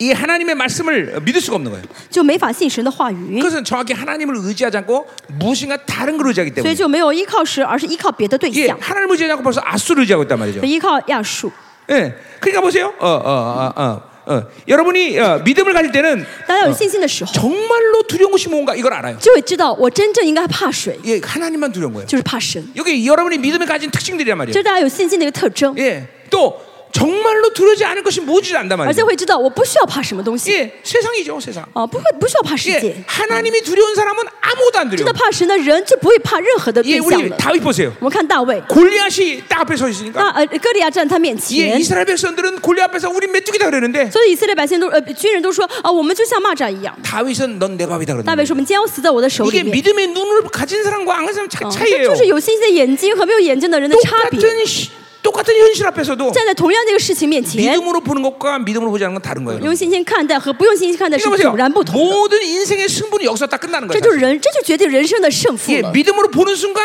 S1: 이 하나님의 말씀을 믿을 수가 없는 거예요.
S2: 就没法信神的话语，
S1: 그것은 정확히 하나님을 의지하지 않고 무엇인가 다른 걸 의지하기
S2: 所以
S1: 때문에
S2: 就没有依靠神，而是依靠别的对
S1: 예,
S2: 象，
S1: 하나님을 의지하지 않고 벌써 아수를 의지하고 있단 말이죠.
S2: 依靠亚述。
S1: 예, 그러니까 보세요. 어, 어, 어, 어, 어. 여러분이 어, 믿음을 가질 때는
S2: 当要有信心的时候，
S1: 정말로 두려운 것이 뭔가 이걸 알아요.
S2: 就会知道我真正应该怕谁，
S1: 예, 하나님만 두려운 거예요.
S2: 就是怕神。
S1: 여기 여러분이 믿음에 가진 특징들이란
S2: 这
S1: 말이에요.
S2: 是大家有信心的一个特征，
S1: 예, 또 정말로 두려지 않을 것이 무엇인지 안단
S2: 而且
S1: 말이에요.
S2: 会知道我不需要怕什么东西，
S1: 예, 세상이죠, 세상.
S2: 啊，不会不需要怕世
S1: 예,
S2: 界。
S1: 하나님이 두려운 사람은 아무도 안
S2: 真
S1: 두려워.
S2: 的怕神的人就不会怕任何的
S1: 예,
S2: 对象
S1: 우리
S2: 了。
S1: 다윗 보세요.
S2: 我们看大卫，
S1: 골리앗이 딱 앞에 서 있으니까.
S2: 那呃哥利亚站在他面
S1: 예,
S2: 前，
S1: 이스라엘 백성들은 골리 앞에서 우리 메뚜기다 그러는데
S2: 所以以色列百姓都呃军人都说啊，我们就像蚂蚱一样。
S1: 다윗은 넌 내 밥이다
S2: 大
S1: 그러는데
S2: 卫说：“我们将要死在我的手
S1: 이게
S2: 里面。
S1: 믿음의 눈을 가진 사람과 안 가진 사람 차,
S2: 嗯”这
S1: 차이예요.
S2: 就是有信心的眼睛和没有眼睛的人的差别。
S1: 똑같은 시- 똑같은 현실 앞에서도
S2: 站在同样的一个事情面前，
S1: 믿음으로 보는 것과 믿음으로 보지 않는 건 다른 거예요.
S2: 用信心看待和不用信心看待是
S1: 이거
S2: 迥
S1: 보세요.
S2: 然不同的。
S1: 모든 인생의 승부는 여기서 딱 끝나는
S2: 这
S1: 거예요.
S2: 就是人，这就决定人生的胜负
S1: 예,
S2: 了。
S1: 믿음으로 보는 순간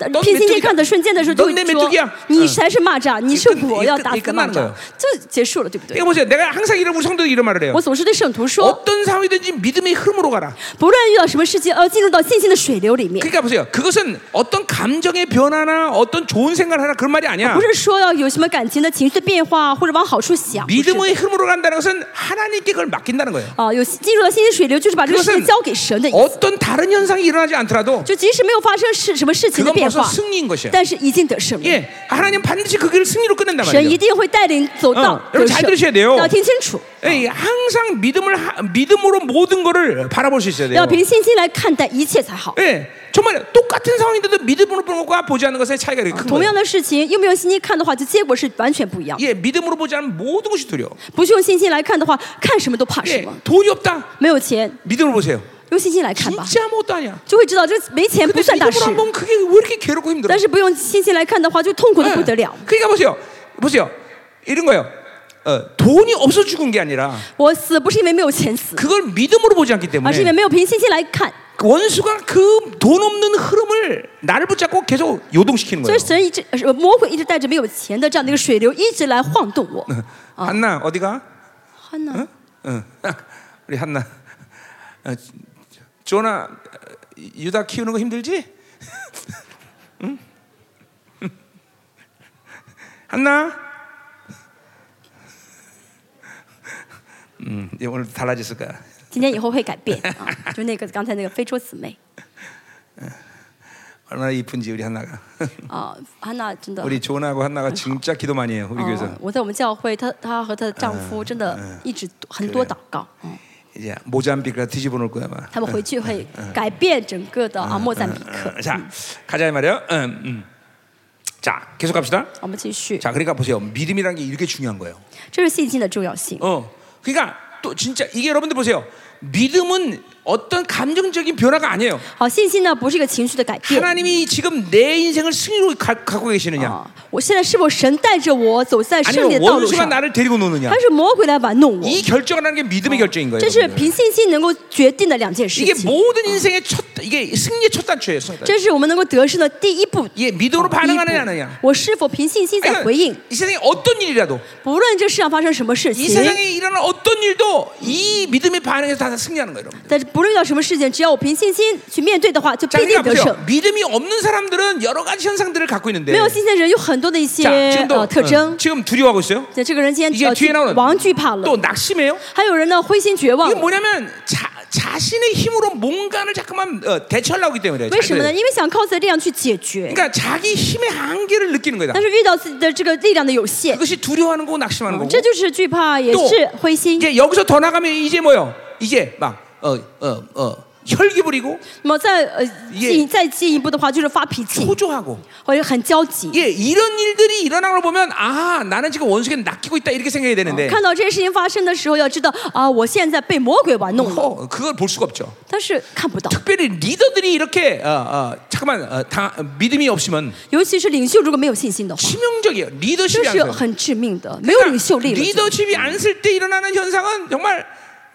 S2: 但凭信心看的瞬间的时候，就会
S1: 넌내
S2: 说
S1: 메뚜기야 ：“ 어.
S2: 你才是蚂蚱，你是
S1: 你跟
S2: 我
S1: 你
S2: 要
S1: 跟
S2: 打
S1: 你
S2: 死
S1: 跟
S2: 蚂
S1: 那个
S2: 蚱。”这结束了，对不对
S1: 이거 ？ 보세요. 내가 항상 이런 우리 성도 이런 말을 해요.
S2: 我总是对圣徒说，
S1: 어떤 상황이든지 믿음의 흐름으로 가라.
S2: 不论遇到什么事情，要进入到信心的水流里面，
S1: 그러니까 보세요. 그것은 어떤 감정의 변화나 어떤 좋은 생각을 하나 그런 말이 아니야.
S2: 不是说要有什么感情的情绪的变化或者往好处想。不是
S1: 믿음의 흐름으로 간다는 것은 하나님께 그걸 맡긴다는 거예요.
S2: 啊，有进入到信心水流，就是哦把这个事情
S1: 그것은
S2: 交给神
S1: 네,
S2: 的意思。
S1: 어떤 다른 현상이 일어나지 않더라도
S2: 就即使没有发生事什么事情的
S1: 그건
S2: 变
S1: 벌써
S2: 化，
S1: 승리인 것이야.
S2: 但是已经得胜了。
S1: 예, 하나님 반드시 그 길을 승리로 끝낸단
S2: 神一
S1: 말이에요.
S2: 定会带领走到
S1: 嗯
S2: 得
S1: 여러분잘들으셔야돼요
S2: 胜。要听清楚，
S1: 예, 항상 믿음을 하- 믿음으로 모든 거를 바라볼 수 있어야 돼요.
S2: 要凭信心来看待一切才好。
S1: 예, 정말 똑같은 상황인데도 믿음으로 보는 것과 보지 않는 것의 차이가 이렇게 큰
S2: 同
S1: 거예요.
S2: 样的事情，用不用信心看的话，就结果是完全不一样。
S1: 예, 믿음으로 보지 않으면 모든 것이 두려워.
S2: 不是用信心来看的话，看什么都怕什
S1: 예,
S2: 么。
S1: 돈이 없다.
S2: 没有钱，
S1: 믿음으로 보세요.
S2: 用信心来看吧，
S1: 진짜 아무것도 아니야.
S2: 就会知道这没钱不
S1: 근데
S2: 算大事
S1: 믿음으로 。안 보면 그게 왜 이렇게 괴롭고 힘들어?
S2: 但是不用信心来看的话，就痛苦的
S1: 예.
S2: 不得了。
S1: 그러니까 보세요. 보세요. 이런 거예요. 어, 돈이 없어 죽은 게 아니라
S2: 我死不是因为没有钱死，
S1: 그걸 믿음으로 보지 않기
S2: 而是因为
S1: 때문에
S2: 没有凭信心来看。
S1: 원수가 그 돈 없는 흐름을 나를 붙잡고 계속 요동시키는
S2: 所
S1: 거예요.
S2: 以神一直呃魔鬼一直带着没有钱的这样的一个水流，一直来晃动我。
S1: 어. 嗯 한나 어디가?
S2: 하나
S1: 응. [laughs] 우리 한나. 어, 조나 어, 유다 키우는 거 힘들지? [laughs] 응? [laughs] 응. 한나. 음, 이제 오늘 달라졌을 거야.
S2: 今天以后会改变啊，就那个刚才那个非洲姊妹
S1: 얼마나 이쁜지 우리 한나가.
S2: 啊，安娜真的。
S1: 우리 조나하고 한나가 진짜 기도 많이 해요. 우리
S2: 哦
S1: 교회에서.
S2: 我在我们教会，她她和她的丈夫真的一直很多祷告，嗯，
S1: 이제 모잠비크가 뒤집어 놓을 거야, 아마.
S2: 他们回去会改变整个的啊莫赞比克。
S1: 어, 자, 가자 이 말이야. 음, 음. 자, 계속 갑시다.
S2: 我们继续，
S1: 자, 그러니까 보세요. 믿음이라는 게 이렇게 중요한 거예요.
S2: 这是信心的重要性。
S1: 어, 그러니까 또 진짜 이게 여러분들 보세요. 믿음은 어떤 감정적인 변화가 아니에요.
S2: 好，信心呢不是一个情绪的
S1: 예.
S2: 改
S1: [laughs]
S2: 变
S1: 하나님이 지금 내 인생을 승리로 가, 갖고 계시느냐,
S2: 啊，我现在是否神带着我走在胜利
S1: 아니면
S2: 的道路
S1: 원수가
S2: 上，
S1: 나를 데리고 어. 노느냐.
S2: 还是魔鬼来玩弄我？
S1: 이 결정하는 게 믿음의 결정인 거예요.
S2: 这是
S1: 여러분들.
S2: 凭信心能够决定的两件事
S1: 이게
S2: 情。
S1: 모든 인생의 첫 이게 승리의 첫 단추예요. 첫 단추.
S2: 这是我们能够得胜的第一步。第
S1: 예,
S2: 一
S1: 믿음으로
S2: 步
S1: 반응하느냐, 아느냐.
S2: 我是否凭信心在回应？
S1: 그러니까 이 세상에 어떤 일이라도
S2: 不论这世上发生什么事
S1: 이
S2: 情，
S1: 세상에 일어난 어떤 일도 이 믿음의 반응에서 다 다 승리하는 거예요, 여러분.
S2: 但是不论遇到什么事情，只要我凭信心去面对的话，就
S1: 자,
S2: 必定
S1: 그러니까
S2: 得胜
S1: 보세요. 。 믿음이 없는 사람들은 여러 가지 현상들을 갖고 있는데.
S2: 没有信心的人有很多的一些
S1: 자, 지금도
S2: 呃特
S1: 어,
S2: 征。
S1: 지금 두려워하고 있어요.
S2: 在这个人今
S1: 이게
S2: 天呃
S1: 뒤에나오는
S2: 王惧怕
S1: 또
S2: 了，
S1: 낙심해요.
S2: 还有人呢灰心绝望
S1: 이게 。 뭐냐면 자, 자신의 힘으로 뭔가를 자꾸만 어, 대처하려고 하기 때문에
S2: 为什么呢？
S1: 자기들.
S2: 因为想靠自己的力量去解决，
S1: 그러니까 자기 힘의 한계를 느끼는 거다.
S2: 但是遇到自己的这个力量的有限，
S1: 그것이 두려워하는 거고 낙심하는 거고.
S2: 这就是惧怕，也
S1: 또
S2: 是灰心。
S1: 이제 여기서 더 나가면 이제 뭐요? 이제 막 어 어 어 혈기 부리고
S2: 那么再呃
S1: 예
S2: 进再进一步的话，就是发脾
S1: 음.
S2: 气，
S1: 호조하고
S2: 或者很焦急。
S1: 예 이런 일들이 일어나는 걸 보면 아 나는 지금 원수에게 낚이고 있다 이렇게 생각해야 되는데
S2: 看到这些事情发生的时候，要知道啊，我现在被魔鬼玩弄了，
S1: 어, 그걸 볼 수가 없죠.
S2: 但是看不到。
S1: 특별히 리더들이 이렇게 어, 어, 잠깐만 어, 다, 어, 믿음이 없으면
S2: 尤其是领袖如果没有信心的话，
S1: 치명적이에요. 리더십이 안
S2: 这是
S1: 써요. 그러니까
S2: 很致命的。没有领袖力了就，
S1: 리더십이 안 쓸 때 일어나는 현상은 정말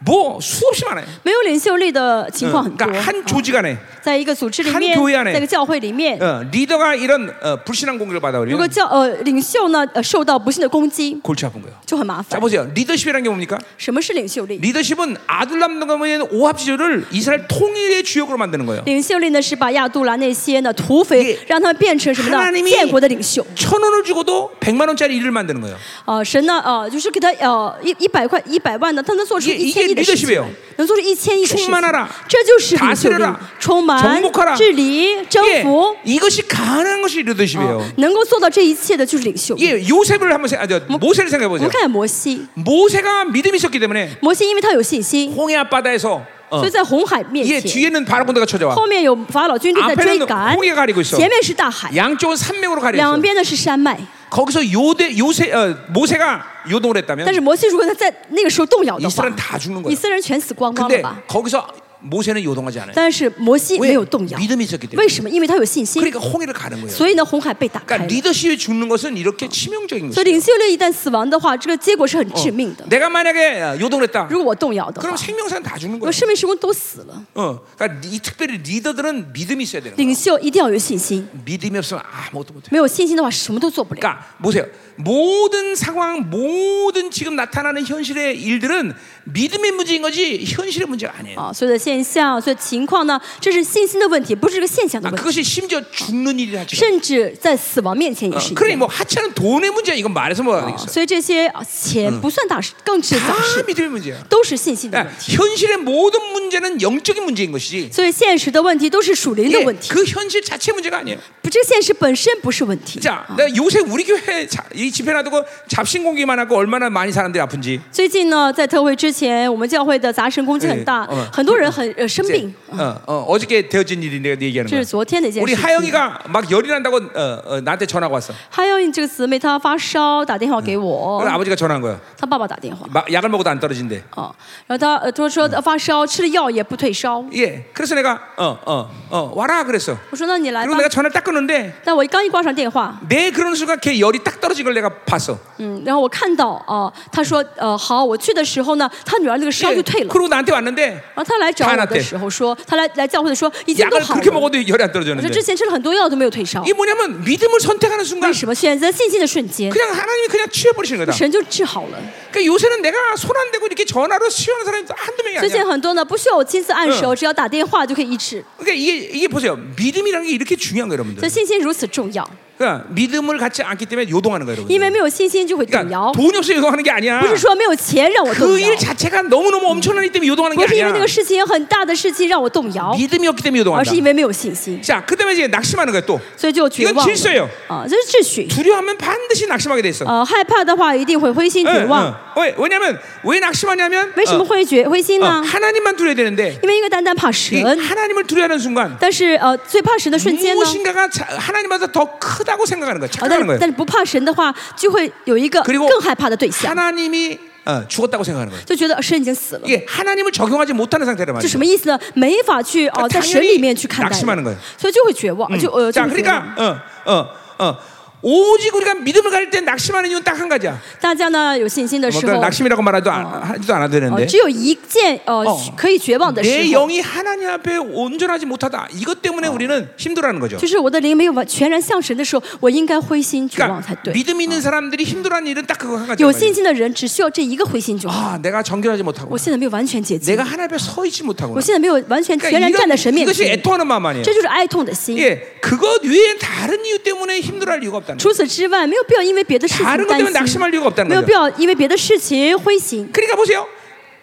S1: 뭐 수없이 많아요.
S2: 没有领袖力的情
S1: 어,
S2: 况很多
S1: 그러니까 。한 조직 안에
S2: 在一个组织里
S1: 한교회안
S2: 面，
S1: 에
S2: 在一嗯个教会里面，
S1: 어, 리더가 이런 어, 불신한 공격을
S2: 如果
S1: 받아버리면
S2: 教呃领袖呢呃受到不幸的攻击，
S1: 골치 아픈 거예요.
S2: 就很麻
S1: 자
S2: 烦。
S1: 보세요. 리더십이라는 게 뭡니까?
S2: 什么是领袖力？
S1: 리더십은 아둘람동의 오합지조를 이스라엘 통일의 주역으로 만드는 거예요.
S2: 领袖力呢是把亚杜拉那些呢土匪
S1: 예
S2: 让他们变成什么呢？
S1: 하나님이
S2: 建国的领袖。
S1: 천 원을 주고도 백만 원짜리 일을 만드는 거예요.
S2: 呃，神呢呃就是给他呃一一百块一百万呢，他能做出
S1: 예
S2: 一千亿的事
S1: 이게리더십이에
S2: 情
S1: 요，
S2: 能做出一千亿的事情
S1: 충만하라 。
S2: 这就是领袖力
S1: 다스려라 ，
S2: 充满
S1: 정복하라 、
S2: 治理、征
S1: 예,
S2: 服。
S1: 이것이 가능한 것이 리더십이에요.
S2: 啊能够做到这一切的就是领袖。
S1: 예, 요셉을 한번 생각, 아, 저, 모세를 생각해
S2: 我们
S1: 보세요.
S2: 看摩西，
S1: 모세가 믿음이 있었기 때문에
S2: 摩西因为他有信心，
S1: 홍해 앞바다에서 어,
S2: 所以在红海面
S1: 예,
S2: 前，
S1: 뒤에는 바로 군대가 쳐져와.
S2: 后面有法老军队在追赶
S1: 앞에는 ， 홍해가 가리고 있어.
S2: 前面是大海，
S1: 양쪽은 산맥으로 가려
S2: 两
S1: 있어.
S2: 边呢是嗯山脉。
S1: 거기서 요대 요세 어, 모세가 요동을
S2: 但
S1: 했다면
S2: 是摩西如果他在那个时候动摇的话
S1: 이스라엘 ，다 죽는
S2: 以
S1: 거예요.
S2: 色列人全死光光了
S1: 근데
S2: 吧？
S1: 거기서 모세는 요동하지 않아요.
S2: 但是摩西
S1: 왜
S2: 没有动摇，
S1: 믿음이 있었기 때문에.
S2: 为什么？因为他有信心，
S1: 그러니까 홍해를 가는 거예요.
S2: 所以呢红海被打开
S1: 그러니까
S2: 了。
S1: 리더십이 죽는 것은 이렇게 치명적인
S2: 所以
S1: 거죠.
S2: 领袖力一旦死亡的话，这个结果是很致命的。
S1: 내가 만약에 어, 요동을 했다.
S2: 如果哦我动摇的话
S1: 그럼 ， 생명사는 다 죽는
S2: 我
S1: 거예요.
S2: 生命时光都死了。
S1: 어, 그러니까 이 특별히 리더들은 믿음이 있어야 되는 거예요.
S2: 领袖一定要有信心，
S1: 믿음이 없으면 아무것도 못해.
S2: 没有信心的话什么都做不了。
S1: 그러니까 보세요. 모든 상황, 모든 지금 나타나는 현실의 일들은 믿음의 문제인 거지 현실의 문제가 아니에요.
S2: 啊，所有的现象，所有情况呢，这是信心的问题，不是这个现象的
S1: 아,
S2: 问题，
S1: 그것이 심지어 죽는 일이라 지금.
S2: 甚至在死亡面前也
S1: 어,
S2: 是一
S1: 그러니
S2: 样。
S1: 뭐 하찮은 돈의 문제 이건 말해서 뭐가
S2: 啊
S1: 되겠어.
S2: 所以这些啊钱不算大事，更是小
S1: 다
S2: 事，
S1: 믿음의 문제야.
S2: 都是信心的
S1: 그러니까
S2: 问题。
S1: 현실의 모든 문제는 영적인 문제인 것이지.
S2: 所以现实的问题都是属灵的
S1: 이게
S2: 问题，
S1: 그 현실 자체 문제가 아니에요.
S2: 不，这现实本身不是问题。
S1: 자, 내가 요새 우리 교회 자, 이 집회 놔두고 잡신 공기만 하고 얼마나 많이 사람들이 아픈지.
S2: 最近呢，在特会之前，我们教会的杂神攻击很大
S1: 哎，
S2: 很多人很呃生
S1: 이제,
S2: 病，
S1: 어, 어, 어저께 되어진 일이 내가 네 얘기하는
S2: 这
S1: 거야.
S2: 是昨天的一件
S1: 우리
S2: 事情。
S1: 하영이가 막 열이 난다고 어, 어, 나한테 전화가 왔어.
S2: 还有这个姊妹她发烧，打电话给
S1: 그래서
S2: 嗯我，
S1: 아버지가 전화한 거야.
S2: 她爸爸打电话，
S1: 막 약을 먹어도 안 떨어진대.
S2: 啊，然后她呃她说她发烧，吃了药也不退烧。
S1: 예. 그래서 내가 어, 어, 어, 와라 그랬어.
S2: 我说那你来吧
S1: 그리고 。 내가 전화를 딱 끊었는데
S2: 但我刚一挂上电话，
S1: 내 그런 순간 걔 열이 딱 떨어진 걸 내가 봤어.
S2: 嗯，然后我看到啊、他说呃好，我去的时候呢，嗯他女儿那个烧
S1: 예.
S2: 就退了。
S1: 그리고 나한테 왔는데
S2: 然后他来找
S1: 다
S2: 我
S1: 났대
S2: 的时候说，他来来教会的说已经都
S1: 약을
S2: 好了
S1: 그렇게 。 먹어도 열이 안
S2: 我说
S1: 떨어졌는데.
S2: 之前吃了很多药都没有退烧
S1: 이 ， 뭐냐면 믿음을 선택하는
S2: 为
S1: 순간
S2: 什么选择信心的瞬间，
S1: 그냥 하나님이 그냥 치유해버리시는 거다.
S2: 神就治好了？
S1: 그러니까 요새는 내가 손 안 대고 이렇게 전화로 치유하는 사람이 한두 명이
S2: 最近
S1: 아니야.
S2: 很多呢，不需要我亲自按手，只要打电话就可以医治。
S1: 그러니까 이게, 이게 보세요. 믿음이라는 게 이렇게 중요한 거예요,
S2: 所
S1: 여러분들.
S2: 以信心如此重要，
S1: 그러니까 믿음을 갖지 않기 때문에 요동하는 거예요,
S2: 因
S1: 여러분들.
S2: 为没有信心就会动
S1: 그러니까
S2: 摇，
S1: 돈 없이 요동하는 게 아니야.
S2: 不是说没有钱让我
S1: 그
S2: 动摇
S1: 일 ， 자체가 너무너무 엄청나기 때문에 요동하는
S2: 不
S1: 게
S2: 是因为那
S1: 아니야.
S2: 个事情很大的事情让我动摇，
S1: 믿음이 없기 때문에
S2: 而
S1: 요동한다.
S2: 是因为没有信心，
S1: 자, 그다음에 이제 낙심하는 거야 또.
S2: 所以就绝望
S1: 이건질서예요
S2: 了。啊，这是秩序。
S1: 두려워하면 반드시 낙심하게 돼 있어. 예,
S2: 呃，害怕的话一定会灰心
S1: 응,
S2: 绝
S1: 응.
S2: 望。
S1: 왜, 왜냐면 왜 낙심하냐면
S2: 为什么
S1: 어,
S2: 会觉灰心
S1: 어,
S2: 呢？
S1: 하나님만 두려야 되는데
S2: 因为一个单单怕神
S1: 이 ， 하나님을 두려워하는 순간
S2: 但是呃最怕神的瞬间呢，
S1: 무엇인가가 자- 하나님보다 더 크다고 생각하는 거야.
S2: 呃
S1: 착각하는
S2: 但
S1: 거예요.
S2: 但是不怕神的话，就会有一个
S1: 그리고
S2: 更害怕的对象，
S1: 하나님이 어, 죽었다고 생각하는 거예요.
S2: 就觉得神已经死了。
S1: 이게 하나님을 적용하지 못하는 상태란
S2: 这
S1: 말이에요.
S2: 什么意思呢？没法去哦、
S1: 그러니까
S2: 在神里面去看
S1: 당연히낙심하는
S2: 待
S1: 거예요 嗯
S2: 了，所以就会绝望，就呃就
S1: 자,
S2: 会绝望。
S1: 그러니까 어, 어, 어. 오직 우리가 믿음을 가질 때 낙심하는 이유는 딱 한 가지야.
S2: 大家呢有信心的时
S1: 그러니까
S2: 候，
S1: 낙심이라고 말하도 안, 하지도 않아도
S2: 呃，
S1: 되는데
S2: 只有一件呃
S1: 哦
S2: 可以绝望的
S1: 내
S2: 时候，
S1: 영이 하나님 앞에 온전하지 못하다. 이것 때문에 우리는 힘들어하는 거죠.
S2: 就是我的灵没有完全然向神的时候，我应该灰心绝望才
S1: 그러니까
S2: 对。
S1: 믿음 있는 사람들이 힘들어하는 일은 딱 그거 한 가지.
S2: 有信心的人只需要这一个灰心就好。
S1: 아, 내가 정결하지 못하고
S2: 我现在没有完全洁净
S1: 내가 ， 하나님 앞에 서 있지 못하고
S2: 我现在没有完全全
S1: 그러니까
S2: 然
S1: 이런-
S2: 站在神面
S1: 이것이
S2: 前，
S1: 애통하는 마음 아니에요.
S2: 这就是哎哀痛的心。
S1: 예, 그것 외에 다른 이유 때문에 힘들어할 이유가 없다는
S2: 除此之外，没有必要因为别的事情
S1: 다른 것
S2: 担
S1: 때문에
S2: 心，
S1: 낙심할 이유가 없다는
S2: 没有
S1: 거죠.
S2: 必要因为别的事情灰心，
S1: 그러니까 보세요.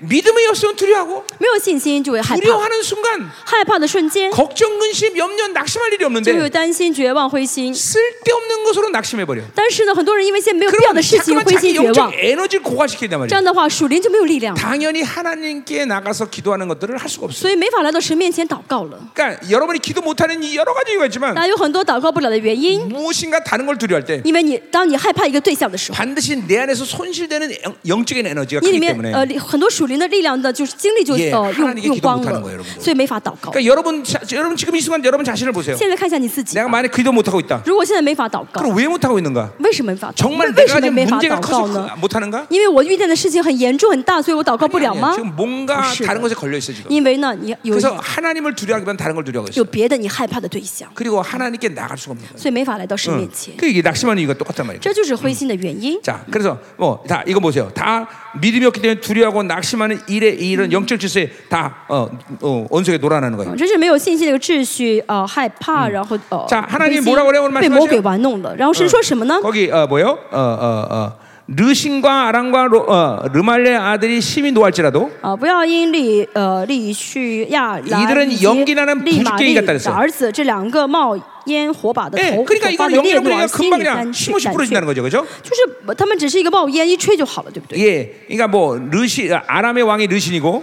S1: 믿음이 없으면 두려워하고
S2: 没有信心就会害怕，
S1: 두려워하는 순간
S2: 害怕的瞬间
S1: 걱정, 근심, 염려, 낙심할 일이
S2: 就会
S1: 없는데
S2: 担心、绝望、灰心。
S1: 쓸데없는 것으로 낙심해 버려.
S2: 但是呢，很多人因为一些没有必要
S1: 그러면
S2: 的事情
S1: 자꾸만
S2: 灰
S1: 자기
S2: 心绝望
S1: 영적 ， 에너지를 고갈시키단
S2: 这
S1: 말이에요.
S2: 样的话属灵就没有力量，
S1: 당연히 하나님께 나가서 기도하는 것들을 할 수가 없어요.
S2: 所以没法来到神面前祷告了。
S1: 그러니까 여러분이 기도 못하는 이 여러 가지 이유가 있지만
S2: 那有很多祷告不了的原因，
S1: 무엇인가 다른 걸 두려워할 때
S2: 因为你当你害怕一个对象的时候，
S1: 반드시 내 안에서 손실되는 영- 영적인 에너지가
S2: 你里
S1: 크기
S2: 面
S1: 때문에
S2: 呃里很多属灵的力量的，就是精力就
S1: 예,
S2: 呃用
S1: 하나님께
S2: 用
S1: 기도
S2: 光
S1: 못하는 거예요,
S2: 了，
S1: 여러분들.
S2: 所以没法祷告。
S1: 그러니까 여러분, 자, 여러분 지금 이 순간 여러분 자신을 보세요.
S2: 现在看一下你自己
S1: 내가
S2: 吧，
S1: 만약 기도 못하고 있다.
S2: 如果现在没法祷告，
S1: 그럼 왜 못하고 있는가?
S2: 为什么没法祷告？
S1: 정말
S2: 为为
S1: 내가
S2: 什么
S1: 지금
S2: 没法
S1: 문제가
S2: 祷告
S1: 커서
S2: 呢
S1: 그- ？ 못하는가?
S2: 因为我遇见的事情很严重很大，所以我祷告不了
S1: 아니야.
S2: 吗？
S1: 지금 뭔가
S2: 不是的。
S1: 다른 것에 걸려 있어 지금.
S2: 因为呢，你有
S1: 그래서 하나님을 두려워하기보다는 다른 걸 두려워하고
S2: 有
S1: 있어.
S2: 别的你害怕的对象，
S1: 그리고 하나님께 나갈 수가 없는 거야.
S2: 所以没法来到神面
S1: 응.
S2: 前，
S1: 그 이게 낙심하는 이유가 똑같단 말이야.
S2: 这就是灰心的原因。
S1: 자, 그래서 뭐 다 이거 보세요. 다 믿음이 없기 때문에 두려워하고 낙심하는 일에 이런 영적 질서에 다 어, 어, 원수에 놀아나는 거예요.
S2: 嗯，这是没有信心的一个秩序，呃，害怕，然后呃，
S1: 자하나님
S2: 灰心
S1: 뭐라고그래요오늘말씀하세요
S2: 被魔鬼玩弄了。然后神说什么呢？
S1: 거기 어, 뭐요? 어, 어, 어. 르신과 아람과 로, 어, 르말레 아들이 심히 노할지라도
S2: 啊、不要因利呃利叙亚
S1: 이들은
S2: 兰以及
S1: 연기나는부죽
S2: 利玛
S1: 갱이같 다
S2: 利
S1: 그랬어요
S2: 的儿子这两个冒烟火把的
S1: 예,
S2: 头，
S1: 그러니까
S2: 头发
S1: 이건
S2: 的烈
S1: 영이라고
S2: 怒
S1: 그러니까
S2: 而心
S1: 금방
S2: 里
S1: 그냥
S2: 胆
S1: 15씩
S2: 怯
S1: 부러진다는 ， 거죠, 그렇죠?
S2: 就是他们只是一个冒烟一吹就好了，对不对？
S1: 예, 그러니까 뭐 르시 아, 아람의 왕이 르신이고,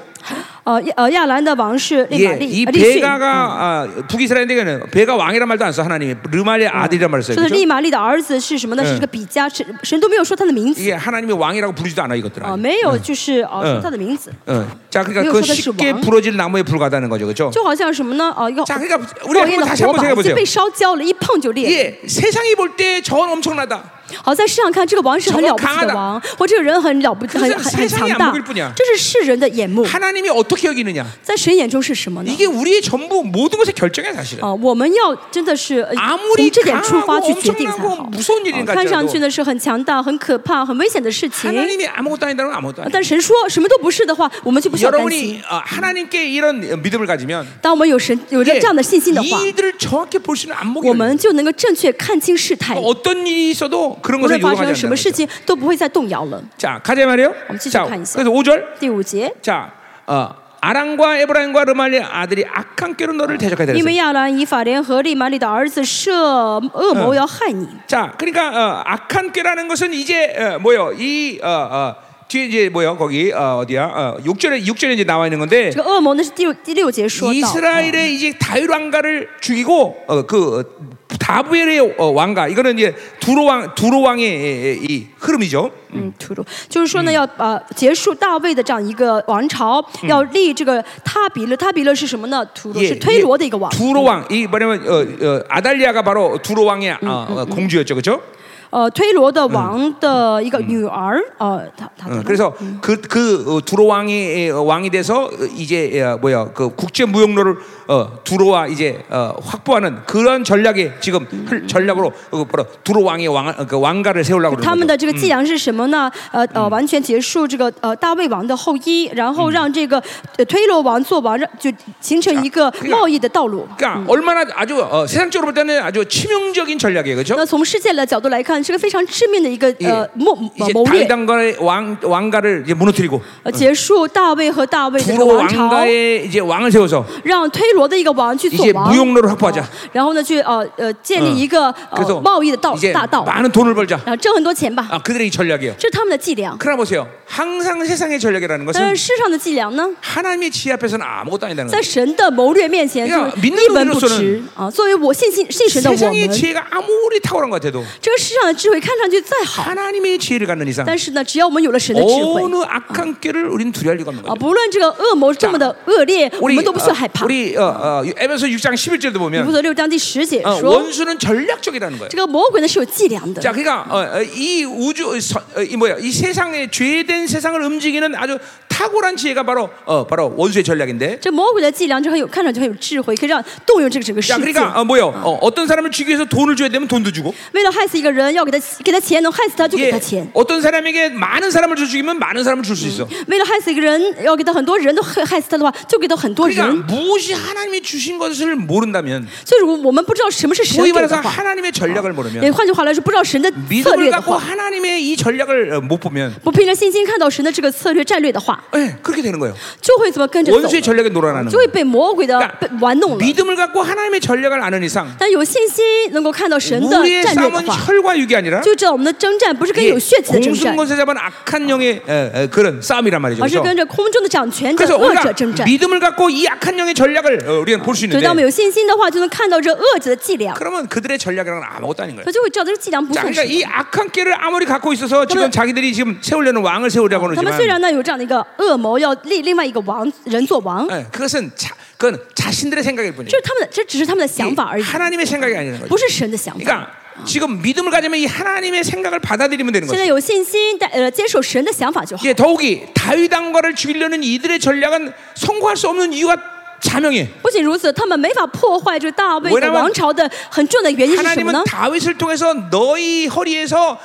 S2: 呃亚呃亚兰的王是利玛
S1: 예,
S2: 利
S1: 이
S2: 呃利逊，
S1: 베가가 아, 북이스라엘에게는 베가 왕이란 말도 안 써 하나님이 르말레 아들이란 말을 써요,
S2: 说的
S1: 그렇죠?
S2: 利玛利的儿子是什么呢？
S1: 嗯
S2: 是这个比加，神神都没有说他的名字
S1: 이게 하나님이 왕이라고 부르지도 않아 이것들은.
S2: 啊、没有就是
S1: 嗯
S2: 呃说他的名字，
S1: 어, 자, 그러니까
S2: 이거
S1: 그
S2: 서다
S1: 쉽게
S2: 주방.
S1: 부러질 나무에 불과하다는 거죠, 그렇죠?
S2: 就好像什么呢？哦、一个
S1: 자, 그러니까
S2: 冒
S1: 우리가 한번
S2: 烟的
S1: 다시
S2: 火
S1: 한번
S2: 把，已经
S1: 생각해보세요.
S2: 被烧焦了，一碰就裂了。
S1: 예, 세상이 볼 때 저건 엄청나다.
S2: 好，在世上看，这个王是很了不起的王，或这个人很了不很很很强大，这是世人的眼目，
S1: 하나님이 어떻게 여기느냐?
S2: 在神眼中是什么呢？
S1: 이게 우리의 전부 모든 것의 결정이야 사실은.
S2: 啊、我们要真的是呃
S1: 아무리
S2: 从这点出发去
S1: 강하고
S2: 决定才
S1: 엄청나고
S2: 好。啊
S1: 무서운 일인
S2: 看上去
S1: 같지라도
S2: 呢是很强大、很可怕、很危险的事情，啊
S1: 하나님이 아무것도 아니다는 건 아무것도 아니야.
S2: 但神说什么都不是的话，我们就不需要担心。
S1: 여러분이 어, 하나님께 이런 믿음을 가지면
S2: 当我们有神有这
S1: 이게
S2: 样的信心的话
S1: 이 ， 일들을 정확히 볼 수는 안목이
S2: 我们就能够正确看清事态，
S1: 어떤 일이 있어도 그런
S2: 无
S1: 것을
S2: 论发
S1: 요동하지
S2: 生
S1: 않는
S2: 什么事
S1: 거죠.
S2: 情都不会再动摇了。
S1: 자, 가자 말이요. 자,
S2: 한번 지속하겠습니다.
S1: 그래서 5절.
S2: 第五节，
S1: 자, 어, 아랑과 에브라임과 르말리 아들이 악한 꾀로 너를 대적하다
S2: 因为
S1: 그랬어요.
S2: 亚兰以法莲和利玛利的儿子设恶谋要害你。
S1: 자, 그러니까 어, 악한 꾀라는 것은 이제 어, 뭐요? 이 어, 어, 뒤에 이제 뭐요? 거기 어, 어디야? 어, 6절에 6절에 이제 나와 있는 건데
S2: 这个恶魔呢是第六第六节说到，
S1: 이스라엘의 이제 다윗 왕가를 죽이고 어, 그 어, 다부엘의 어, 왕가 이거는 이제 두로 왕 두로 왕의 이- 이 흐름이죠.
S2: 嗯，嗯吐露，就是说呢，要呃结束大卫的这样一个王朝，要立这个他比勒，他比勒是什么呢？吐露是推罗的一个王，
S1: 예, 두로 왕. 이 뭐냐면 어, 어, 아달리아가 바로 두로 왕의 아, 어, 공주였죠, 그렇죠?
S2: 呃，推罗的王的一个女儿，呃，他他
S1: 어, 그래서 그, 그 어, 두로 왕이 어, 왕이 돼서 어, 이제 어, 뭐야 그 국제 무역로를 어, 두로와 이제 어, 확보하는 그런 전략에 지금 흘- 전략으로 어, 바로 두로 왕의 왕, 어, 그 왕가를 세우려고
S2: 他
S1: 그러는
S2: 们
S1: 거죠.
S2: 的这个伎俩是什么呢？呃呃，完全结束这个呃大卫王的后裔，然后让这个呃推罗王做王，让就形成一个
S1: 这样
S2: 贸易的道路。
S1: 그러니까 얼마나 아주 어, 세상적으로 볼 때는 아주 치명적인 전략이에요, 그렇죠?
S2: 那从世界的角度来看，是个非常致命的一个呃谋
S1: 이제
S2: 谋略
S1: 다윗 。 왕가의 왕 왕가를 이제 무너뜨리고
S2: 呃，结束大卫和大卫的这个
S1: 두로
S2: 王朝，
S1: 왕가에 이제 왕을 세워서
S2: 让推罗的一个王去做
S1: 이제
S2: 王，
S1: 무역로를 확보하자.
S2: 然后呢，去呃呃建立一个、
S1: 그래서
S2: 呃贸易的道
S1: 이제
S2: 大道，
S1: 많은 돈을 벌자.
S2: 然后挣很多钱吧，
S1: 아, 그들의 이 전략이에요.
S2: 这是他们的伎俩。
S1: 그러나 보세요. 항상 세상의 전략이라는
S2: 但
S1: 것은
S2: 是嗯世上的伎俩呢，
S1: 하나님의 지혜 앞에서는 아무것도 아니다는
S2: 在
S1: 거예요.
S2: 神的谋略面前
S1: 그러니까
S2: 就是
S1: 믿는
S2: 一文不
S1: 의로
S2: 值啊。作为我信心信神的我
S1: 세상의
S2: 们，
S1: 지혜가 아무리 탁월한 것 같아도
S2: 这个世上的智慧看上哦去再
S1: 아.
S2: 好，
S1: 하나님의 지혜를 갖는 이상
S2: 但是呢，只要我们有了神的智慧
S1: 어느 악한 꾀를 우리는 두려워할 리가 없는
S2: 啊，
S1: 거죠.
S2: 不论这个恶魔这么的恶劣，我
S1: 우리
S2: 们都不需要害怕
S1: 어, 。 우리 어, 그래서 어, 이 에베소 6장 11절도
S2: 以弗
S1: 보면
S2: 所六章第十节
S1: 어,
S2: 说，
S1: 원수는 전략적이라는 거예요.
S2: 这个魔鬼呢是有伎俩的
S1: 자, 。 그러니까 어, 어, 이 우주 서- 어, 이 뭐야 이 세상의 죄된 세상을 움직이는 아주 탁월한 지혜가 바로 어, 바로 원수의 전략인데.
S2: 这魔鬼的伎俩就很有，看上去很有智慧，可以让动用这个整个啊世
S1: 자,
S2: 界。
S1: 그러니까 어, 뭐요? 어, 어떤 사람을 죽이기 위해서 돈을 줘야 되면 돈도 주고,
S2: 为了害死一个人，要给他给他钱，能害死他就给
S1: 예,
S2: 他钱；
S1: 어떤 사람에게 많은 사람을 줘 죽이면 많은 사람을 줄 수 있어.
S2: 为了害死一个人，要给他很多人都害害死他的话，就给他很多
S1: 그러니까
S2: 人。
S1: 무엇이 하나님이 주신 것을 모른다면,
S2: 所以如果我们不知道什么是神
S1: 소위
S2: 给的
S1: 말해서
S2: 话，
S1: 하나님의 전략을
S2: 也
S1: 모르면,
S2: 换句话来说，不知道神的策
S1: 믿음을
S2: 略的
S1: 갖고
S2: 话，
S1: 하나님의 이 전략을 어, 못 보면,
S2: 不凭着信心看到神的这个策略战略的话，
S1: 예, 그렇게 되는 거예요.
S2: 就会怎么跟着走
S1: 원수의
S2: 了，
S1: 전략에 놀아나는
S2: 就
S1: 거예요.
S2: 会被魔鬼的
S1: 그러니까
S2: 被玩弄了。
S1: 믿음을 갖고 하나님의 전략을 아는 이상,
S2: 但有信心能够看到神的
S1: 우리의
S2: 战略的
S1: 싸움은
S2: 话，
S1: 혈과 육이 아니라
S2: 就知道我们的征战不是跟
S1: 이게
S2: 有血气的征战，
S1: 공승곳에 잡은 악한 영의 에, 에, 그런 싸움이란 말이죠.
S2: 而是
S1: 그렇죠?
S2: 跟着空中的掌权者、
S1: 그래서
S2: 恶者征
S1: 우리가
S2: 战。
S1: 믿음을 갖고 이 악한 영의 전략을 어, 우리는 볼 수
S2: 所以，当我们
S1: 있는데
S2: 有信心的话，就能看到这恶者的伎俩，
S1: 그러면 그들의 전략이란 건 아무것도 아닌 거예요.
S2: 他就会知道这个伎俩不
S1: 자,
S2: 算
S1: 그러니까
S2: 什么。
S1: 이 악한 깨를 아무리 갖고 있어서 지금
S2: 그러면-
S1: 자기들이 지금 세우려는 왕을 세우려고
S2: 他们虽
S1: 그러지만 예,
S2: 然呢有这样的一个恶谋，要立另外一个王人做王，
S1: 예, 그것은 자, 그건 자신들의 생각일 뿐이에요.
S2: 这是他们的，这只是他们的想法而已
S1: 이 ， 하나님의 생각이 아니라는 거죠.
S2: 不是神的想法。
S1: 그러니까 지금 믿음을 가지면 이 하나님의 생각을 받아들이면 되는
S2: 现在
S1: 거죠.
S2: 有信心，但呃接受神的想法就好。
S1: 이게 더욱이 다윗 왕과를 죽이려는 이들의 전략은 성공할 수 없는 이유가 자명해.
S2: 不仅如此，他们没法破坏这个大卫
S1: 왜냐면
S2: 的王朝的很重要的原因是什么呢
S1: 하나님은 ？ 다윗을 통해서 너희 허리에서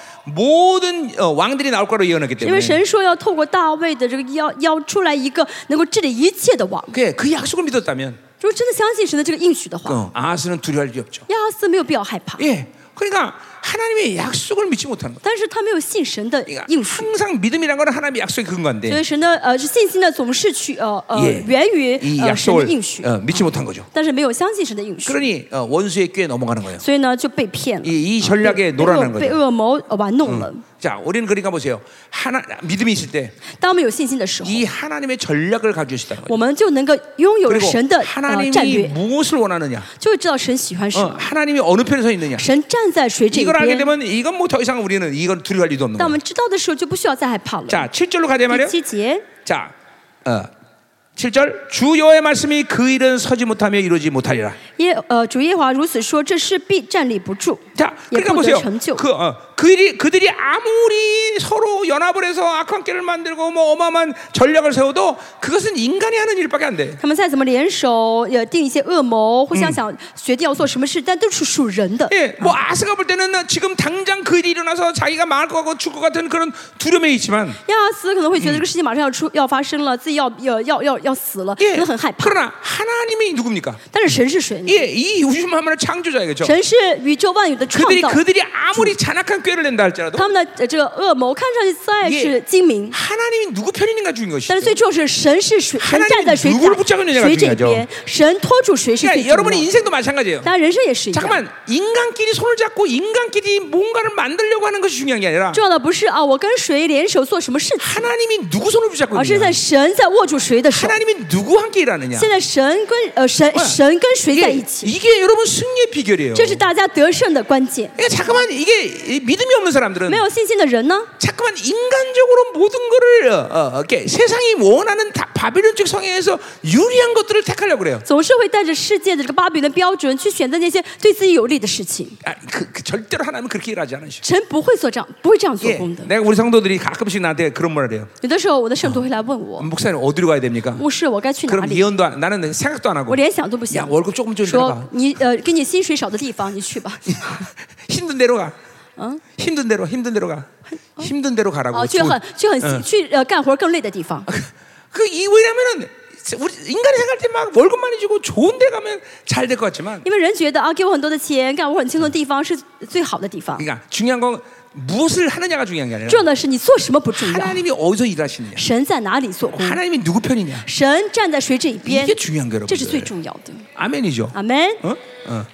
S1: 모든 어, 왕들이 나올 거로 예언했기
S2: 因为
S1: 때문에
S2: 神说要透过大卫的这个腰腰出来一个能够治理一切的王。
S1: 그게 그 약속을 믿었다면
S2: 如果真的相信神的这个应许的话，
S1: 어, 아하스는 두려워할 일이 없죠.
S2: 亚哈斯没有必要害怕。
S1: 예, 그러니까 하나님의 약속을 믿지 못하는 거예요.
S2: 但是他没有信神的
S1: 그러니까
S2: 应许，
S1: 항상 믿음이란 건 하나님의 약속의 근거인데
S2: 所以神的呃是信心呢总是去呃呃
S1: 예,
S2: 源于
S1: 이
S2: 呃神的
S1: 약속을
S2: 应许，
S1: 어, 믿지 못한 거죠.
S2: 但是没有相信神的应许，
S1: 그러니 어, 원수의 꾀에 넘어가는 거예요.
S2: 所以呢就被骗了，
S1: 이, 이
S2: 被
S1: 전략에
S2: 被
S1: 놀아나는
S2: 恶被
S1: 거죠.
S2: 恶魔呃玩弄了。
S1: 자, 우리는 그러니까 보세요. 하나 믿음이 있을 때 이
S2: 当我们有信心的时候，
S1: 하나님의 전략을 가지고 있다는 거예요.
S2: 我们就能够拥有
S1: 그리고
S2: 神的呃战
S1: 하나님이
S2: 略，
S1: 무엇을 원하느냐,
S2: 就会知道神喜欢什
S1: 어,
S2: 么，
S1: 하나님이 어느 편에 서 있느냐.
S2: 神站在谁这一
S1: 이걸 알게
S2: 边。
S1: 되면 이건 뭐 더 이상 우리는 이건 두려워할 일도 없는
S2: 当我
S1: 거예요.
S2: 们知道的时候，就不需要再害怕了。
S1: 자, 7절로 가자
S2: 第
S1: 말이요.
S2: 七节，
S1: 자, 어, 7절 주 여호와의 말씀이 그 일은 서지 못하며 이루지 못하리라.
S2: 耶呃主耶和华如此说，这事必站立不住，
S1: 자,
S2: 也
S1: 그러니까
S2: 不得
S1: 보세요.
S2: 成就。
S1: 그, 어, 그 일이 그들이 아무리 서로 연합을 해서 악한 길을 만들고 뭐 어마어마한 전략을 세워도 그것은 인간이 하는 일밖에 안 돼.
S2: 他们再怎么联手，也定一些恶谋，互相
S1: 嗯
S2: 想决定要做什么事，但都是属人的。
S1: 예, 뭐 아스가 볼 때는 나 지금 당장 그 일이 일어나서 자기가 망할 것 같고 죽을 것 같은 그런 두려움에 있지만
S2: 亚哈斯可能会觉得这个事情马上要出、要发生了，自己要要要要要死了，可
S1: 예,
S2: 能很害怕。
S1: 그러나 하나님이 누굽니까?
S2: 但是神是谁呢？
S1: 예, 이 우주 만물의 창조자이겠죠.
S2: 神是宇宙万有的创
S1: 그들이
S2: 造。
S1: 그들이 아무리 잔악한 꾀를 낸다 할지라도
S2: 他们的呃这个恶谋看上去再
S1: 예
S2: 是精明，
S1: 하나님이 누구 편인가 중인 것이죠.
S2: 但是最重要是神是谁，
S1: 하나님
S2: 神站在谁
S1: 누굴붙잡고있느냐가
S2: 打谁这
S1: 중요하죠
S2: 边，神托住谁是最
S1: 그러니까
S2: 重要
S1: 여러분의
S2: 的。
S1: 인생도 마찬가지예요.
S2: 当然，人生也是一样。
S1: 잠깐만 인간끼리 손을 잡고 인간끼리 뭔가를 만들려고 하는 것이 중요한 게 아니라
S2: 重要的不是啊，我跟谁联手做什么事情，
S1: 하나님이 누구 손을 붙잡고
S2: 而是
S1: 있느냐
S2: 在神在握住谁的手。
S1: 하나님이 누구 함께 일하느냐
S2: 现在神跟呃神
S1: 뭐야
S2: 神跟谁在
S1: 이게,
S2: 一起，
S1: 이게 여러분 승리의 비결이에요
S2: 这是大家得胜的关键。
S1: 그러니까 잠깐만 이게 이 믿음이 없는 사람들은
S2: 没有信心的人呢，
S1: 잠깐만 인간적으로 모든 거를 어, 어, 이렇게 세상이 원하는 다, 바빌론적 성향에서 유리한 것들을 택하려고 그래요
S2: 总是会带着世界的这个巴比伦标准去选择那些对自己有利的事情。
S1: 아, 그, 그 절대로 하나님은 그렇게 일하지 않으셔
S2: 神不会做这样，不会这样做
S1: 예,
S2: 工的。
S1: 내가 우리 성도들이 가끔씩 나한테 그런 말을 해요 음,
S2: 有的时候，我的圣徒会来问我，
S1: 목사님 어디로 가야 됩니까?
S2: 牧师，我该去哪
S1: 그럼
S2: 里？
S1: 예언도 안, 나는 생각도 안
S2: 我
S1: 하고
S2: 连想都不
S1: 야
S2: 想。
S1: 월급 조금 좀 내려봐
S2: 说你呃，给你薪水少的地方，你去吧。
S1: [laughs] 힘든 대로 가.
S2: 어?
S1: 힘든 대로 힘든 대로 가. 힘든 대로 가라고.
S2: 哦，去很去很、去呃干活更累的地 [laughs] 方。
S1: 그 이유냐면은 우리 인간이 생각할 때 막 월급 많이 주고 좋은 데 가면 잘 될 것 같지만
S2: 因为人觉得啊，给我很多的钱，干活很轻松的地方是最好的地方。
S1: 그러니까 중요한 건 무엇을 하느냐가 중요한 게 아니라
S2: 重要的是你做什么不重要，
S1: 하나님이 어디서 일하시느냐.
S2: 神在哪里做
S1: 음.
S2: 工，
S1: 하나님이 누구 편이냐.
S2: 神站在谁这一边
S1: 이게 ， 중요한 거예요,
S2: 这是最
S1: 여러분들.
S2: 重要的。
S1: 아멘이죠.
S2: 阿门。
S1: 어? 어.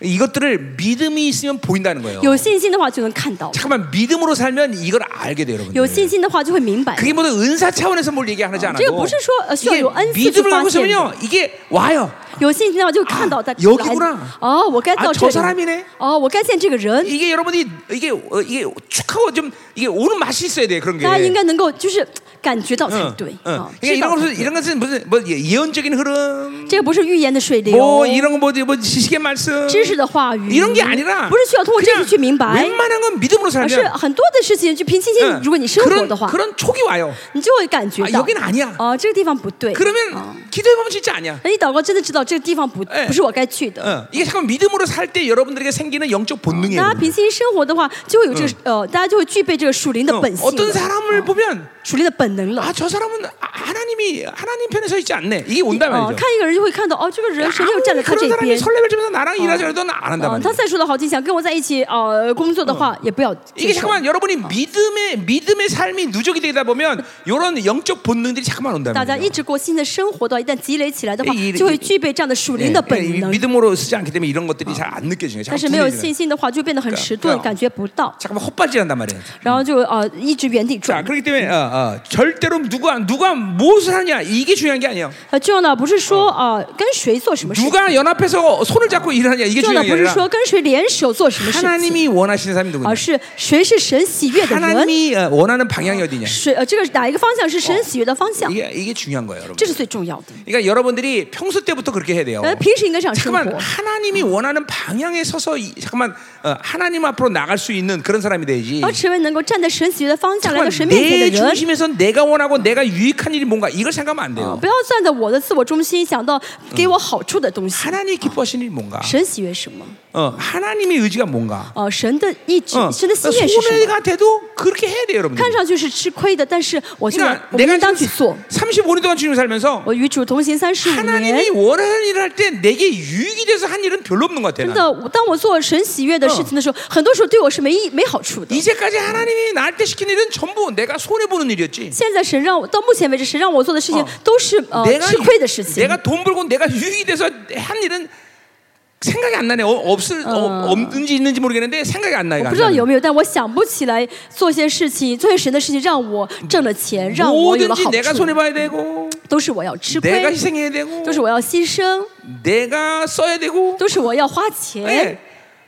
S1: 이것들을 믿음이 있으면 보인다는 거예요.
S2: 有信心的话就能看到，
S1: 잠깐만 믿음으로 살면 이걸 알게 돼요,
S2: 有
S1: 여러분들.
S2: 信心的话就会明白。
S1: 그게 모두 은사 차원에서 뭘 얘기하지 않아도
S2: 这个不是说呃需要
S1: 이게
S2: 有恩赐去
S1: 믿음을
S2: 发
S1: 갖고
S2: 现的，
S1: 있으면요 이게 와요.
S2: 有信心的话就看到他
S1: 啊여기구나
S2: 哦，我该
S1: 아
S2: 到这
S1: 저
S2: 里，
S1: 사람이네.
S2: 哦，我该见这个人。
S1: 이게 여러분이 이게 어, 이게 축하고 좀 이게 오는 맛이 있어야 돼 그런 게.
S2: 大家应该能够就是感觉到才
S1: 응,
S2: 对
S1: 응.
S2: 啊
S1: 그러니까 。
S2: 知
S1: 이런
S2: 道
S1: 것은 이런 것은 무슨 뭐 예- 예언적인 흐름,
S2: 这个不是预言的水流，
S1: 뭐 이런 거뭐뭐 지식의 말씀
S2: 知识的话语，
S1: 이런 게 아니라
S2: 不是需要通过这
S1: 그냥
S2: 些去明白，
S1: 웬만한 건 믿음으로
S2: 而是
S1: 살면
S2: 很多的事情就凭信心
S1: 응, 。
S2: 如果你生活
S1: 그런
S2: 的话，
S1: 그런 촉이 와요.
S2: 你就会感觉
S1: 아
S2: 到
S1: 여기는아니야
S2: 哦，这个地方不对。
S1: 그러면
S2: 哦
S1: 기도해 보면 진짜 아니야.
S2: 那你祷告真的知道这个地方不
S1: 哎
S2: 不是我该去的。
S1: 어, 이게 잠깐 믿음으로 살 때 여러분들에게 생기는 영적 본능이에요.
S2: 大家凭信心生活的话，就会有这个呃，大家就会具备这个属灵的
S1: 어,
S2: 本性
S1: 어떤
S2: 了，
S1: 사람을 보면
S2: 属灵的本能了。
S1: 아 저 사람은 아, 하나님이 하나님 편에 서 있지 않네. 이게 온단
S2: 哦、
S1: 말이죠.
S2: 看一个人就会看到，哦，这个人神就站在
S1: 아무리
S2: 他
S1: 그런
S2: 这边
S1: 사람이 。 설레발 주면서 나랑 일하자 해도 난 안 한단
S2: 哦，
S1: 말이에요.
S2: 他再说的好听，想跟我在一起呃工作的话，也不要接
S1: 이게
S2: 受。
S1: 잠깐만 여러분이 믿음의 믿음의 삶이 누적이 되다 보면 이런 영적 본능들이 잠깐만 온다.
S2: 大家一直过新的生活的话，哎一旦哎积累起来的话
S1: 이 ，
S2: 就会具备这样的属灵的本
S1: 예.
S2: 能。
S1: 믿음으로 쓰지 않기 때문에 이런 것들이 잘 안 느껴지는
S2: 但
S1: 거예요.
S2: 是没有
S1: 잠깐만 분해지는 거예요.
S2: 信心的话，就变得很迟
S1: 对
S2: 钝，
S1: 啊
S2: 感觉不到，
S1: 잠깐만 헛발질한단 말이에요.
S2: 然后就呃一直原地转
S1: 자, 。 그렇기 때문에 어, 어, 절대로 누가 누가 무엇을 하냐 이게 중요한 게 아니에요.
S2: 呃，重要的不是说呃跟谁做什么事情，
S1: 누가 연합해서 손을 잡고 일하냐 이게
S2: 重要
S1: 중요한
S2: 的
S1: 게 아,
S2: 不是
S1: 아니라
S2: 说跟谁联手做什么事情，
S1: 하나님이 원하시는 사람이 누구냐.
S2: 而是谁是神喜悦的人，
S1: 하나님이 어, 원하는 방향이 어디냐.
S2: 谁呃这个哪一个方向是神喜悦的方向，
S1: 이게 이게 중요한 거예요, 여러분.
S2: 这是最重要的。
S1: 그러니까 여러분들이 평소 때부터 그렇게 해야 돼요.
S2: 呃，平时应该这样生
S1: 잠깐만
S2: 活。
S1: 하나님이 원하는 방향에 서서 이, 잠깐만 어, 하나님 앞으로 나갈 수 있는 그런 사람이 돼야지.
S2: 而成为能够站在神喜悦的方向来到
S1: 잠깐만
S2: 神面前的
S1: 내
S2: 人，
S1: 중심에서 내가 원하고 내가 유익한 일이 뭔가 이걸 생각하면 안
S2: 啊
S1: 돼요.
S2: 不要站在我的自我中心，想到给我好处的东西。
S1: 하나님이 기뻐하시는 일이 뭔가.
S2: 神喜悦什么？
S1: 어, 하나님의 의지가 뭔가.
S2: 哦、神的意志，
S1: 어,
S2: 神的心愿是什么？
S1: 손해가 돼도 그렇게 해야 돼요,
S2: 看
S1: 여러분들.
S2: 上去是吃亏的，但是我就要
S1: 그러니까
S2: 我们
S1: 내가
S2: 应当去做
S1: 지금 。 35년 동안 주님 살면서
S2: 我与主同行三十五年
S1: 하나님이 ， 원하는 일을 할 때 내게 유익이 돼서 한 일은 별로 없는 것 같아요. 나는.
S2: 真的，我当我做神喜悦的事情的时候，很多时候对我是没益没好处的。
S1: 이제까지 하나님이 나한테 시킨 일은 전부 내가 손해 보는 일이었지.
S2: 现在神让我到目前为止，神让我做的事情
S1: 哦
S2: 都是呃
S1: 내가
S2: 吃亏的事情。
S1: 내가 돈 벌고 내가 유익이 돼서 한 일은 생각이 안 나네. 어, 없을 어, 없는지 있는지 모르겠는데 생각이 안 나요.
S2: 不知道有没有，但我想不起来做些事情，做些神的事情让我挣了钱，让我有了
S1: 뭐든지
S2: 好
S1: 내가
S2: 处，
S1: 손해 봐야 되고
S2: 都是我要吃
S1: 내가
S2: 亏，
S1: 희생해야 되고
S2: 都是我要牺牲，
S1: 내가 써야 되고
S2: 都是我要花
S1: 예.
S2: 钱，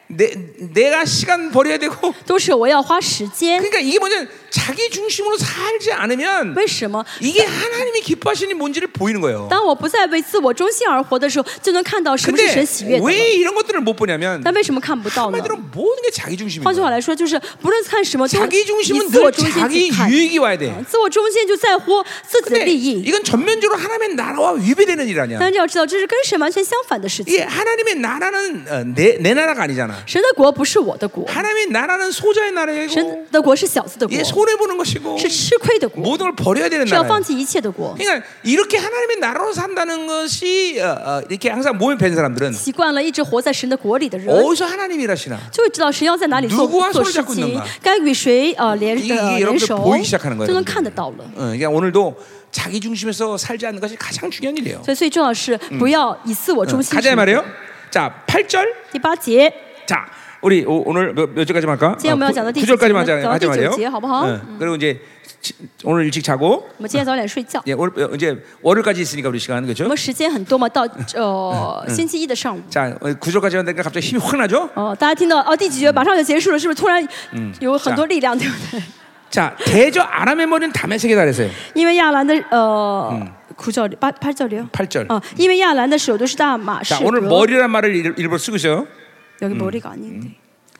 S1: 내, 내가 시간 버려야 되고
S2: 都是我要花时间。
S1: 그러니까 이게 뭐냐면 자기 중심으로 살지 않으면
S2: 为什么？
S1: 이게 하나님이 기뻐하시는 뭔지를 보이는 거예요.
S2: 当我不再为自我中心而活的时候，就能看到什么是
S1: 근데
S2: 神喜悦的了。
S1: 왜 이런 것들을 못 보냐면
S2: 但为什么看不到呢？
S1: 한마디로 모든 게 자기 중심이에요.
S2: 换句话来说，就是不论看什么，都
S1: 자기
S2: 以
S1: 중심은
S2: 自我
S1: 늘
S2: 中心
S1: 자기
S2: 去看。
S1: 유익이 와야 돼.
S2: 自我中心就在乎自己的
S1: 어, 근데
S2: 利益，
S1: 이건 전면적으로 하나님의 나라와 위배되는 일 아니야.
S2: 但是要知道，这是跟神完全相反的事情。
S1: 이게 하나님의 나라는 어, 내, 내 나라가 아니잖아.
S2: 神的国不是我的国，
S1: 하나님의 나라는 소자의
S2: 神
S1: 나라이고
S2: 的国是小子的国
S1: 이 ， 손해 보는 것이고
S2: 是吃亏的国，
S1: 모든 걸 버려야 되는
S2: 是要
S1: 나라야.
S2: 放弃一切的国。
S1: 그러니까 이렇게 하나님의 나라로 산다는 것이 어, 어, 이렇게 항상 몸에 밴 사람들은
S2: 习惯了一直活在神的国里的人，
S1: 어디서 하나님 일하시나
S2: 就会知道神要在哪里做
S1: 누구와
S2: 做
S1: 손을
S2: 事
S1: 잡고
S2: 情
S1: 있는가 ，
S2: 该与谁呃联
S1: 이게
S2: 呃
S1: 이게
S2: 联
S1: 여러분들
S2: 手，
S1: 보이기 시작하는 거예요.
S2: 就能看
S1: 여러분들.
S2: 得到了。
S1: 어, 그러니까 오늘도 자기 중심에서 살지 않는 것이 가장 중요한 일이에요.
S2: 所以最重要的是不要以自我中心
S1: 嗯 가자 이 。
S2: 去
S1: 말이에요. 자, 8절.
S2: 第八节，
S1: 자, 우리 오, 오늘 몇, 몇 절까지 할까?
S2: 今天我们要讲到第九
S1: 9절까지 하자,
S2: 讲到
S1: 하자
S2: 第
S1: 말이에요.
S2: 九节，好不好？
S1: 응, 그리고 음. 이제 지- 오늘 일찍 자고
S2: 我们今天早点睡觉。
S1: 예, 월, 어, 이제 월요일까지 있으니까 우리 시간
S2: 我
S1: 그렇죠?
S2: 们时间很多嘛，到
S1: 嗯
S2: 呃星期一的上午。
S1: 자, 9절까지 한다니까 갑자기 힘이 확 나죠?
S2: 哦，大家听到哦，第几节马上就结束了，是不是突然
S1: 嗯
S2: 有很多力量，
S1: 啊
S2: 对不对？
S1: 자, 대저 아람의 머리는 담에 세개다 그랬어요.
S2: 因为亚兰的呃
S1: 嗯
S2: 苦教流八八教流
S1: 8절.
S2: 啊，因为亚兰的首都是大马士
S1: 자,
S2: 革。
S1: 오늘 머리란 嗯 말을 일- 일부러 쓰고 있어요.
S2: 여기머리가아닌데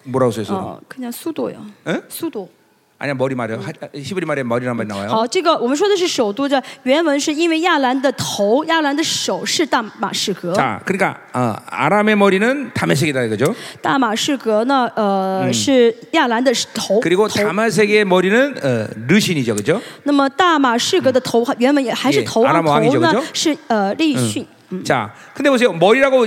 S1: 뭐라고 써있어
S2: 어그냥수도요
S1: 응?
S2: 수도
S1: 아니야, 머리 말이에요. 하- 히브리 말에 머리란 말이 나와요.
S2: 好，这个我们说的是首都，这原文是因为亚兰的头，亚兰的首是大马士革。
S1: 자, 그러니까 어, 아람의 머리는 담에 세개다 그죠?
S2: 大马士革呢，呃，是亚兰的
S1: 嗯
S2: 头。
S1: 그리고
S2: 头
S1: 다마색의 머리는 어, 르신이죠, 그죠?
S2: 那么大马士革的头原本也还是
S1: 예
S2: 头啊，
S1: 아람王
S2: 头
S1: 이죠그
S2: 呢
S1: 죠
S2: 是呃利逊。
S1: 嗯 자, 근데 보세요. 머리라고 어,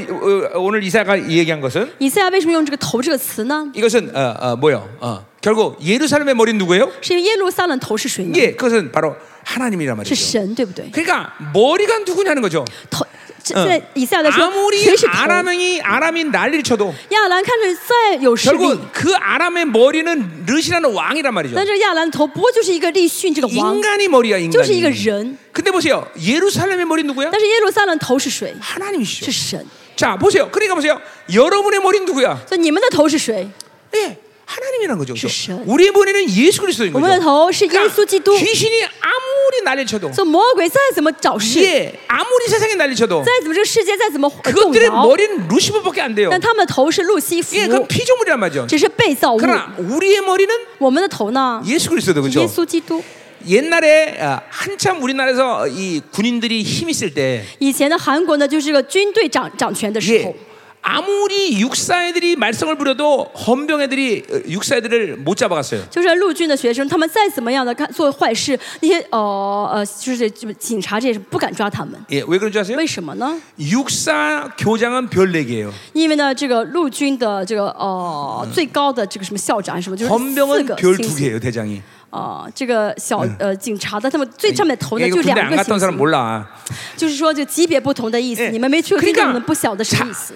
S1: 어, 오늘 이사가 이 얘기한 것은
S2: 以赛亚为什么用这个“头”这个词呢？
S1: 이것은 어, 어, 뭐요? 어, 결국 예루살렘의 머리는 누구예요?
S2: 是因为耶路撒冷头是谁呢？
S1: 예, 그것은 바로 하나님이란
S2: 是
S1: 말이죠.
S2: 神，对不对？
S1: 그러니까 머리가 누구냐는 거죠.
S2: 头，这现
S1: 嗯
S2: 在以赛亚来说，
S1: 아무리
S2: 谁是头？
S1: 아람이 아람이 난리를 쳐도
S2: 亚兰看着再有实力，
S1: 결국 그 아람의 머리는 르시라는 왕이란 말이죠.
S2: 但是亚兰头不过就是一个利逊这个王，
S1: 인간이 머리야
S2: 就是一个
S1: 인간이.
S2: 人。
S1: 근데 보세요. 예루살렘의 머리 누구야?
S2: 但是耶路撒冷头是谁？是
S1: 하나님이시죠.
S2: 神。
S1: 자, 보세요. 그러니까 보세요. 여러분의 머리 누구야?
S2: 所以你们的头是谁？
S1: 예, 하나님이란 거죠. 그죠?
S2: 주신.
S1: 우리의 머리는 예수 그리스도인 거죠.
S2: 우리의 머리는 예수
S1: 그러니까
S2: 그리스도.
S1: 귀신이 아무리 난리 쳐도
S2: 所以魔鬼再怎么找事，
S1: 예, 아무리 세상에 난리 쳐도
S2: 再怎么这个世界再怎么动
S1: 그것들의
S2: 摇，
S1: 머리는 루시퍼밖에 안 돼요.
S2: 但他们的头是路西弗，
S1: 예, 그건 피조물이란 말이죠.
S2: 只是被造物。
S1: 그러나 우리의 머리는
S2: 我们的头呢？
S1: 예수 그리스도도
S2: 耶
S1: 그죠?
S2: 稣基督。
S1: 옛날에 아, 한참 우리나라에서 이 군인들이 힘 있을 때
S2: 以前的韩国呢，就是个军队掌掌权的时候
S1: 예, ， 아무리 육사애들이 말썽을 부려도 헌병애들이 어, 육사애들을 못 잡아갔어요.
S2: 就是陆军的学生，他们再怎么样的干做坏事，那些呃呃，就是就是警察这也是不敢抓他们。
S1: 예, 왜 그런 줄 아세요?
S2: 为什么呢？
S1: 육사 교장은 별내기예요. 네
S2: 因为呢，这个陆军的这个呃最高的这个什么校长还是什么，就是四
S1: 헌병은
S2: 个
S1: 별
S2: 星
S1: 두
S2: 星
S1: 개예요, 대장이.
S2: 啊，这个小呃警察的他们最上面头
S1: 예,
S2: 呢就
S1: 이거
S2: 哎两
S1: 군대 안
S2: 个星
S1: 갔던 사람
S2: 星，
S1: 몰라.
S2: 就是说就级别不同的意思
S1: 예。
S2: 你们没去过
S1: 그러니까
S2: 军队，你们不晓得什么意思。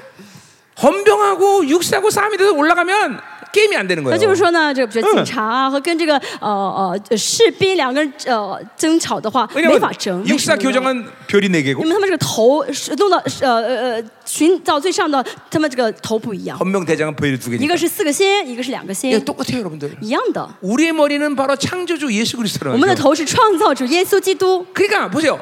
S1: 헌병하고 육사하고 싸움이 돼서 올라가면 게임이 안 되는
S2: 那
S1: 거예요.
S2: 就是说呢，这个比如说
S1: 嗯
S2: 警察啊和跟这个呃呃士兵两个人呃争吵的话，没
S1: 왜냐면
S2: 法争。为
S1: 육사
S2: 什哎么呢
S1: 교장은 별이 네 개고
S2: 因为他们这个头是弄到呃呃呃寻找最上的，他们这个头不一样，
S1: 헌병 대장은 별이 두
S2: 一哎
S1: 개니까.
S2: 个是四个心，一个是两个心
S1: 예, ， 똑같아요, 여러분들.
S2: 一样的。
S1: 우리의 머리는 바로 창조주 예수
S2: 我们的
S1: 그리스도라는 거예요.
S2: 头是创造主耶稣基督，
S1: 그러니까 보세요.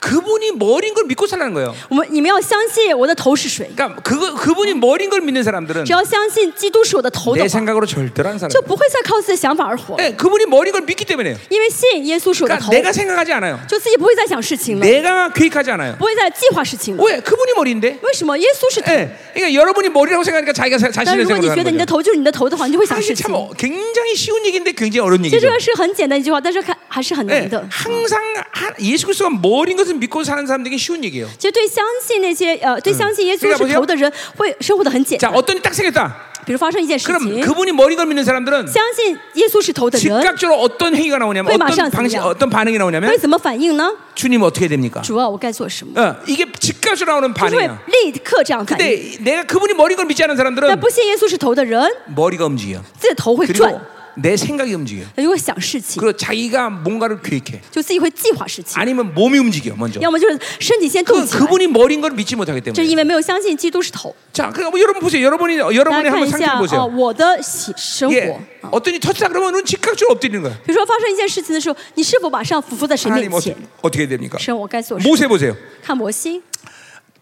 S1: 그분이 머리인 걸 믿고 살라는 거예요.
S2: 我们你们要相信我的头是谁，
S1: 그러니까 그 그분이 머리인 걸 믿는 사람들은
S2: 只要相信基督是我的头的
S1: 내
S2: 话，
S1: 생각으로 절대로 안 살아요.
S2: 就不会再靠自己的想法而活，
S1: 예, 그분이 머리인 걸 믿기 때문에요.
S2: 因为信耶稣是我的
S1: 그러니까
S2: 头，
S1: 내가 생각하지 않아요.
S2: 就自己不会再想事情了，
S1: 내가 계획하지 않아요.
S2: 不会再计划事情了。
S1: 왜 그분이 머리인데?
S2: 为什么耶稣是头？
S1: 예, 그러니까 여러분이 머리라고 생각하니까 자기가 자-
S2: 但
S1: 자신을
S2: 如果你
S1: 생각하는
S2: 觉得你的
S1: 거죠.
S2: 头就是你的头的话，你就会想
S1: 사실
S2: 事
S1: 참
S2: 情。
S1: 어, 굉장히 쉬운 얘기인데 굉장히 어려운
S2: 其实这
S1: 얘기죠.
S2: 个是很简单一句话，但是看还是很
S1: 예,
S2: 难的。
S1: 항상 하- 예수 그리스도가 머리인 것을 믿고 사는 사람들에게 쉬운 얘기예요.
S2: 其实对相信那些呃，对相信耶稣
S1: 这个不
S2: 是
S1: 行
S2: 头的人，会生活的很简单。
S1: 자, 어떤 일이 딱 생겼다.
S2: 比如发生一件事
S1: 그럼
S2: 情，
S1: 그분이 머리인 걸 믿는 사람들은
S2: 相信耶稣是头的人
S1: 즉각적으로 어떤 행위가 나오냐면
S2: 회마
S1: 어떤
S2: 시한스
S1: 방식,
S2: 그냥.
S1: 어떤 반응이
S2: 会
S1: 나오냐면
S2: 怎么反应呢？
S1: 주님 어떻게 됩니까?
S2: 主啊，我该做什么？
S1: 어, 이게 즉각적으로 나오는
S2: 就是会
S1: 반응이야.
S2: 立刻这样反应。
S1: 근데 내가 그분이 머리인 걸 믿지 않은
S2: 但
S1: 사람들은
S2: 不信耶稣是头的人，
S1: 머리가 움직여.
S2: 自己的头会
S1: 뭐- 그리고
S2: 转，
S1: 내 생각이 움직여.
S2: 他就会想事情，
S1: 그리고 자기가 뭔가를 계획해.
S2: 就自己会计划事情，
S1: 아니면 몸이 움직여 먼저.
S2: 要么就是身体先动
S1: 그
S2: 起来。
S1: 그분이 머리인 걸 믿지 못하기
S2: 这是
S1: 때문에.
S2: 因为没有相信基督是头。
S1: 자, 그러니까 뭐 여러분 보세요. 여러분이
S2: 大
S1: 여러분의
S2: 家看一
S1: 한번 상태
S2: 下啊、
S1: 보세요.
S2: 我的喜生活
S1: 예,
S2: 啊。
S1: 어, 어떤 일이 터졌다 그러면 우리는 즉각적으로 엎드리는 거야.
S2: 比如说发生一件事情的时候，你是否马上俯伏在神面
S1: 하나님
S2: 前
S1: 어떻게, ？ 어떻게 됩니까?
S2: 神，我该做什么？
S1: 모세 보세요.
S2: 看摩西，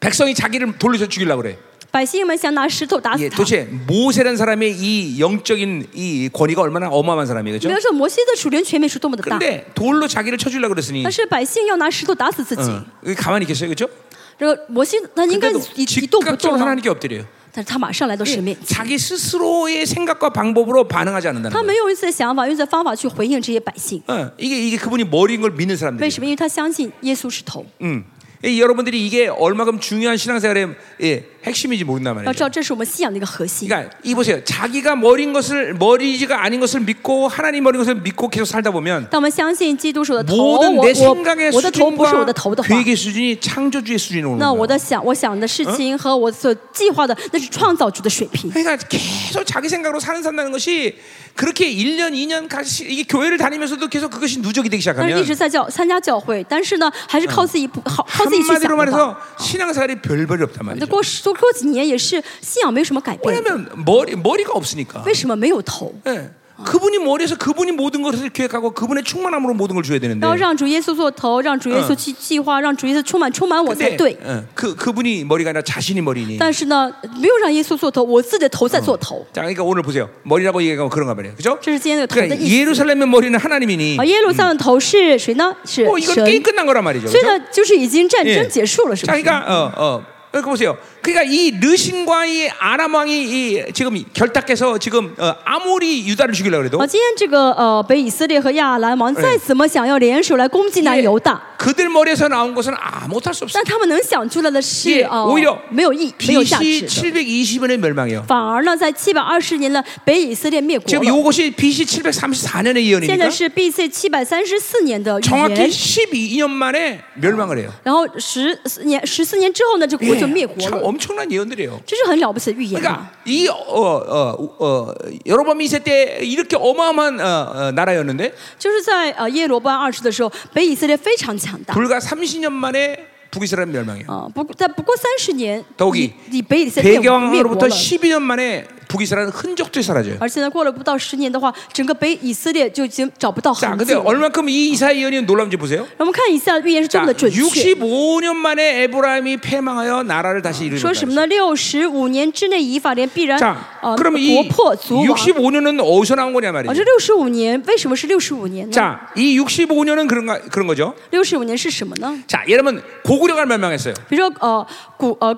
S1: 백성이 자기를 돌려서 죽이려고 그래.
S2: 百姓们想拿石头打
S1: 예,
S2: 死他。
S1: 도대체 모세라는 사람의 이 영적인 이 권위가 얼마나 어마어마한 사람이에요.
S2: 你
S1: 그
S2: 要
S1: 죠
S2: 说摩西的属灵权柄是多么的大，
S1: 근데 돌로 자기를 쳐 주려고 그랬으니
S2: 但是百姓要拿石头打死自己。
S1: 어, 여기 가만히 있겠어요. 그렇죠?
S2: 这个摩西他应该
S1: 근데도
S2: 一一动不
S1: 즉각적으로
S2: 动啊，
S1: 하나님께 엎드려요.
S2: 但是他马上来到神面前，
S1: 자기 스스로의 생각과 방법으로 반응하지 않는다는
S2: 他
S1: 거예요.
S2: 没有用自己的想法，用自己的方法去回应这些百姓。
S1: 어, 이게 이게 그분이 머리인 걸 믿는
S2: 为
S1: 사람들이.
S2: 什么？因为他相信耶稣是头。
S1: 음. 이 여러분들이 이게 얼마큼 중요한 신앙생활의 예, 핵심인지 모른단
S2: 要
S1: 말이에요.
S2: 知道，这是我们信仰的一个核心。
S1: 그러니까 이 보세요. 자기가 머리인 것을 머리지가 아닌 것을 믿고 하나님 머리인 것을 믿고 계속 살다 보면
S2: 当我们相信基督是我的头，我
S1: 모든 내
S2: 我
S1: 생각의
S2: 我的头不是我的头的
S1: 수준과
S2: 话，
S1: 계획의 수준이 창조주의 수준으로 오는
S2: 那我
S1: 거예요.
S2: 的想我想的事情和我所计划的，那是创造主的水平。
S1: 그러니까 계속 자기 생각으로 사는 산다는 것이 그렇게 1년, 2년 같이 이게 교회를 다니면서도 계속 그것이 누적이 되기
S2: 但是一
S1: 시작하면
S2: 直在教参加教会，但是呢，还是靠自己不好靠自己去想
S1: 嗯 한마디로
S2: 的话。
S1: 말해서 신앙생활이 별별이 없단
S2: 那
S1: 말이죠.
S2: 过十多过几年也是信仰没有什么改变，
S1: 왜냐하면 머리 머리가 없으니까.
S2: 为什么没有头？
S1: 예. 그분이 머리에서 그분이 모든 것을 계획하고 그분의 충만함으로 모든 걸 줘야 되는데.
S2: 要让主耶稣做头，让主耶
S1: 嗯
S2: 稣去计划，让主耶稣充满充满我才
S1: 근데
S2: 对。 네.
S1: 예, 그 그분이 머리가 아니라 자신이 머리니.
S2: 但是呢，没有让耶稣做头，我自己的头在做头，
S1: 자, 그러니까 오늘 보세요. 머리라고 얘기하면 그런가 말이에요. 그죠?
S2: 这是今天的头的
S1: 그러니까
S2: 意思。
S1: 예루살렘의 머리는 하나님이니.
S2: 啊，耶路撒冷头是谁呢？是
S1: 어, 이건
S2: 神。
S1: 게임 끝난 거란 말이죠.
S2: 所以
S1: 그죠?
S2: 呢，就是已经嗯战
S1: 예
S2: 争结束了，是不
S1: 자,
S2: 是？
S1: 그러니까 어, 어. 그러니까 보세요. 그러니까 이 르신과 이 아람 왕이 이 지금 결탁해서 지금 어, 아무리 유다를 죽이려고 그래도
S2: 啊，今天这个呃，北以色列和亚兰王再怎么想要联手来攻击南
S1: 이게
S2: 犹大，
S1: 그들 머리에서 나온 것은 아 못할 수 없어.
S2: 但他们能想出来的是
S1: 예
S2: 哦、
S1: 오히려
S2: 没有意没有价
S1: BC
S2: 值的，
S1: 720년의 멸망이에요.
S2: 反而呢，在七百二十年的北以色列灭国
S1: 지금
S2: 了。
S1: 이것이 BC 734년의
S2: 现在
S1: 예언이니까
S2: 是 B.C. 七百三十四年的预
S1: 정확히
S2: 言，
S1: 12년 만에 멸망을 해요.
S2: 然后十四年十四年之后呢，这
S1: 예.
S2: 国就灭国
S1: 참
S2: 了，
S1: 엄청난 예언들이에요.
S2: 这是很哎了不起的预言啊！
S1: 그러니까 이 어, 어, 어, 여로밤이 있을 때 이렇게 어마어마한 어, 어, 나라였는데
S2: 就是在呃耶罗波安二世的时候，北以色列非常强大。呃
S1: 불과 30년 만에 북이스라엘 멸망이에요.
S2: 啊、不，但不过三十年，
S1: 더욱이
S2: 以以北以色列灭
S1: 배경으로부터
S2: 国了。
S1: 12년 만에 북이스라엘은 흔적도
S2: [laughs]
S1: 사라져요.
S2: 而现在过了不到十年的话，整个北以色列就已经找不到
S1: 자,
S2: 痕迹
S1: 근데
S2: 了。
S1: 얼만큼 이 이사 예언이 놀라운지 보세요.
S2: 我们看一下预言是
S1: 자,
S2: 多么的准确。
S1: 65년 만에 에브라임이 패망하여 나라를 아, 다시
S2: 说
S1: 이루는
S2: 什么呢？六十五年之内，以法莲必然
S1: 자,
S2: 呃国
S1: 그러면 이
S2: 破族亡。
S1: 65년은 어디서 나온 거냐
S2: 啊，这
S1: 말이죠.
S2: 六十五年为什么是六十五年呢？
S1: 자, 이 65년은 그런가 그런 거죠.
S2: 六十五年是什么呢？
S1: 자, 여러분 고구려가 멸망했어요.
S2: 比如说呃古呃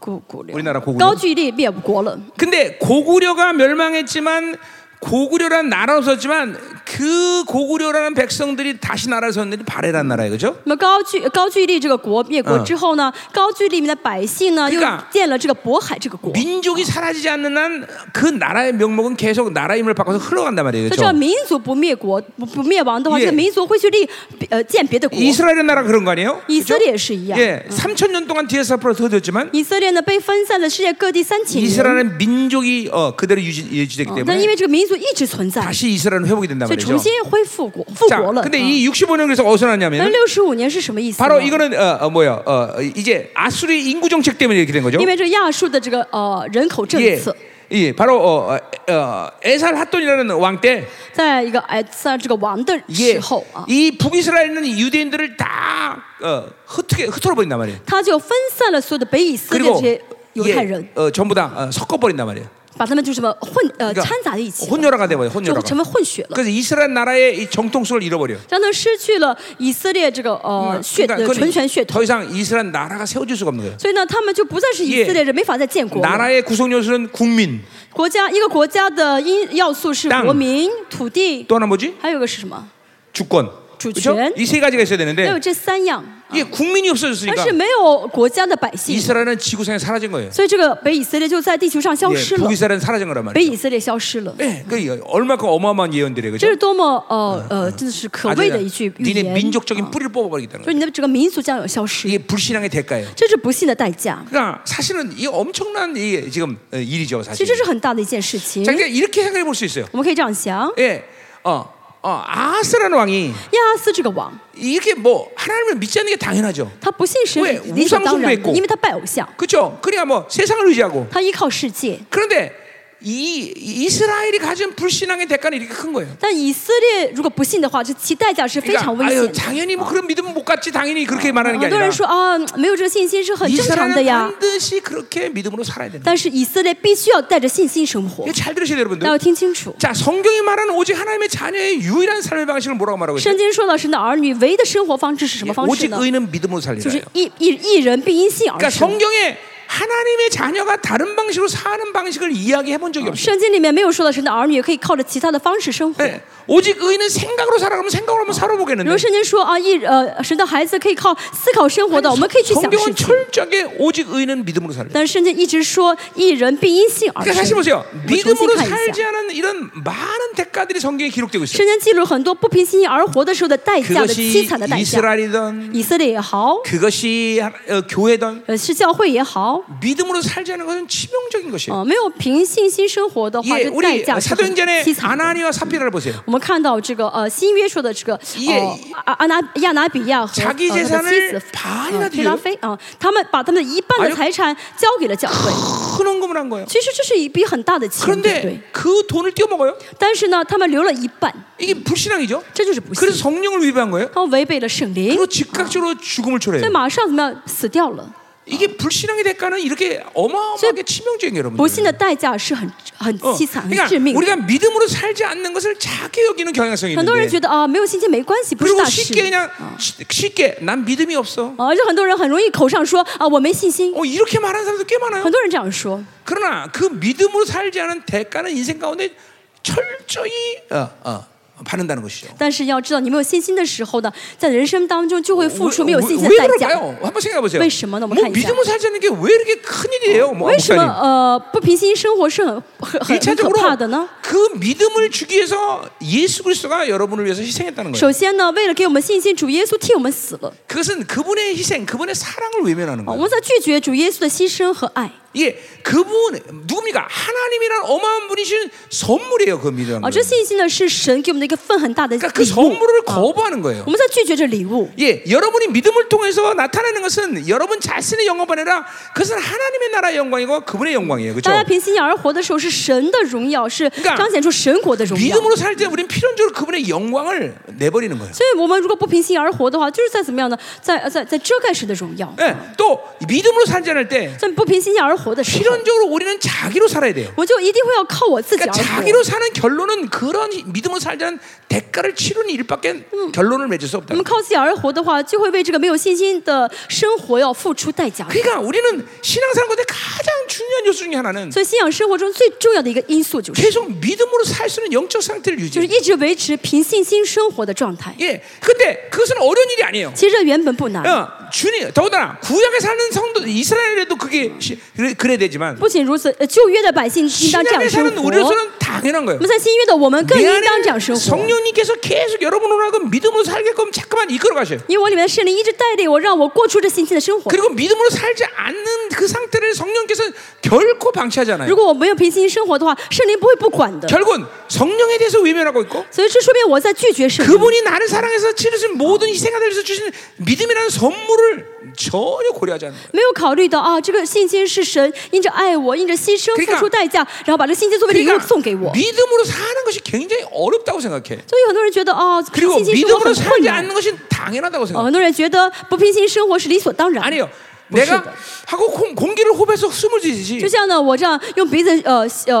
S2: 古古
S1: 우리나라
S2: 流
S1: 고구려
S2: 高句丽灭国了，
S1: 근데 고구려가 멸망했지만 고구려란 나라는 없었지만 그 고구려라는 백성들이 다시 나라를 섰는데 바레란 나라예요. 그죠?
S2: 那么高句高句丽这个国灭国之后呢，高句丽里面的百姓呢
S1: 그러
S2: 又
S1: 니까
S2: 建了这个渤海这个国。
S1: 민족이 사라지지 않는 한 그 나라의 명목은 계속 나라의 힘을 바꿔서 흘러간단 말이에요.
S2: 那这
S1: 그죠?
S2: 民族不灭国不不灭亡的话，
S1: 예
S2: 这个民族会去立呃建别的国。
S1: 이스라엘의 나라가 그런 거 아니에요?
S2: 以色列也是一样。
S1: 예, 3천 년 동안 뒤에서 앞으로 터졌지만
S2: 以色列呢被分散在世界各地三千年，
S1: 이스라엘은 민족이 어, 그대로 유지, 유지되기
S2: 那因
S1: 때문에
S2: 为这个民族一直存在，
S1: 다시 이스라엘은 회복이 된단
S2: 所以
S1: 말이죠.
S2: 重新恢复国复
S1: 자,
S2: 国了。
S1: 근데
S2: 嗯
S1: 이 65년 그래서 어디서
S2: 那
S1: 나냐면
S2: 六十五年是什么意思呢？
S1: 바로 이거는 어, 어, 뭐야? 어, 이제 아수리 인구 정책 때문에 이렇게 된 거죠.
S2: 因为这亚述的这个呃人口政
S1: 예,
S2: 策，
S1: 예, 바로 어, 어, 어, 에살 핫돈이라는 왕 때,
S2: 在一个哎在这个王的
S1: 예,
S2: 时候啊，
S1: 이 북이스라엘 있는 유대인들을 다 어, 흩게 흩어져 버린단 말이에요.
S2: 他就分散了所有的北以色列这
S1: 그리고
S2: 些犹
S1: 예,
S2: 太人，
S1: 어, 전부 다 어, 섞어 버린단 말이에요.
S2: 把他们就什么混呃掺
S1: 그러니까
S2: 杂在一起了，
S1: 혼혈아가 돼버려,
S2: 就
S1: 혼혈아가.
S2: 成为混血了。
S1: 그래서 이스라엘 나라의 이 정통성을 잃어버려. 요
S2: 让他们失去了以色列这个
S1: 어,
S2: 呃血的纯权血统，
S1: 더 이상 이스라엘 나라가 세워질 수가 없는 거예요.
S2: 所以呢，他们就不再是以色列人，没法再建国了。
S1: 나라의 구성 요소는 국민,
S2: 国家一个国家的因要素是
S1: 땅
S2: 国民、土地，
S1: 또 하나 뭐지?
S2: 还有一个是什么？
S1: 주권.
S2: 주권.
S1: 이 세 가지가 있어야
S2: 还有
S1: 되는데
S2: 这三样，
S1: 이게 국민이
S2: 但
S1: 없어졌으니까
S2: 是没有国家的百姓，
S1: 이스라엘은 지구상에 사라진 거예요.
S2: 所以这个北以色列就在地球上消
S1: 예,
S2: 失了，
S1: 북이스라엘은 사라진 거란 말이에요.
S2: 北以色列消失了。
S1: 네, 그 얼마큼 어마어마한 예언들이에요,
S2: 这
S1: 그죠?
S2: 是多么呃呃，真的是可
S1: 그러니까 아주 어.
S2: 畏的一句预
S1: 니네
S2: 言，
S1: 민족적인 뿌리를 뽑아버리겠다는 거예요.
S2: 就是你的整个民族将要消失，
S1: 이게 불신앙의 대가예요.
S2: 这是不幸的代价。
S1: 그러니까 사실은 이게 엄청난 이게 지금 어, 일이죠,
S2: 其
S1: 사실.
S2: 实这
S1: 자
S2: 是很大的一件事情，
S1: 그러니까 이렇게 생각해 볼 수 있어요.
S2: 我们可以这样想：
S1: 예, 어, 어, 아하스라는 왕이
S2: 亚斯这个王，
S1: 이렇게 뭐 하나님을 믿지 않는 게 당연하죠.
S2: 他不信神
S1: 왜
S2: 是理所当
S1: 우상숭배했
S2: 然的，
S1: 고
S2: 因为他拜偶像，
S1: 그렇죠? 그래야 뭐 세상을 의지하고.
S2: 他依靠世界。
S1: 그런데 이 이- 이스라엘이 가진 불신앙의 대가는 이렇게 큰 거예요.
S2: 但以色列如果不信的话，这其代价是非常
S1: 그러니까
S2: 危险
S1: 아유,
S2: 的。
S1: 당연히 뭐 그런 믿음은 못 갖지 당연히 그렇게 말하는 게
S2: 很
S1: 아니라
S2: 多人说啊，没有这个信心是很正常的
S1: 이스라엘은
S2: 呀。
S1: 반드시 그렇게 믿음으로 살아야 된다.
S2: 但是以色列必须要带着信心生活
S1: 이거 ，잘 들으셔야 돼요, 여러분들.
S2: 大家要听清楚。
S1: 자, 성경이 말하는 오직 하나님의 자녀의 유일한 삶의 방식을 뭐라고 말하고 있어요?
S2: 圣经说到神的儿女唯一的生活方式是什么方式
S1: 오직
S2: 呢？
S1: 의는 믿음으로 살리라.
S2: 就是一一一人必因信而
S1: 그러니까
S2: 生。
S1: 성경에 하나님의 자녀가 다른 방식으로 사는 방식을 이야기해 본 적이 없어요.
S2: 圣经里面没有说到神的儿女也可以靠着其他的方式生活。
S1: 아, 네. 오직 의는 생각으로 살아가면 생각으로 한번
S2: 如
S1: 살아보겠는데
S2: 果圣经说啊，一呃神的孩子可以靠思考生活的，我们可以去想事
S1: 성경은
S2: 情。
S1: 철저하게 오직 의는 믿음으로 살리라.
S2: 但是圣经一直说一人必因信而
S1: 그러니까
S2: 生。
S1: 사실
S2: 我
S1: 보세요.
S2: 们重新
S1: 믿음으로
S2: 看一
S1: 살지
S2: 下，
S1: 않은 이런 많은 대가들이 성경에 기록되고 있어요.
S2: 圣经记录很多不凭信心而活的时候的代价的
S1: 그것이
S2: 凄惨的代价。
S1: 이스라엘이든
S2: 以色列也好，
S1: 그것이 하- 어, 교회든
S2: 呃是教会也好，
S1: 믿음으로 살지 않은 것은 치명적인 것이에요.
S2: 呃没有凭信心生活的话，
S1: 예,
S2: 这代
S1: 우리
S2: 价是很
S1: 사도행전의
S2: 凄惨的。
S1: 아나니와 사피라를 보세요.
S2: 我们看到这个呃新约说的这个
S1: 예
S2: 呃阿阿拿亚拿比亚和
S1: 자기
S2: 呃
S1: 재산을
S2: 他的
S1: 반이
S2: 妻子
S1: 나 드려
S2: 呃菲
S1: 요
S2: 拉菲啊、他们把他们的一半
S1: 아주
S2: 的财产交给了教会。
S1: 큰 원금을 한 거예요.
S2: 其实这是一笔很大的钱，对不对
S1: 그런데 ？그 돈을 떼어먹어요.
S2: 但是呢，他们留了一半，
S1: 이게 불신앙이죠. 네.
S2: 这就是不信
S1: 그래서 ， 성령을 위배한 거예요.
S2: 他们违背了圣灵，
S1: 그리고 즉각적으로 죽음을
S2: 所以
S1: 초래해요.
S2: 马上怎么样死掉了？
S1: 이게 불신앙의 대가는 이렇게 어마어마하게 치명적인 거예요, 여러분.
S2: 不信的代价是很很
S1: 어,
S2: 凄惨、很
S1: 그러니까
S2: 致命的。
S1: 哦 우리가 믿음으로 살지 않는 것을 작게 여기는 경향성이
S2: 很多人
S1: 있는데 어.
S2: 觉得啊，没有信心没关系，不是
S1: 그리고
S2: 大事
S1: 쉽게 。 그냥 시- 쉽게 난 믿음이 없어.
S2: 啊，而且很多人很容易口上说啊，我没信心。
S1: 어 이렇게 말하는 사람도 꽤 많아요.
S2: 很多人这样说，
S1: 그러나 그 믿음으로 살지 않은 대가는 인생 가운데 철저히 어, 어, 받는다는 것이죠.
S2: 但是要知道，你没有信心的时候呢，在人生当中就会付出没有信心
S1: 왜
S2: 的代价。
S1: 그럴까요? 한번 생각해 보세요.
S2: 왜 심어? 한번
S1: 뭐
S2: 가보자.
S1: 믿음으로 살지 않는 게 왜 이렇게 큰 일이에요? 뭐
S2: 为什么
S1: 목사님.
S2: 呃不凭信心生活是很很很很可
S1: 일차적으로
S2: 怕的呢？
S1: 그 믿음을 주기 위해서 예수 그리스도가 여러분을 위해서 희생했다는 거예요.
S2: 首先呢，为了给我们信心，主耶稣替我们死了。
S1: 그것은 그분의 희생, 그분의 사랑을 외면하는
S2: 啊我
S1: 거예요.
S2: 们在拒绝主耶稣的牺牲和爱。
S1: 이게 그분 누굽니까? 하나님이란 어마한 분이신 선물이에요, 그 믿음.
S2: 啊，这信心呢是神给我们的一个份很大的礼
S1: 그러니까 그
S2: 物。
S1: 선물을 거부하는 거예요.
S2: 我们在拒绝这礼物。
S1: 예, 여러분이 믿음을 통해서 나타나는 것은 여러분 자신의 영광뿐 아니라 그것은 하나님의 나라의 영광이고 그분의 영광이에요.
S2: 大家
S1: 그렇죠?
S2: 凭信仰而活的时候，是神的荣耀，是
S1: 그러니까
S2: 彰显出神国的荣耀。
S1: 믿음으로 살 때 우리는 필연적으로 그분의 영광을 내버리는 거예요.
S2: 所以，我们如果不凭信仰而活的话，就是在怎么样呢？在呃在在遮盖神的荣耀。
S1: 예, 또 믿음으로 살지 않을 때
S2: 在不凭信仰而活的时候，
S1: 필연적으로 우리는 자기로 살아야 돼요.
S2: 我就一定会要靠我自己而
S1: 그러니까
S2: 活
S1: 자기로 。 사는 결론은 그런 믿음으로 살자는 대가를 치르는 일밖에 결론을 맺을 수 없다.
S2: 我们靠自己而活的话，就会为这个没有信心的生活要付出代价。
S1: 그러니까 우리는 신앙생활 가운데 가장 중요한 요소 중에 하나는
S2: 所以，信仰生活中最重要的一个因素就是，
S1: 계속 믿음으로 살 수 있는 영적 상태를
S2: 就是
S1: 유지.
S2: 一直维持凭信心生活的状态。
S1: 예, 근데 그것은 어려운 일이 아니에요.
S2: 其实这原本不难，
S1: 어, 주님, 더군다나 구약에 사는 성도 이스라엘에도 그게 시- 그래, 그래야 되지만
S2: 不仅如此，呃旧约的百姓应当这样
S1: 신약에
S2: 生
S1: 사는
S2: 活。
S1: 우리로서는 당연한 거예요.
S2: 我们在新约的我们更
S1: 내
S2: 应当这样生
S1: 안에
S2: 活，
S1: 성령님께서 계속 여러분으로 하여금 믿음으로 살게끔 자꾸만 이끌어 가셔요.
S2: 因为我里面的圣灵一直带领我，让我过出这信心的生活。
S1: 그리고 믿음으로 살지 않는 그 상태를 성령께서 결코 방치하지
S2: 如
S1: 않아요.
S2: 果我没有凭信心生活的话，圣灵不会不管的。
S1: 결국은 성령에 대해서 외면하고 있고
S2: 所以这说明我在拒绝圣灵。
S1: 그분이 나를 사랑해서 치르신 모든 희생하다 해서 주신 믿음이라는 선물을 전혀 고려하지 않는 거예요.
S2: 没有考虑到啊，这个信心是神因着爱我，因着牺牲
S1: 그러니까
S2: 付出代价，然后把这信心作为礼物
S1: 그러니까
S2: 送给我。
S1: 믿음으로 사는 것이 굉장히 어렵다고 생각해.
S2: 所以很多人觉得啊，
S1: 그리고
S2: 凭信心生活
S1: 믿음으로
S2: 很困
S1: 살지
S2: 难。
S1: 않는 어, 것이 당연하다고
S2: 哦
S1: 생각해.
S2: 很多人觉得不凭信心生活是理所当然。
S1: 아니에요.
S2: 不是的。
S1: 내가 하고 공, 공기를 호흡해서 숨을
S2: 就
S1: 쉬듯이
S2: 像呢，我这样用鼻子呃吸呃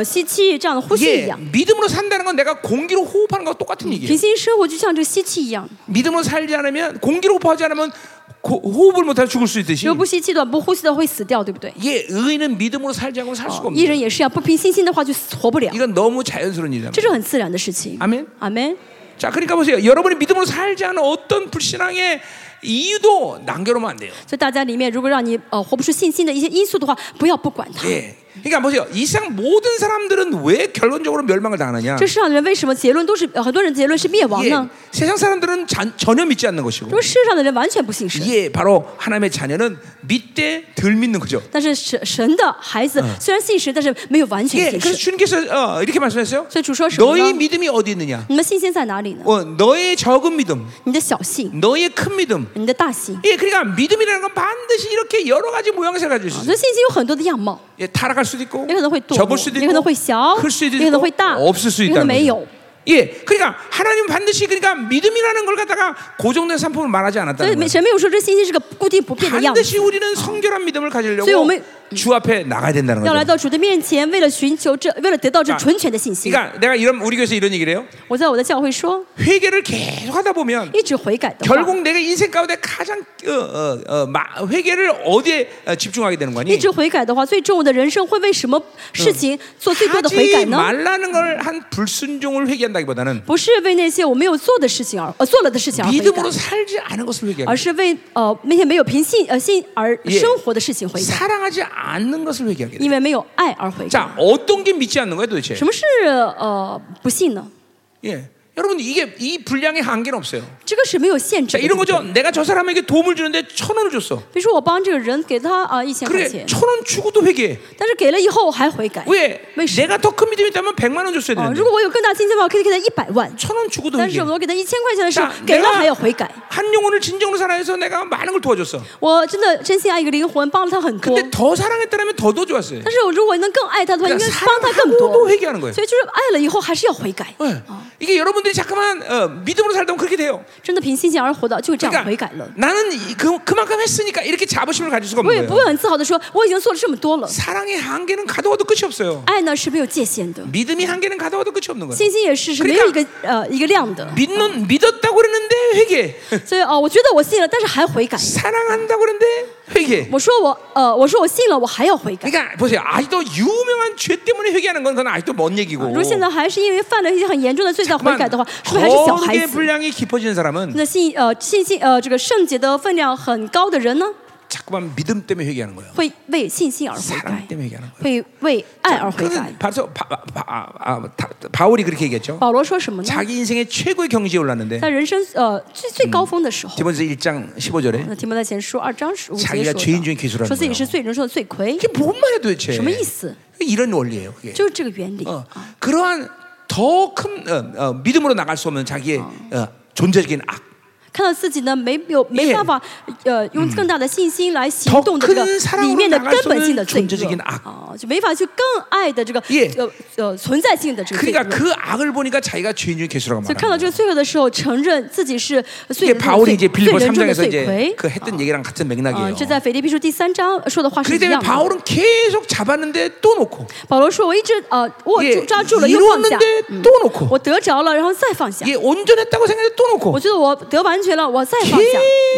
S2: 呃吸气这样的呼吸一
S1: 이게
S2: 样，
S1: 예, 믿음으로 산다는 건 내가 공기로 호흡하는 것과 똑같은
S2: 凭
S1: 얘기예요.
S2: 信心生活就像这个吸气一样。
S1: 믿음으로 살지 않으면 공기로 호흡하지 않으면 고- 호흡을 못하고 죽을 수 있듯이
S2: 如果不吸气的话，不呼吸的话会死掉，对不对？
S1: 예, 의인은 믿음으로 살지 않고 살 수가
S2: 艺
S1: 없는
S2: 人也是一啊样，不凭信心的话就活不了，
S1: 이건 너무 자연스러운 일이다.
S2: 这是很自然的事情。
S1: 아멘.
S2: 阿门。
S1: 자, 그러니까 보세요. 여러분이 믿음으로 살지 않은 어떤 불신앙의 이유도 남겨놓으면 안 돼요.
S2: 所以大家里面，如果让你呃活不出信心的一些因素的话，不要不管它。
S1: 예. 그러니까 보세요. 이 세상 모든 사람들은 왜 결론적으로 멸망을 당하느냐?
S2: 这世上的人为什么结论都是呃很多人结论是灭亡
S1: 예.
S2: 呢？
S1: 세상 사람들은 잔- 전혀 믿지 않는
S2: 因
S1: 것이고.
S2: 为世上的人完全不信神。
S1: 예, 바로 하나님의 자녀는 믿되 덜 믿는 거죠.
S2: 但是神神的孩子虽然信神，但是没有完
S1: 예,
S2: 全信
S1: 그래서
S2: 神。
S1: 주님께서 어, 이렇게 말씀하셨어요.
S2: 所以主说什么
S1: 너희
S2: 呢？
S1: 믿음이 어디 있느냐?
S2: 你们信心在哪里呢？
S1: 어, 너의 적은 믿음,
S2: 你的小信，
S1: 너의 큰 믿음.
S2: 你的大信。
S1: 예, 그러니까 믿음이라는 건 반드시 이렇게 여러 가지 모양새를 가지고 있어요.
S2: 所以信心有很多的样貌，
S1: 예, 타락할 수도 있고,
S2: 也可能会堕
S1: 접을 수도
S2: 落，
S1: 있고,
S2: 也可能会小，
S1: 클 수도
S2: 也可能会
S1: 있고,
S2: 大，
S1: 없을 수도
S2: 也可能
S1: 있다는
S2: 没
S1: 거죠.
S2: 有。
S1: 예, 그러니까 하나님 은 반드시 그러니까 믿음이라는 걸 갖다가 고정된 상품을 말하지
S2: 所以
S1: 않았다는
S2: 没
S1: 거예요.
S2: 神没有说这信心是个固定不变的样子，
S1: 반드시 우리는 성결한 믿음을 가지려고
S2: 소용을-
S1: 주 앞에 나가야 된다는
S2: 要来
S1: 거죠.
S2: 到主的面前，为了寻求这，为了得到这纯全的信心。
S1: 그러니까 내가 이런 우리 교회에서 이런 얘기를 해요.
S2: 我在我的教会说，
S1: 회개를 계속 하다 보면
S2: 一直悔改的话，
S1: 결국 내가 인생 가운데 가장 어, 어, 어, 마- 회개를 어디에 어, 집중하게 되는
S2: 一
S1: 거니?
S2: 直悔改的话，最重要的人生会为什么事情做最多的悔改
S1: 하지
S2: 呢？
S1: 말라는 걸 한 불순종을 회개한다기보다는
S2: 不是为那些我没有做的事情而呃做了的事情而悔
S1: 믿음으로
S2: 改，
S1: 살지 아, 않은 것을 회개하고
S2: 而是为呃那些没有凭信呃信而
S1: 예
S2: 生活的事情悔改，
S1: 사랑하지 않는 것을 회개하게 돼.
S2: 因为没有爱而悔改。
S1: 자, 어떤 게 믿지 않는 거야 도대체?
S2: 什么是呃不信呢？
S1: 예. 여러분 이게 이 분량의 한계는 없어요.
S2: 这个是没有限制
S1: 자
S2: 的。
S1: 이런 거죠. 내가 저 사람에게 도움을 주는데 천 원을 줬어.
S2: 比如说我帮这个人给他啊一千块
S1: 그래
S2: 钱，
S1: 천 원 주고도 회개.
S2: 但是给了以后我还悔改。
S1: 왜
S2: 为什么？
S1: 내가 더 큰 믿음이 있다면 백만 원 뭐, 줬어야
S2: 啊，
S1: 되는데
S2: 如果我有更大信心的话，我可以给他一百万，
S1: 천 원 주고도
S2: 但是
S1: 회개.
S2: 我给他一千块钱的时候
S1: 자 ，
S2: 给了还
S1: 내가
S2: 要悔改。
S1: 한 영혼을 진정으로 사랑해서 내가 많은 걸 도와줬어.
S2: 我真的真心爱一个灵魂，帮了他很多。
S1: 근데 더 사랑했다면 더 더 좋았어요.
S2: 但是我如果能更爱他的话，
S1: 뭐?
S2: 应
S1: 그러니까
S2: 该帮他更多嗯
S1: 사랑하고도 。 회개하는 거예요.
S2: 所以就是爱了以后，还是要悔改。
S1: 예. 이게 여러분들이 잠깐만 어, 믿음으로 살다 보면 그렇게 돼요.
S2: 真的凭信心而活的，就是这样悔改
S1: 그러니까
S2: 了。
S1: 나는 이- 그, 그만큼 했으니까 이렇게 자부심을 가질 수가
S2: 我
S1: 없는
S2: 也不
S1: 거예요.
S2: 会很自豪的说，我已经做了这么多了。
S1: 사랑의 한계는 가둬도 끝이 없어요.
S2: 爱呢是没有界限的，
S1: 믿음이 한계는 가둬도 끝이 없는 거예요.
S2: 信心也是是没有一个呃一个量 [laughs] 的。
S1: 믿는 믿었다고 그랬는데 회개.
S2: 所以哦、我觉得我信了，但是还悔改。
S1: 사랑한다고 그랬는데 회개.
S2: 我说我呃，我说我信了，我还要悔改。
S1: 그러니까 보세요. 아직도 유명한 죄 때문에 회개하는 건 그건 아직도 먼 얘기고.
S2: 如果现在还是因为犯了一些很严重的罪在悔改的话，是不是还是小孩
S1: 거기에 네.
S2: 子？
S1: 분량이 깊어지는 사람은
S2: 那信呃信心呃这个圣洁的分量很高的人呢？
S1: 자꾸만 믿음 때문에 회개하는 거예요.
S2: 会为信心而悔
S1: 사랑
S2: 改，
S1: 때문에 회개하는 거예요.
S2: 会为爱而悔改
S1: 그는 。 바서 바, 바, 바, 아, 아, 다- 바울이 그렇게 얘기했죠.
S2: 保罗说什么呢？
S1: 자기 인생의 최고의 경지에 올랐는데
S2: 在人生呃最最高峰的时候，
S1: 디모데서 1장 15절에
S2: 那提摩太前书二章十五
S1: 자기가
S2: 节说
S1: 죄인중에기술하는
S2: 的，说自己是罪人中的罪魁，
S1: 이게 뭔 말이야 도대체?
S2: 什么意思？
S1: 이런 원리예요. 그게.
S2: 就是这个原理。
S1: 어, 그러한 더 큰 어, 어, 믿음으로 나갈 수 없는 자기의 어, 음, 존재적인 악,
S2: 看到自己呢没有没办法，呃，用更大的信心来行动的这个
S1: 더큰사랑으로
S2: 里面的根本性的罪
S1: 나갈수없는
S2: 恶
S1: 존재적인악 ，
S2: 哦，就没法去更爱的这个
S1: 예
S2: 呃呃存在性的这个罪
S1: 그러니까
S2: 恶。
S1: 그 악을 보니까 자기가 죄인 중에 개수라고
S2: 所以看到
S1: 말합니다.
S2: 这个罪恶的时候，承认自己是罪
S1: 이게
S2: 人中的
S1: 네, 바울이 이제
S2: 罪罪
S1: 빌리보
S2: 人中的
S1: 3장에서
S2: 罪
S1: 이제
S2: 魁。
S1: 그 했던 얘기랑 같은
S2: 啊、
S1: 맥락이에요.
S2: 这在腓立比书第三章说的话是
S1: 그렇기 어,
S2: 一
S1: 때문에
S2: 样的。
S1: 바울은 계속 잡았는데 또 놓고
S2: 保罗说：“我一直呃握
S1: 예
S2: 住抓住了又放下，嗯
S1: 이뤘는데 또 놓고
S2: 我得着了，然后再放下。
S1: 이게 어, 온전했다고 생각해도 또 놓고
S2: 我觉得我得完全了，我再放下，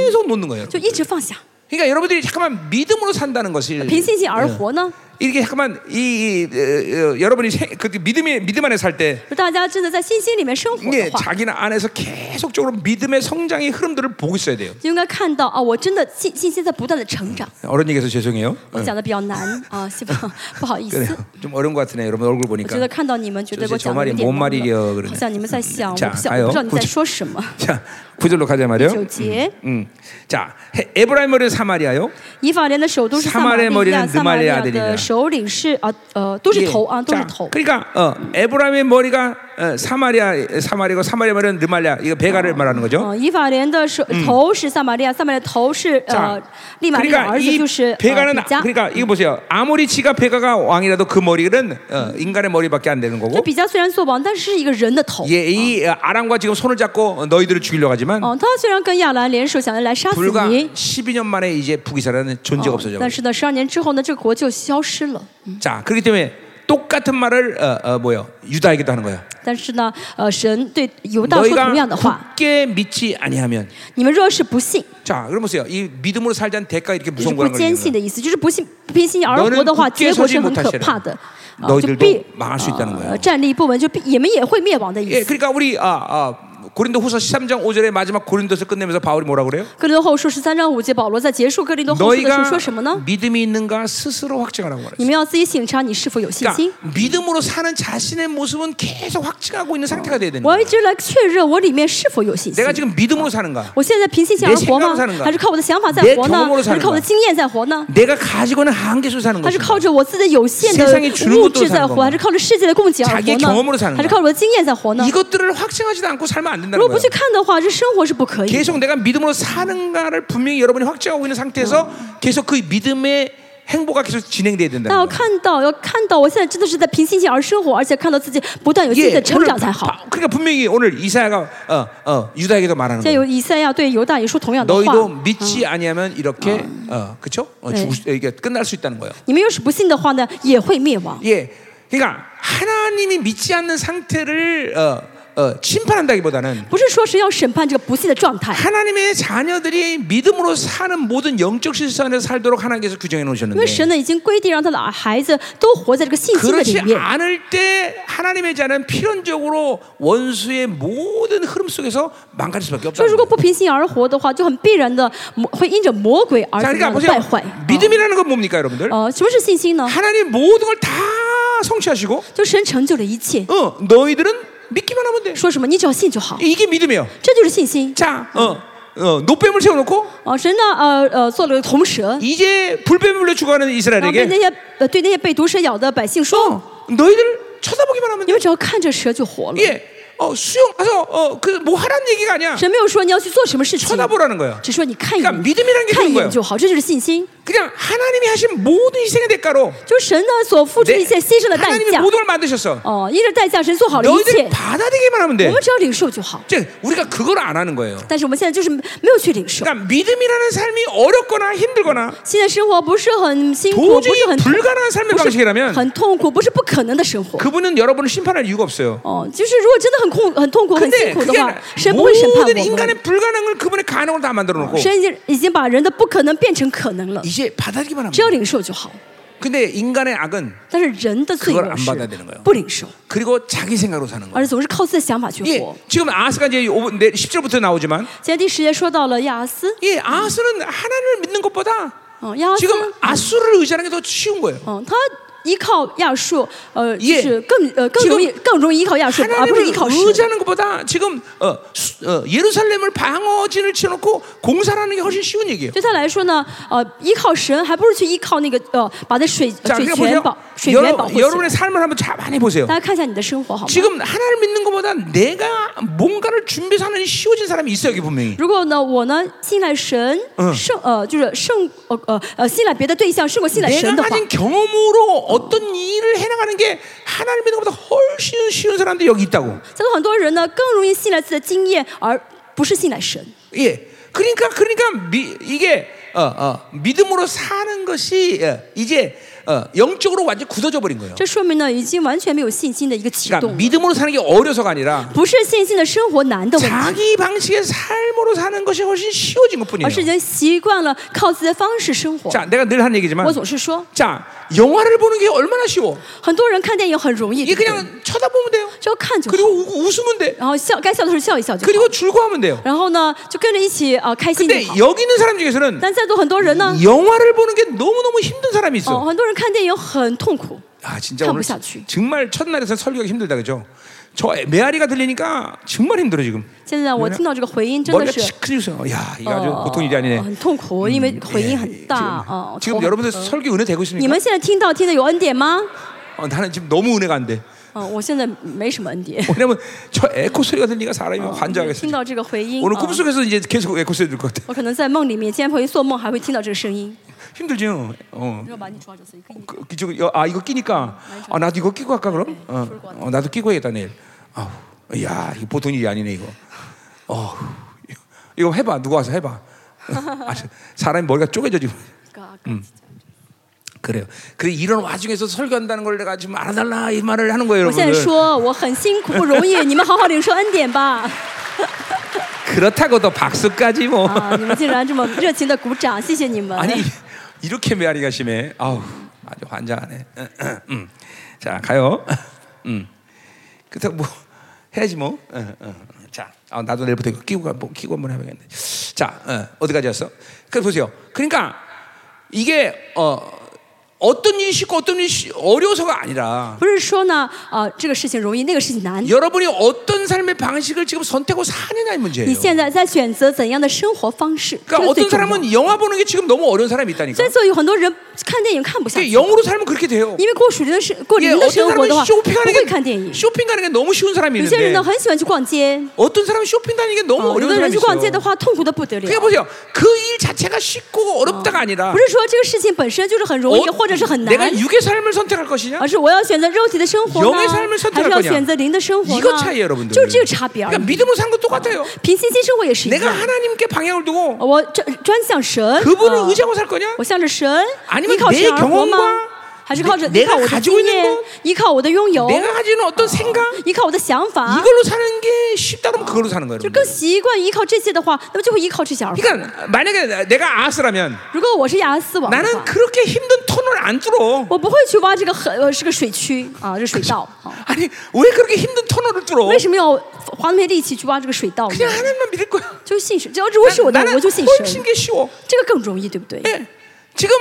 S1: 계속 놓는 거예요.
S2: 就
S1: 여러분.
S2: 一直放下。
S1: 그러니까 여러분들이 잠깐만 믿음으로 산다는 것을
S2: 凭信心而活呢？
S1: 이렇게 잠깐만 이, 이 어, 어, 여러분이 세- 그 믿음이 믿음 안에 살때
S2: 就大家真的在信心里面生活
S1: 예,
S2: 的话，
S1: 자기는 안에서 계속적으로 믿음의 성장의 흐름들을 보고 있어야 돼요.
S2: 就应该看到啊，我真的信信心在不断的成长。
S1: 어른 얘기해서 죄송해요.
S2: 我讲的比较难啊，希望 [laughs] 不好意思
S1: 그래, 。좀 어려운 것 같으네. 여러분 얼굴
S2: 我觉得
S1: 보니까.
S2: 看到你们觉得
S1: 저
S2: 我
S1: 저
S2: 讲的有
S1: 말이뭔
S2: 点懵
S1: 말이려그러네
S2: 了，好像你们在想，我
S1: 자,
S2: 不想，
S1: 가요.
S2: 我哦不嗯知道你在
S1: 구절-
S2: 说什么。
S1: 자, 구절로 가자 말이요.
S2: 九节，
S1: 음. 자, 해- 에브라임 머리 사마리아요.
S2: 以法莲的首都是撒玛
S1: 사마리아머리
S2: 利亚，
S1: 는
S2: 撒玛利亚
S1: 느마리아아들이라
S2: 的首领是啊呃都是
S1: 예.
S2: 头啊都是
S1: 자,
S2: 头。
S1: 그러니까 어, 에브라임의 머리가 어, 사마리아 사마리고 사마리아 머리는 르말리아 어, 이거 베가를 말하는
S2: [laughs]
S1: 거죠.
S2: 嗯，以法莲的首头是撒玛利亚，撒玛利亚的头是
S1: 자
S2: 呃利玛利的
S1: 그러니까
S2: 儿
S1: 이
S2: 子就是呃
S1: 베가는
S2: 比
S1: 아-
S2: 加。
S1: 그러니까 이거 보세요. 아무리 지가 베가가 왕이라도 그 머리는 어, 인간의 머리밖에 안 되는
S2: 那
S1: 거고.
S2: 比加虽然做王，但是是一个人的头。
S1: 예, 이 아람과 지금 손을 잡고 너희들을 죽이려고 하지만
S2: 哦，他虽然跟亚兰联手想要来杀死
S1: 불과
S2: 你，
S1: 12년 만에 이제 북이스라엘은 존재가
S2: 哦
S1: 없어져.
S2: 但
S1: 버려요.
S2: 是呢，十二年之后呢，这个国就消失了。
S1: 자, 그렇기 때문에 똑같은 말을 어, 어, 뭐요? 유다에게도 하는 거예요.
S2: 但是呢，呃，神对犹大说
S1: 너희가
S2: 同样的 [laughs] 话：
S1: 굳게 믿지 아니하면
S2: 你们若是不信，
S1: 자, 그럼 보세요. 이 믿음으로 살자는 대가 이렇게
S2: 就是
S1: 무서운
S2: 不
S1: 거라는
S2: 坚
S1: 거예요.
S2: 信的意思，就是不信不凭信而活的话，
S1: 너는굳게
S2: 结果是很
S1: 서지
S2: 可
S1: 못하시라
S2: 怕的，啊
S1: 너희들도
S2: 就必
S1: 망할수있다는거예요
S2: 呃站立不稳，就必你们也会灭亡的意
S1: 예,
S2: 思。
S1: 그러니까 우리 아, 아 고린도후서 13장 5절에 마지막 고린도서 끝내면서 바울이 뭐라 그래요?
S2: 哥林多后书十三章五节，保罗在结束哥林
S1: 어,
S2: 多后书的时候
S1: 너희가
S2: 说什么呢？
S1: 믿음이 있는가 스스로 확증하라고 말했어요.
S2: 你们要自己醒察你是否有信心。
S1: 그러니까 믿음으로 사는 자신의 모습은 계속 확증하고 있는 상태가 돼야 되는
S2: 我要
S1: 거예요.
S2: 一直来确认我里面是否有信心
S1: 내가 。 지금 믿음으로 사는가?
S2: 我现在凭信心而活吗
S1: 내생각으로사는가？
S2: 还是靠我的想法在
S1: 내
S2: 活呢
S1: 경험으로사는가 ？
S2: 还是靠我的经验在活呢？
S1: 내가 가지고는 한계수 사는
S2: 还是
S1: 것인가?
S2: 靠着我自己有限
S1: 세상이주는것
S2: 的
S1: 도
S2: 物质在
S1: 사는건가
S2: 活，还是靠着世界的供给而
S1: 자기
S2: 活
S1: 의 경험으로 사는
S2: 呢？还是
S1: 거
S2: 靠着我的经验在活呢？
S1: 이것들을 확증하지도 않고 살면 안
S2: 如
S1: 된다는
S2: 果不
S1: 거예요.
S2: 去看的话，这生活是不可以的。
S1: 계속 내가 믿음으로 사는가를 분명히 여러분이 확증하고 있는 상태에서 계속 그 믿음의 행보가 계속 진행돼야
S2: 但
S1: 된다는
S2: 要
S1: 거예요.
S2: 看到，要看到，我现在真的是在凭信心而生活，而且看到自己不断有新
S1: 예,
S2: 的成
S1: 오늘
S2: 长才
S1: 바-
S2: 好。
S1: 바- 그러니까 분명히 오늘 이사야가 어, 어, 유다에게도 말하는
S2: 现在
S1: 거예요.
S2: 有以赛亚对犹大也说同样的话
S1: 너희도 。 믿지 아니하면 이렇게 어, 그렇죠?
S2: 네.
S1: 어, 죽을 수, 이게 끝날 수 있다는 거예요.
S2: 你们要是不信的话呢，也会灭亡。
S1: 예, 그러니까 하나님이 믿지 않는 상태를 어, 어, 심판한다기보다는
S2: 不是说是要审判这个不信的状态，
S1: 하나님의 자녀들이 믿음으로 사는 모든 영적 실수 안에서 살도록 하나님께서 규정해
S2: 因为
S1: 놓으셨는데
S2: 神呢已经规定让他的孩子都活在这个信心的里
S1: 그렇지
S2: 面。
S1: 않을 때 하나님의 자는 필연적으로 원수의 모든 흐름 속에서 망가질 수밖에
S2: 说
S1: 없다.
S2: 如果不凭信而活的话，就很必然的会因着魔鬼而
S1: 자,
S2: 怎么
S1: 그러니까
S2: 样的
S1: 보세요.
S2: 败坏。啊
S1: 믿음이라는 건 뭡니까, 여러분들?
S2: 呃，什么是信心呢？
S1: 하나님 모든 걸 다 성취하시고,
S2: 就神成就了一切。
S1: 어, 너희들은 믿기만 하면 돼.
S2: 说什么？你只要信就好，
S1: 이게 믿음이에요.
S2: 这就是信心。
S1: 자, 어, 어, 노뱀을 세워놓고
S2: 哦，神呢，呃呃，做了个铜蛇，
S1: 이제 불뱀을 물려 죽어가는
S2: 然后被
S1: 이스라엘에게
S2: 那些呃对那些被毒蛇咬的百姓说，
S1: 어, 너희들 쳐다보기만 하면
S2: 你
S1: 돼.
S2: 们只要看着蛇就活了。
S1: 예, 어, 수영 가서 어, 그뭐 하라는 얘기가 아니야.
S2: 神没有说你要去做什么事情，
S1: 쳐다보라는 거야.
S2: 只说你看一
S1: 그러니까믿음이라는게
S2: 眼，看
S1: 그런
S2: 一
S1: 거예요
S2: 眼就好，这就是信心。
S1: 그냥 하나님이 하신 모든 희생의 대가로
S2: 就是神呢所付出一切牺牲的代
S1: 하나님이
S2: 价。
S1: 모든 걸 만드셨어.
S2: 哦，因着代价，神做好了一切
S1: 너희들 ， 받아들기만 하면
S2: 我
S1: 돼.
S2: 们只要领受就好。
S1: 이제 우리가 그걸 안 하는 거예요.
S2: 但是我们现在就是没有去领受。
S1: 그러니까 믿음이라는 삶이 어렵거나 힘들거나
S2: 现在生活不是很辛苦，不
S1: 도저히
S2: 是
S1: 음,
S2: 很
S1: 그 불가능한 삶의
S2: 不是
S1: 방식이라면
S2: 很痛苦，不是不可能的生活。
S1: 그분은 여러분을 심판할 이유가 없어요.
S2: 哦，就是如果真的很痛、很痛苦、很
S1: 근데
S2: 辛苦的
S1: 그게
S2: 话
S1: 아니라 ，
S2: 神不会审判
S1: 모든
S2: 我们。
S1: 인간의 불가능을 그분의 가능을 다 만들어 놓고
S2: 神已经已经把人的不可能变成可能了，
S1: 이제 받아들기만
S2: 只
S1: 합니다.
S2: 要领受就好。
S1: 근데 인간의 악은
S2: 但是人的罪
S1: 그걸안
S2: 恶
S1: 받아들이는거예
S2: 是
S1: 요
S2: 不领嗯受，
S1: 그리고 자기 생각으로 사는 거예요.
S2: 而是总是靠自己的想法去
S1: 예,
S2: 活。
S1: 지금 아스가 이제 5분, 10절부터 나오지만
S2: 今天第十节说到了亚斯，
S1: 예, 아스는 하나님을 믿는 것보다
S2: 嗯，亚斯，
S1: 지금 아수를 의지하는 게 더 쉬운 거예요.
S2: 嗯，他依靠亚述，呃，就
S1: 예
S2: 是更呃更容易更容易依靠亚述，而不
S1: 하나님을
S2: 是依靠神。
S1: 의지하는 것보다 지금 어, 수- 어, 예루살렘을 방어진을 쳐놓고 공사하는 게 훨씬 쉬운 얘기예요.
S2: 对他来说呢，呃，依靠神，还不如去依靠那个呃，把那水
S1: 자,
S2: 水
S1: 그러니까
S2: 源
S1: 보세요.
S2: 保水源保
S1: 여러분,
S2: 护起来。
S1: 여러분의 삶을 한번 자, 많이 보세요.
S2: 大家看一下你的生活好吗？
S1: 지금 하나님 믿는 것보다 내가 뭔가를 준비해서 하는 게 쉬워진 사람이 있어요, 여기 분명히.
S2: 如果呢，我呢信赖神，胜呃就是胜呃呃呃信赖别的对象胜过信赖神
S1: 내가
S2: 的话，
S1: 가진 경험으로 어떤 일을 해나가는 게 하나님 믿는 것보다 훨씬 쉬운 사람들이 여기 있다고.
S2: 像很多人呢更容易信赖自己的经验，而不是信赖神。
S1: 예. 그러니까 그러니까 미, 이게 어, 어, 믿음으로 사는 것이 어, 이제 어, 영적으로 완전 히 굳어져 버린 거예요.
S2: 这说明呢已经完全没有信心的一个启
S1: 그러니까
S2: 动了，
S1: 믿음으로 사는 게 어려서가 아니라
S2: 不是信心的生活难的问题，
S1: 자기 방식의 삶으로 사는 것이 훨씬 쉬워진
S2: 而是
S1: 것뿐이에요.
S2: 已经习惯了靠自己的方式生活。
S1: 자, 내가 늘 한 얘기지만
S2: 我总是说，
S1: 자, 영화를 보는 게 얼마나 쉬워.
S2: 很多人看电影很容易，
S1: 이게
S2: 对不对
S1: 그냥 쳐다보면 돼요.
S2: 只要看就好，
S1: 그리고 우, 웃으면 돼.
S2: 然后笑该笑的时候笑一笑就好，
S1: 그리고 즐거워하면 돼요.
S2: 然后呢就跟着一起啊、呃开心就
S1: 근데
S2: 好。
S1: 여기 있는 사람 중에서는
S2: 但在座很多人呢，
S1: 영화를 보는 게 너무너무 힘든 사람이
S2: 哦，
S1: 있어.
S2: 很多人看电影很痛苦。
S1: 아, 진짜
S2: 참
S1: 오늘
S2: 보자, 주.
S1: 정말 첫날에서 설교하기 힘들다 그죠? 저 메아리가 들리니까 정말 힘들어 지금.
S2: 现在我听到这个回音真的
S1: 머리가
S2: 是，
S1: 시큰해졌어요. 야, 이거
S2: 呃
S1: 아주 보통 일이 아니네. 어,
S2: 很痛苦，因为回
S1: 예,
S2: 音
S1: 지금,
S2: 很大，哦，
S1: 지금
S2: 头很
S1: 여러분들 설교 은혜 되고
S2: 你
S1: 있습니까?
S2: 们现在听到听的有恩典吗？
S1: 어, 나는 지금 너무 은혜가 안 돼.
S2: 嗯，我现在没什么恩典，
S1: 왜냐면 저 에코 소리가 들리니까 사람이 환장하겠어.
S2: 听到 [laughs] 这个回音，
S1: 오늘
S2: 啊
S1: 꿈속에서 이제 계속 에코 소리 들것 같아.
S2: 我可能在梦里面，今天回去做梦还会听到这个声音。
S1: 힘들죠? 어.
S2: 要把你抓着，所以可以。
S1: 그, 이쪽, 여- 아 이거 끼니까 아 나도 이거 끼고 할까 그럼? 어, 어, 나도 끼고 해야겠다 내일. 아우, 야 이거 보통 일이 아니네 이거. 어, 이거 해봐 누가 와서 해봐. [laughs] 아, 사람이 머리가 쪼개져 지금.
S2: 嗯，
S1: 그래요. 그래 이런 와중에서 설교한다는 걸 내가 지금 알아달라 이 말을 하는 거예요
S2: 我现在
S1: 여러분들.
S2: 说我很辛苦不容易，你们好好领受恩典吧。
S1: 그렇다고도 박수까지 뭐.
S2: 啊，你们竟然这么热情的鼓掌，谢啊谢你 [laughs] 们。
S1: 아니 네. 이렇게 메아리가 심해. 아우 아주 환장하네. 음. 자 가요. 음. 그때 뭐 해야지 뭐. 어, 어. 자, 아, 나도 내일부터 이거 끼고 가- 뭐, 끼고 한번 해봐야겠네. 자, 어, 디까지였어 그래 보세요. 그러니까 이게 어. 어떤 일이 쉽고 어떤 일이 쉬- 어려워서가 아니라
S2: 不是说呢，呃，这个事情容易，那个事情难。
S1: 여러분이 어떤 삶의 방식을 지금 선택하고 사느냐의
S2: 你
S1: 문제예요.
S2: 现在在选择怎样的生活方式，这
S1: 그러니까
S2: 个
S1: 어떤
S2: 最重要。
S1: 사람은 영화 보는 게 지금 너무 어려운 사람이 있다니까.
S2: 在座有很多人看电影看不下
S1: 그게
S2: 去，
S1: 영으로 살면 그렇게 돼요.
S2: 因为过属灵的生过
S1: 예,
S2: 灵的
S1: 어떤
S2: 生活的
S1: 사람은
S2: 话，不
S1: 쇼핑하는
S2: 会看电
S1: 게
S2: 影。
S1: 쇼핑 가는 게 너무 쉬운 사람이
S2: 有些人
S1: 있는데
S2: 呢很喜欢去逛街，
S1: 어떤 사람은 쇼핑 다니는 게
S2: 啊
S1: 너무
S2: 有
S1: 어려운
S2: 的
S1: 사람이
S2: 人去逛街
S1: 있어요.
S2: 的话痛苦的不得了。
S1: 그게 보세요. 그 일 자체가 쉽고 어렵다가 아니라
S2: 不是说这个事情本身就是很容易，
S1: 어-
S2: 或者是很
S1: 내가
S2: 难，
S1: 육의 삶을 선택할 것이냐?
S2: 而是我要选择肉体的生活呢
S1: 영의삶을선택할，
S2: 还是要
S1: 거냐
S2: 选择灵的生活
S1: 이거 차이예요,
S2: 呢？
S1: 여러분들.
S2: 就是这个差别而
S1: 그러니까
S2: 已。
S1: 믿음으로 사는 건 똑같아요.
S2: 凭信心生活也是一
S1: 내가
S2: 样。
S1: 하나님께 방향을 두고
S2: 我专专向神，
S1: 그분을
S2: 啊
S1: 의지하고 살 거냐?
S2: 我向着神，
S1: 아니면
S2: 依靠
S1: 내
S2: 神而活吗
S1: 경험과？
S2: 还是靠着
S1: 내내
S2: 依
S1: 가
S2: 靠我的
S1: 가지고
S2: 经
S1: 있는
S2: 验
S1: 것 ，
S2: 依靠我的拥有，
S1: 내가 가지는 어떤 아. 생각
S2: 依靠我的想法，
S1: 이걸로 사는 게 쉽다 그러면 그걸로 사는 거예요.
S2: 就更
S1: 여러분들.
S2: 习惯依靠这些的话，那么就会依靠这些而活。
S1: 그러니까 만약에 내가 아스라면
S2: 如果我是亚斯王的
S1: 나는
S2: 话，
S1: 그렇게 힘든 터널 안 뚫어.
S2: 我不会去挖这个很呃是个水渠啊，这个水道啊，
S1: 아니 왜 그렇게 힘든 터널을 뚫어?
S2: 为什么要花那么些力气去挖这个水道呢？
S1: 그냥 하나님만 믿을 거야.
S2: 就信神，只要如果是我的
S1: 나, ，
S2: 我就
S1: 나는
S2: 信
S1: 훨씬
S2: 神，
S1: 게 쉬워.
S2: 这个更容易，对不对？
S1: 예. 지금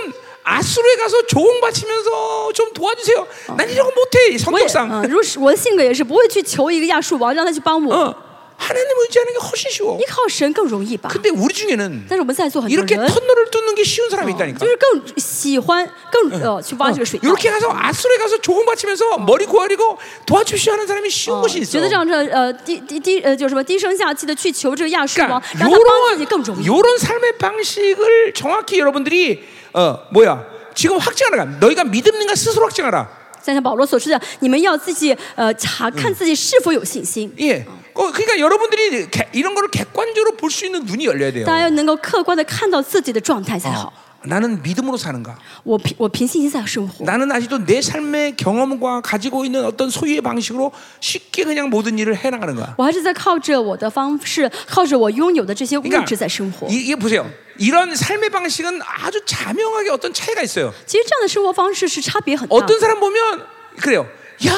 S1: 아수르에 가서 조공 바치면서 좀 도와주세요. 난 이런 거 못해 이
S2: 我也，
S1: 성격상.
S2: 嗯，如果是我的性格也是不会去求一个亚述王让他去帮
S1: 어.
S2: 我，
S1: 하나님 의지하는 게 훨씬 쉬워.
S2: 依靠神更容易吧？
S1: 근데 우리 중에는
S2: 但是我们在座很多
S1: 이렇게
S2: 人，
S1: 터널을 뚫는 게 쉬운 사람이
S2: 哦就
S1: 있다니까.
S2: 是更喜欢更呃去挖这个水道，
S1: 이렇게 가서 아수르에 가서 조공 바치면서 머리 고아리고 도와주시오 하는 사람이 쉬운
S2: 哦
S1: 것이
S2: 觉得
S1: 어. 있어.
S2: 这样这呃低低低呃就什么低声下气的去求这个亚述王
S1: 그러니까 ，
S2: 让他帮自己更容易。
S1: 요런 삶의 방식을 정확히 여러분들이 어 뭐야 지금 확증하라 너희가 믿음인가 스스로 확증하라
S2: 想想保罗所说的，你们要自己呃查看自己是否有信心，
S1: 예 어, 그러니까 여러분들이 개- 이런 거를 객관적으로 볼 수 있는 눈이 열려야 돼요
S2: 大家要能够客观的看到自己的状态才
S1: 어,
S2: 好。
S1: 나는 믿음으로 사는가
S2: 我凭我凭信心在生活，
S1: 나는 아직도 내 삶의 경험과 가지고 있는 어떤 소유의 방식으로 쉽게 그냥 모든 일을 해나가는가
S2: 我还是在靠着我的方式，靠着我拥有的这些物
S1: 그러니까
S2: 质在生活。
S1: 이, 이게 보세요 이런 삶의 방식은 아주 자명하게 어떤 차이가 있어요 哦
S2: 其实这样的生活方式是差别很大的。
S1: 어떤 사람 보면 그래요. 야,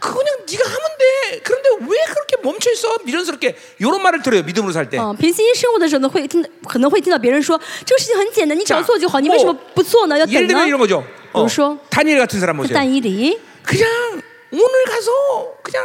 S1: 그거 그냥 네가 하면 돼. 그런데 왜 그렇게 멈춰 있어? 미련스럽게 이런 말을 들어요. 믿음으로 살 때.
S2: 嗯，平行生活的时候呢，会听可能会听到别人说这个事情很简单，你只要做就好，你为什么不做呢？要
S1: 예를
S2: 等
S1: 들면
S2: 啊
S1: 이런
S2: 呢？
S1: 거죠. 어,
S2: 로쇼.
S1: 다니엘 같은 사람 보세요.
S2: 但以理，
S1: 그냥 오늘 가서 그냥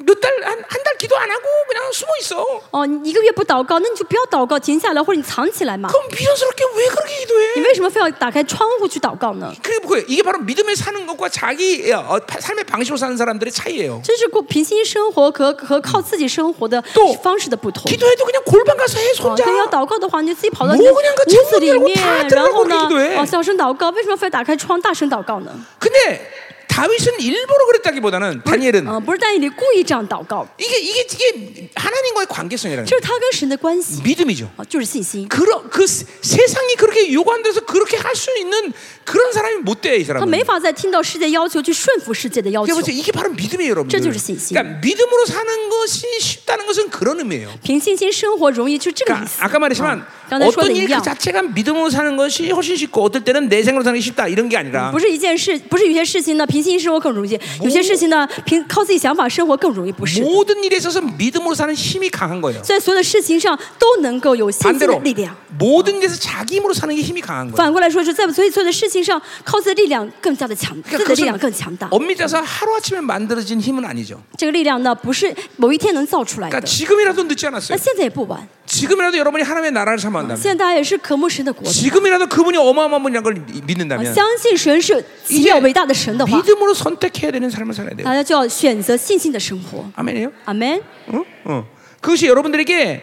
S1: 몇 달 한 한 달 기도 안 하고 그냥 숨어 있어.
S2: 哦，你一个月不祷告，那你就不要祷告，停下来或者你藏起来嘛。
S1: 그럼 미련스럽게 왜 그렇게
S2: 你
S1: 기도해?
S2: 为什么非要打开窗户去祷告呢？
S1: 그게 뭐예요? 이게 바로 믿음에 사는 것과 자기 어, 파- 삶의 방식으로 사는 사람들의 차이예요.
S2: 这是过平行生活和和靠自己生活的
S1: 또
S2: 方式的不同。
S1: 기도해도 그냥 골반 가서 해
S2: 哦
S1: 손자.
S2: 所以要祷告的话，你就自己跑到你的
S1: 뭐그냥그
S2: 屋子里
S1: 창문열고
S2: 面
S1: 다，들어
S2: 然
S1: 가고
S2: 后呢
S1: 그렇게기도해 ，
S2: 哦，小声祷告。为什么非要打开窗大声祷告呢？
S1: 근데 다윗은 일부러 그랬다기보다는 다니엘은
S2: 嗯，不是但以理故意这样祷告，
S1: 이게 이게 이게 하나님과의 관계성이라는
S2: 这是他跟神的关系
S1: 거예요. 믿음이죠.
S2: 啊，就是信心。
S1: 그러, 그 세- 세상이 그렇게 요구한데서 그렇게 할 수 있는 그런 사람이 못 돼 이
S2: 他
S1: 사람은.
S2: 没法再听到世界要求去顺服世界的要
S1: 이게
S2: 求。
S1: 보세요. 이게 바로 믿음이에요, 여러분들.
S2: 저주를 수 있어요.
S1: 그러니까 믿음으로 사는 것이 쉽다는 것은 그런 의미예요.
S2: 凭信心生活容易，就这个意
S1: 그러니까
S2: 思。哦
S1: 아까 말했지만
S2: 刚才说
S1: 어떤
S2: 的
S1: 일
S2: 一
S1: 그
S2: 样，
S1: 자체가 믿음으로 사는 것이 훨씬 쉽고 어떨 때는 내 생각으로 사는 게 쉽다 이런 게 아니라
S2: 不是一件事，不是有些事情呢，凭信心生活更容易，有些事情呢，凭靠自己想法生活更容易，不是。
S1: 모든 일에 있어서 믿음으로 사는 힘이 강한 거예요.
S2: 在所有的事情上都能够有信心的
S1: 반대로
S2: 力量。
S1: 모든 일에서 자기 힘으로 사는 게 힘이 강한 거예요.
S2: 反过来说，是在所以所有的事情上，靠自己的力量更加的强，自己
S1: 그러니까
S2: 的力量
S1: 그것은
S2: 更强大。
S1: 엄밀히 따서 하루아침에 만들어진 힘은 아니죠.
S2: 这个力量呢，不是某一天能造出来的
S1: 그러니까 。 지금이라도 늦지
S2: 那
S1: 않았어요.
S2: 现在也不晚，
S1: 지금이라도 여러분이 하나님의 나라를 삼한다면
S2: 现在大家也是渴慕神的国度，
S1: 지금이라도 그분이 어마어마한 분이라는 걸
S2: 啊
S1: 믿는다면
S2: 相信神是奇妙伟大的神的话，
S1: 믿음으로 선택해야 되는 삶을 살아야 돼요.
S2: 大家就要选择信心的生活。
S1: 아멘이에요?
S2: 阿门。
S1: 어? 어. 그것이 여러분들에게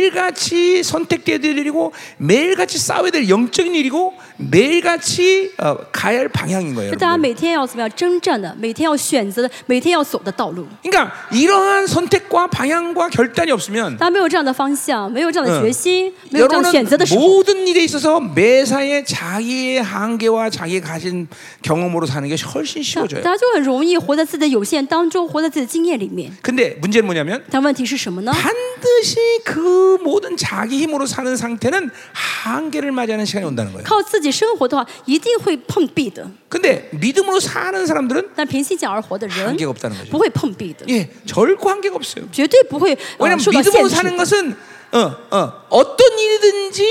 S1: 매일같이 선택돼야 될 일이고 매일같이 싸워야 될 영적인 일이고 매일같이 어, 가야 할 방향인 거예요.
S2: 就大家
S1: 여러분들.
S2: 每天要怎么样征战的，每天要选择的，每天要走的道路。
S1: 그러니까 이러한 선택과 방향과 결단이 없으면
S2: 大家没有这样的方向，没有这样的决心，没嗯有这样的选择
S1: 여러분은
S2: 的时候，
S1: 모든 일에 있어서 매사에 자기의 한계와 자기 가진 경험으로 사는 게 훨씬
S2: 大
S1: 쉬워져요.
S2: 家就很容易活在自己的有限当中，活在自己的经验里面。
S1: 근데 문제는 뭐냐면
S2: 但问题是什么呢？
S1: 반드시 그 모든 자기 힘으로 사는 상태는 한계를 맞이하는 시간이 온다는 거예요.
S2: 靠自己生活的话，一定会碰壁的。
S1: 근데 믿음으로 사는 사람들은
S2: 但凭信心而活的人
S1: 한계가없다는거죠
S2: 不会碰壁的，
S1: 예, 절코 한계가 없어요.
S2: 绝对不会、呃、
S1: 왜냐하면
S2: 受到
S1: 믿음으로
S2: 限制
S1: 사는
S2: 的。
S1: 것은 어, 어, 어떤 일이든지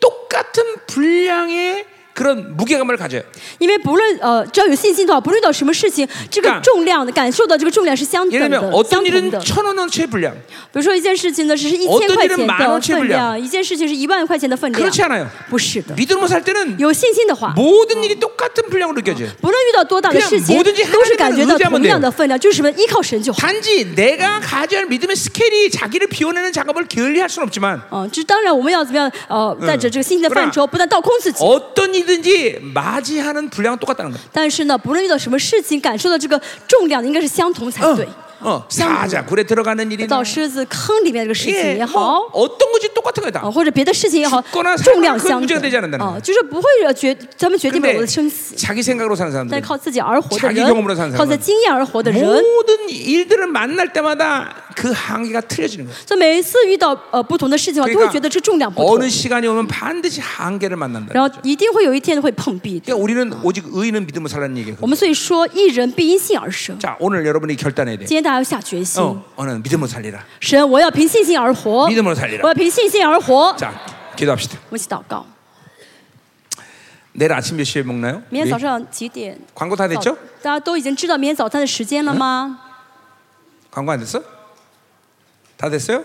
S1: 똑같은 분량의 그런 무게감을 가져요.
S2: 因为不论呃，只要有信心的话，不论遇到什么事情，这
S1: 干
S2: 个重量的感受到这个重量是相等
S1: 예를
S2: 的
S1: 들면 、
S2: 相
S1: 어떤
S2: 同
S1: 일은
S2: 的。
S1: 천 원어치의 분량.
S2: 比如说一件事情呢，只是一
S1: 어떤
S2: 千块
S1: 일은
S2: 钱
S1: 만원
S2: 的
S1: 치
S2: 分
S1: 분량
S2: 量，一件事情是一万块钱的分
S1: 그렇지
S2: 量，
S1: 않아요.
S2: 不是的。
S1: 믿음으로 살 때는
S2: 有信心的话，
S1: 모든 일이 똑같은 분량으로 느껴져요.
S2: 不论遇到多大的事情
S1: 그냥뭐든지하나님을，
S2: 都是感觉到
S1: 의지하면
S2: 同样的分量，就是什么依靠神就好。
S1: 단지 내가 가져야 할 믿음의 스케일이 자기를 비워내는 작업을 게을리할 수는 없지만
S2: 嗯，这当然我们要怎么样？呃，在这这个信心的
S1: 不然
S2: 范畴，不啊但倒空自己，
S1: 어떤 일든지 맞이하는 분량은 똑같다는 거예요.
S2: 但是呢，不论遇到什么事情，感受到这个重量应该是相同才对。
S1: 어, 사자 굴에 들어가는 일이
S2: 到狮子坑里面这个事情
S1: 예,
S2: 嗯
S1: 뭐
S2: 也好。
S1: 어떤 것이 똑같은 거다.
S2: 啊，或者别的事情也好
S1: 죽거나살거나，
S2: 重量相
S1: 그건문제가되지않는다는
S2: 等
S1: 거야
S2: 啊，就是不会决，咱们决定不了我
S1: 근데
S2: 的生死，
S1: 자기 생각으로 사는
S2: 但
S1: 사람들
S2: 是靠自己而活的
S1: 자기경험으로사는사람은
S2: 人，靠在经验而活的人，
S1: 모든 일들을 만날 때마다 그 한계가 틀려지는 거예요.
S2: 所以每一次遇到呃不同的事情的话，都会觉得这重量不
S1: 어느
S2: 同，
S1: 시간이 오면 반드시 한계를 만난다.
S2: 然后一定会有一天会碰壁。
S1: 그러니까 우리는 오직 의인은 믿음으로 살라는 얘기예요.
S2: 我们所以说，一人必因信而生。
S1: 자, 오늘 여러분이 결단해야 돼.
S2: 今天大家要下决心，
S1: 어, 오늘 믿음으로 살리라.
S2: 神，我要凭信心而活，
S1: 믿음으로살리라
S2: 我要凭信心而活。
S1: 자, 기도합시다.
S2: 我们一起祷告。
S1: 내일 아침 몇 시에 먹나요?
S2: 明天
S1: 우리?
S2: 早上几点？
S1: 광고 다
S2: 早
S1: 됐죠?
S2: 大家都已经知道明天早餐的时间了吗？
S1: 광고 안 됐어? 다 됐어요?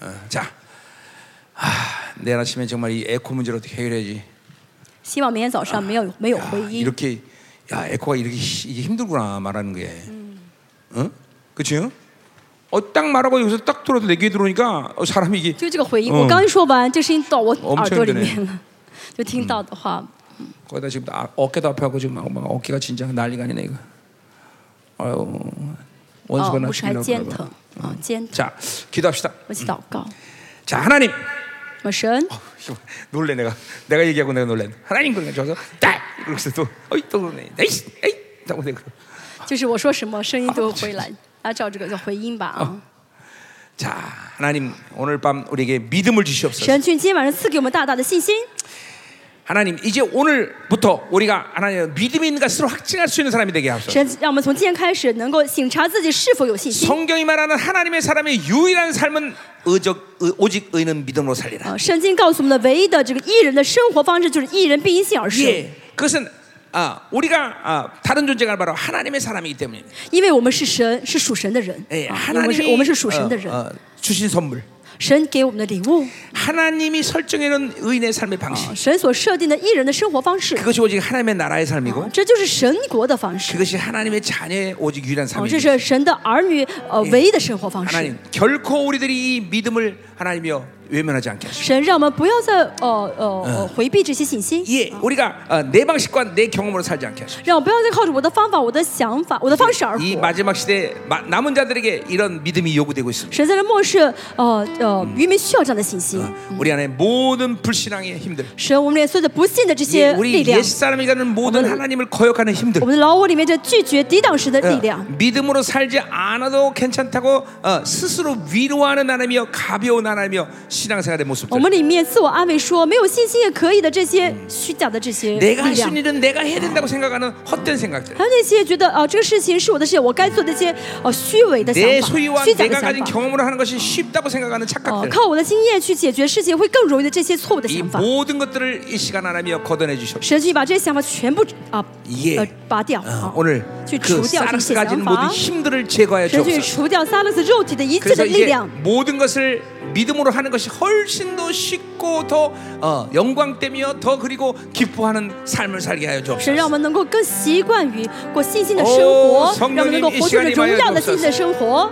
S1: 어, 자, 아, 내일 아침에 정말 이 에코 문제를 어떻게 해결해야지?
S2: 希望明天早上没有没有
S1: 아,
S2: 回音。
S1: 이렇게 야 에코가 이렇게 히- 이게 힘들구나 말하는 게, 응? 그치요? 어, 딱 말하고 여기서 딱 들어도 내 귀에 들어오니까 어, 사람이 이게
S2: 就这个回音，
S1: 嗯
S2: 我刚一说完，这声音到我
S1: 我们
S2: 耳
S1: 确
S2: 朵里
S1: 认
S2: 面了。就听到的话，
S1: 嗯 거기다 지금 아, 어깨도 앞에 하고 지금 막, 막 어깨가 진짜 난리가 아니네 이거. 아유,
S2: 哦，
S1: 원수가
S2: 不
S1: 나
S2: 是还
S1: 죽이려고
S2: 肩
S1: 그러고.
S2: 疼啊，肩疼。
S1: 자, 기도합시다.
S2: 我去祷告，
S1: 자 하나님 [laughs]
S2: 我神，
S1: 哦 놀래 내가 내가 얘기하고 내가 놀래 하나님 그러니까 저서 딱 이러면서 또 어이 또 그러네 에이씨 에이 하고 내가 그러고.
S2: 就是我说什么声音
S1: 哦
S2: 都会回来，按照这个叫回音吧啊。
S1: 자 하나님 오늘 밤 우리에게 믿음을 주시옵소서
S2: 神，君今天晚上赐给我们大大的信心，
S1: 하나님 이제 오늘부터 우리가 하나님 믿음이 있는가 스스로 확증할 수 있는 사람이 되게 하소서.
S2: 神让我们从今天开始能够醒察自己是否有信心。
S1: 성경이 말하는 하나님의 사람의 유일한 삶은 의적, 의- 오직 의는 믿음으로 살리라.
S2: 啊，圣经告诉我们的唯一的这个艺人的生活方式就是一人必因信而生，
S1: 예, 그것은 아, 우리가 아, 다른 존재가 바로 하나님의 사람이기 때문에
S2: 因为我们是神，是属神的人，
S1: 예,
S2: 啊因为我们是
S1: 하나님이
S2: 我们是属神的人
S1: 어, ， 어, 주신 선물
S2: 神给我们的礼物，啊
S1: 하나님이 설정해 놓은 의인의 삶의 방식
S2: 神所设定的艺人的生活方式，
S1: 그것이 오직 하나님의 나라의 삶이고
S2: 这就是神国的方式，
S1: 그것이 하나님의 자녀의 아, 오직 유일한
S2: 啊，这
S1: 삶이고
S2: 是神的儿女呃唯一的生活方式
S1: 하나님 。 결코 우리들이 이 믿음을 하나님이여 외면하지 않게 하시고
S2: 神让我们不要再呃呃呃回避这些信心，
S1: 예, 우리가 어, 내 방식과 내 경험으로 살지 않게 하시고
S2: 让我不要再靠着我的方法、我的想法、我的方式而
S1: 이
S2: 活。
S1: 마지막 시대에 마- 남은 자들에게 이런 믿음이 요구되고 있습니다
S2: 神在这末世，呃呃，渔民需要这样的信心。
S1: 우리 안에 모든 불신앙의 힘들
S2: 神，我们脸所有的不幸的这
S1: 예,
S2: 些力
S1: 우리
S2: 量，
S1: 옛사람이라는 모든 하나님을 거역하는 힘들
S2: 我们的老我里面这拒绝抵挡神的
S1: 어,
S2: 力量，
S1: 믿음으로 살지 않아도 괜찮다고 어, 스스로 위로하는 하나님이여 가벼운 하나님이여 신앙생활의
S2: 我
S1: 모습들
S2: 们里面自我安慰说没有信心也可以的这些虚假的这些力
S1: 내가 할 수 있는
S2: 量。
S1: 일은 내가 해야 된다고 생각하는 헛된 생각들
S2: 还有那些觉得啊、这个事情是我的事，我该做的一些呃虚伪的想
S1: 내
S2: 法、
S1: 소유와
S2: 虚假的
S1: 내가
S2: 想
S1: 가진
S2: 法，
S1: 경험으로 하는 어, 것이 쉽다고 생각하는
S2: 哦、
S1: 착각들
S2: 靠我的经验去解决事情会更容易的这些错误的
S1: 이
S2: 想法。
S1: 모든 것들을 이 시간 하나님이여 걷어내 주시옵소서
S2: 神去把这些想法全部啊
S1: 예
S2: 呃拔掉
S1: 어,
S2: 啊，
S1: 오늘 그
S2: 去除掉这些
S1: 사르스 가진
S2: 想法。
S1: 모든 힘들을 제거하여
S2: 神去
S1: 주옵소서
S2: 除掉萨勒斯肉体的一切
S1: 그래서
S2: 的力
S1: 이제
S2: 量。
S1: 모든 것을 믿음으로 하는 것이 훨씬 더 쉽고 더 어, 영광되며 더 그리고 기뻐하는 삶을 살게 하여
S2: 神让
S1: 주옵소서
S2: 我们能够更习惯于过信心的生
S1: 哦
S2: 活，
S1: 성령님
S2: 让我们能够活出
S1: 이 시간에
S2: 着
S1: 임하
S2: 荣
S1: 여
S2: 耀的信心的生活。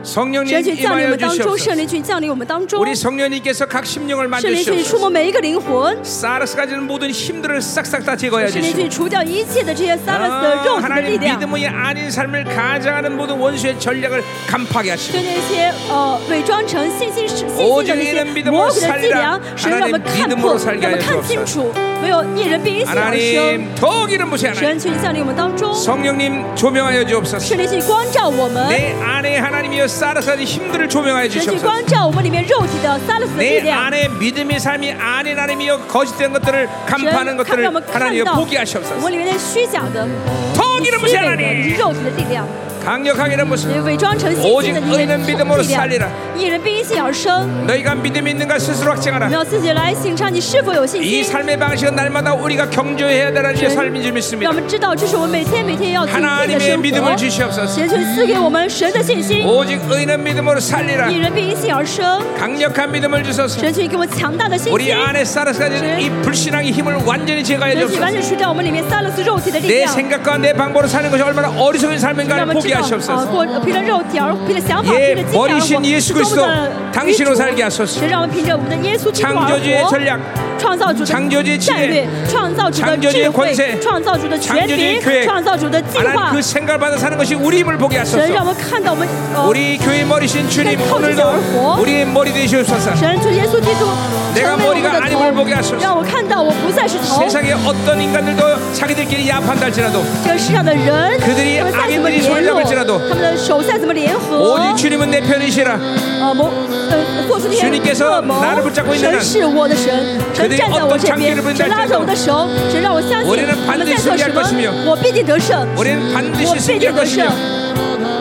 S1: 성령님
S2: 神去降临
S1: 임하여
S2: 我们当中，
S1: 주시옵소서
S2: 圣灵去降临我们当中，
S1: 우리 성령님께서 각 심령을
S2: 圣灵去
S1: 만드시옵소서
S2: 触摸每一个灵魂，
S1: 사르스 가진 모든 힘들을 싹싹 다 제거하여
S2: 圣灵
S1: 주시옵소서 아,
S2: 去除掉一切的这些撒勒斯
S1: 啊
S2: 的肉体的力
S1: 하나님
S2: 量，
S1: 믿음이 아닌 삶을 가장하는 모든 원수의 전략을 간파하게 하시고
S2: 对那些呃伪装成信心是信
S1: 오직
S2: 心的
S1: 哦
S2: 那些
S1: 이는믿음으로
S2: 魔鬼的
S1: 살리라
S2: 伎俩，神让我们
S1: 하나님
S2: 看
S1: 믿음으로
S2: 破，
S1: 살게하여
S2: 让我们看清楚，没有一人必因信而生。
S1: 하나님 더욱 이름 무시
S2: 神
S1: 하나님
S2: 去降临我们当中，
S1: 성령님 조명하여 주옵소서
S2: 圣灵去光照我们，
S1: 내 안에 하나님이여 사르스 가진 힘들을 조명하여
S2: 神去
S1: 주시옵소서
S2: 光照我们里面肉体的撒勒斯的力
S1: 내
S2: 量。
S1: 안에 믿음의 삶이 아닌 하나님이여 거짓된 것들을
S2: 神
S1: 간파하는
S2: 看
S1: 것들을
S2: 让我们看
S1: 하나님이여
S2: 到我
S1: 포기하시옵소서
S2: 们里面的虚假的、
S1: 더욱 이름 무시
S2: 虚伪的
S1: 하나님
S2: 肉体的力量，
S1: 강력하게 이름 무시
S2: 也伪装成信心的
S1: 오직의는
S2: 力
S1: 믿음으로
S2: 力量
S1: 살리라 。
S2: 一人必因信而生，
S1: 너희가 믿음이 있는가 스스로
S2: 我们
S1: 확증하라
S2: 要自己来省察你是否有信
S1: 이
S2: 心。
S1: 삶의 방식은 날마다 우리가 경조해야 되는 제 삶인 줄
S2: 让
S1: 믿습니다
S2: 我们知道，这是我们每天每天要警惕的
S1: 하나님의
S2: 生
S1: 믿음을
S2: 活。
S1: 주시옵소서
S2: 神却赐给我们神的信心，
S1: 오직 의는 믿음으로 살리라
S2: 一人必因信而生。
S1: 강력한 믿음을 주소서
S2: 神却给我们强大的信
S1: 우리
S2: 心，
S1: 안에 쌓아가진 이 불신앙의 힘을 완전히 제거해
S2: 神去完
S1: 주옵소서
S2: 全除掉我们里面撒勒斯肉体的力
S1: 내
S2: 量。
S1: 생각과 내 방법으로 사는 것이 얼마나 어리석은
S2: 让
S1: 삶인가를
S2: 我们知道，
S1: 포기하시옵소서
S2: 啊，过凭着肉体而凭着想法，
S1: 예
S2: 凭着经验
S1: 머리신예수
S2: 而
S1: 그리
S2: 活，
S1: 스도
S2: 中的
S1: 당신으로살게하소서
S2: 神让我们凭着我们的耶稣基督而
S1: 창조주의
S2: 活。
S1: 전략
S2: 创造主的
S1: 창조주의지혜
S2: 战略，创造主的
S1: 창조주의
S2: 智慧
S1: 권세，
S2: 创造主的权
S1: 창조주의
S2: 柄
S1: 계획 ，
S2: 创造主的计
S1: 하나님
S2: 划
S1: 그 。 생각을 받아 사는 것이 우리 힘을 보게
S2: 神让
S1: 하소서
S2: 我们看到我们，呃，
S1: 우리 교회 머리신 주님
S2: 그냥
S1: 오늘도
S2: 터지지
S1: 우리의 머리 되시옵소서
S2: 神主耶稣基督
S1: 내가
S2: 成为我
S1: 머리
S2: 们
S1: 가아님을보게하소서
S2: 的头，让我看到我不再是头。
S1: 세상에 어떤 인간들도 자기들끼리 야판다 할지라도
S2: 这个世上的人，他
S1: 그들이
S2: 们再怎么
S1: 악인들이소리
S2: 联
S1: 를
S2: 络，
S1: 지라도
S2: 他们的手再怎么联合，
S1: 오직 주님은 내 편이시라
S2: 呃，谋呃做出这
S1: 주님께서
S2: 些恶谋
S1: 나를붙잡고있는
S2: 神
S1: 한
S2: 是我的神，
S1: 그들이
S2: 神站在我
S1: 어떤
S2: 这边
S1: 장기를붙，
S2: 神
S1: 날
S2: 拉着我的手，神让我相信
S1: 우리는반
S2: 我们
S1: 드시
S2: 在做
S1: 승리할
S2: 什么
S1: 것이며 ，
S2: 我必定得胜，
S1: 우리는 반드시
S2: 我必定
S1: 승리할
S2: 得胜
S1: 것이며 ，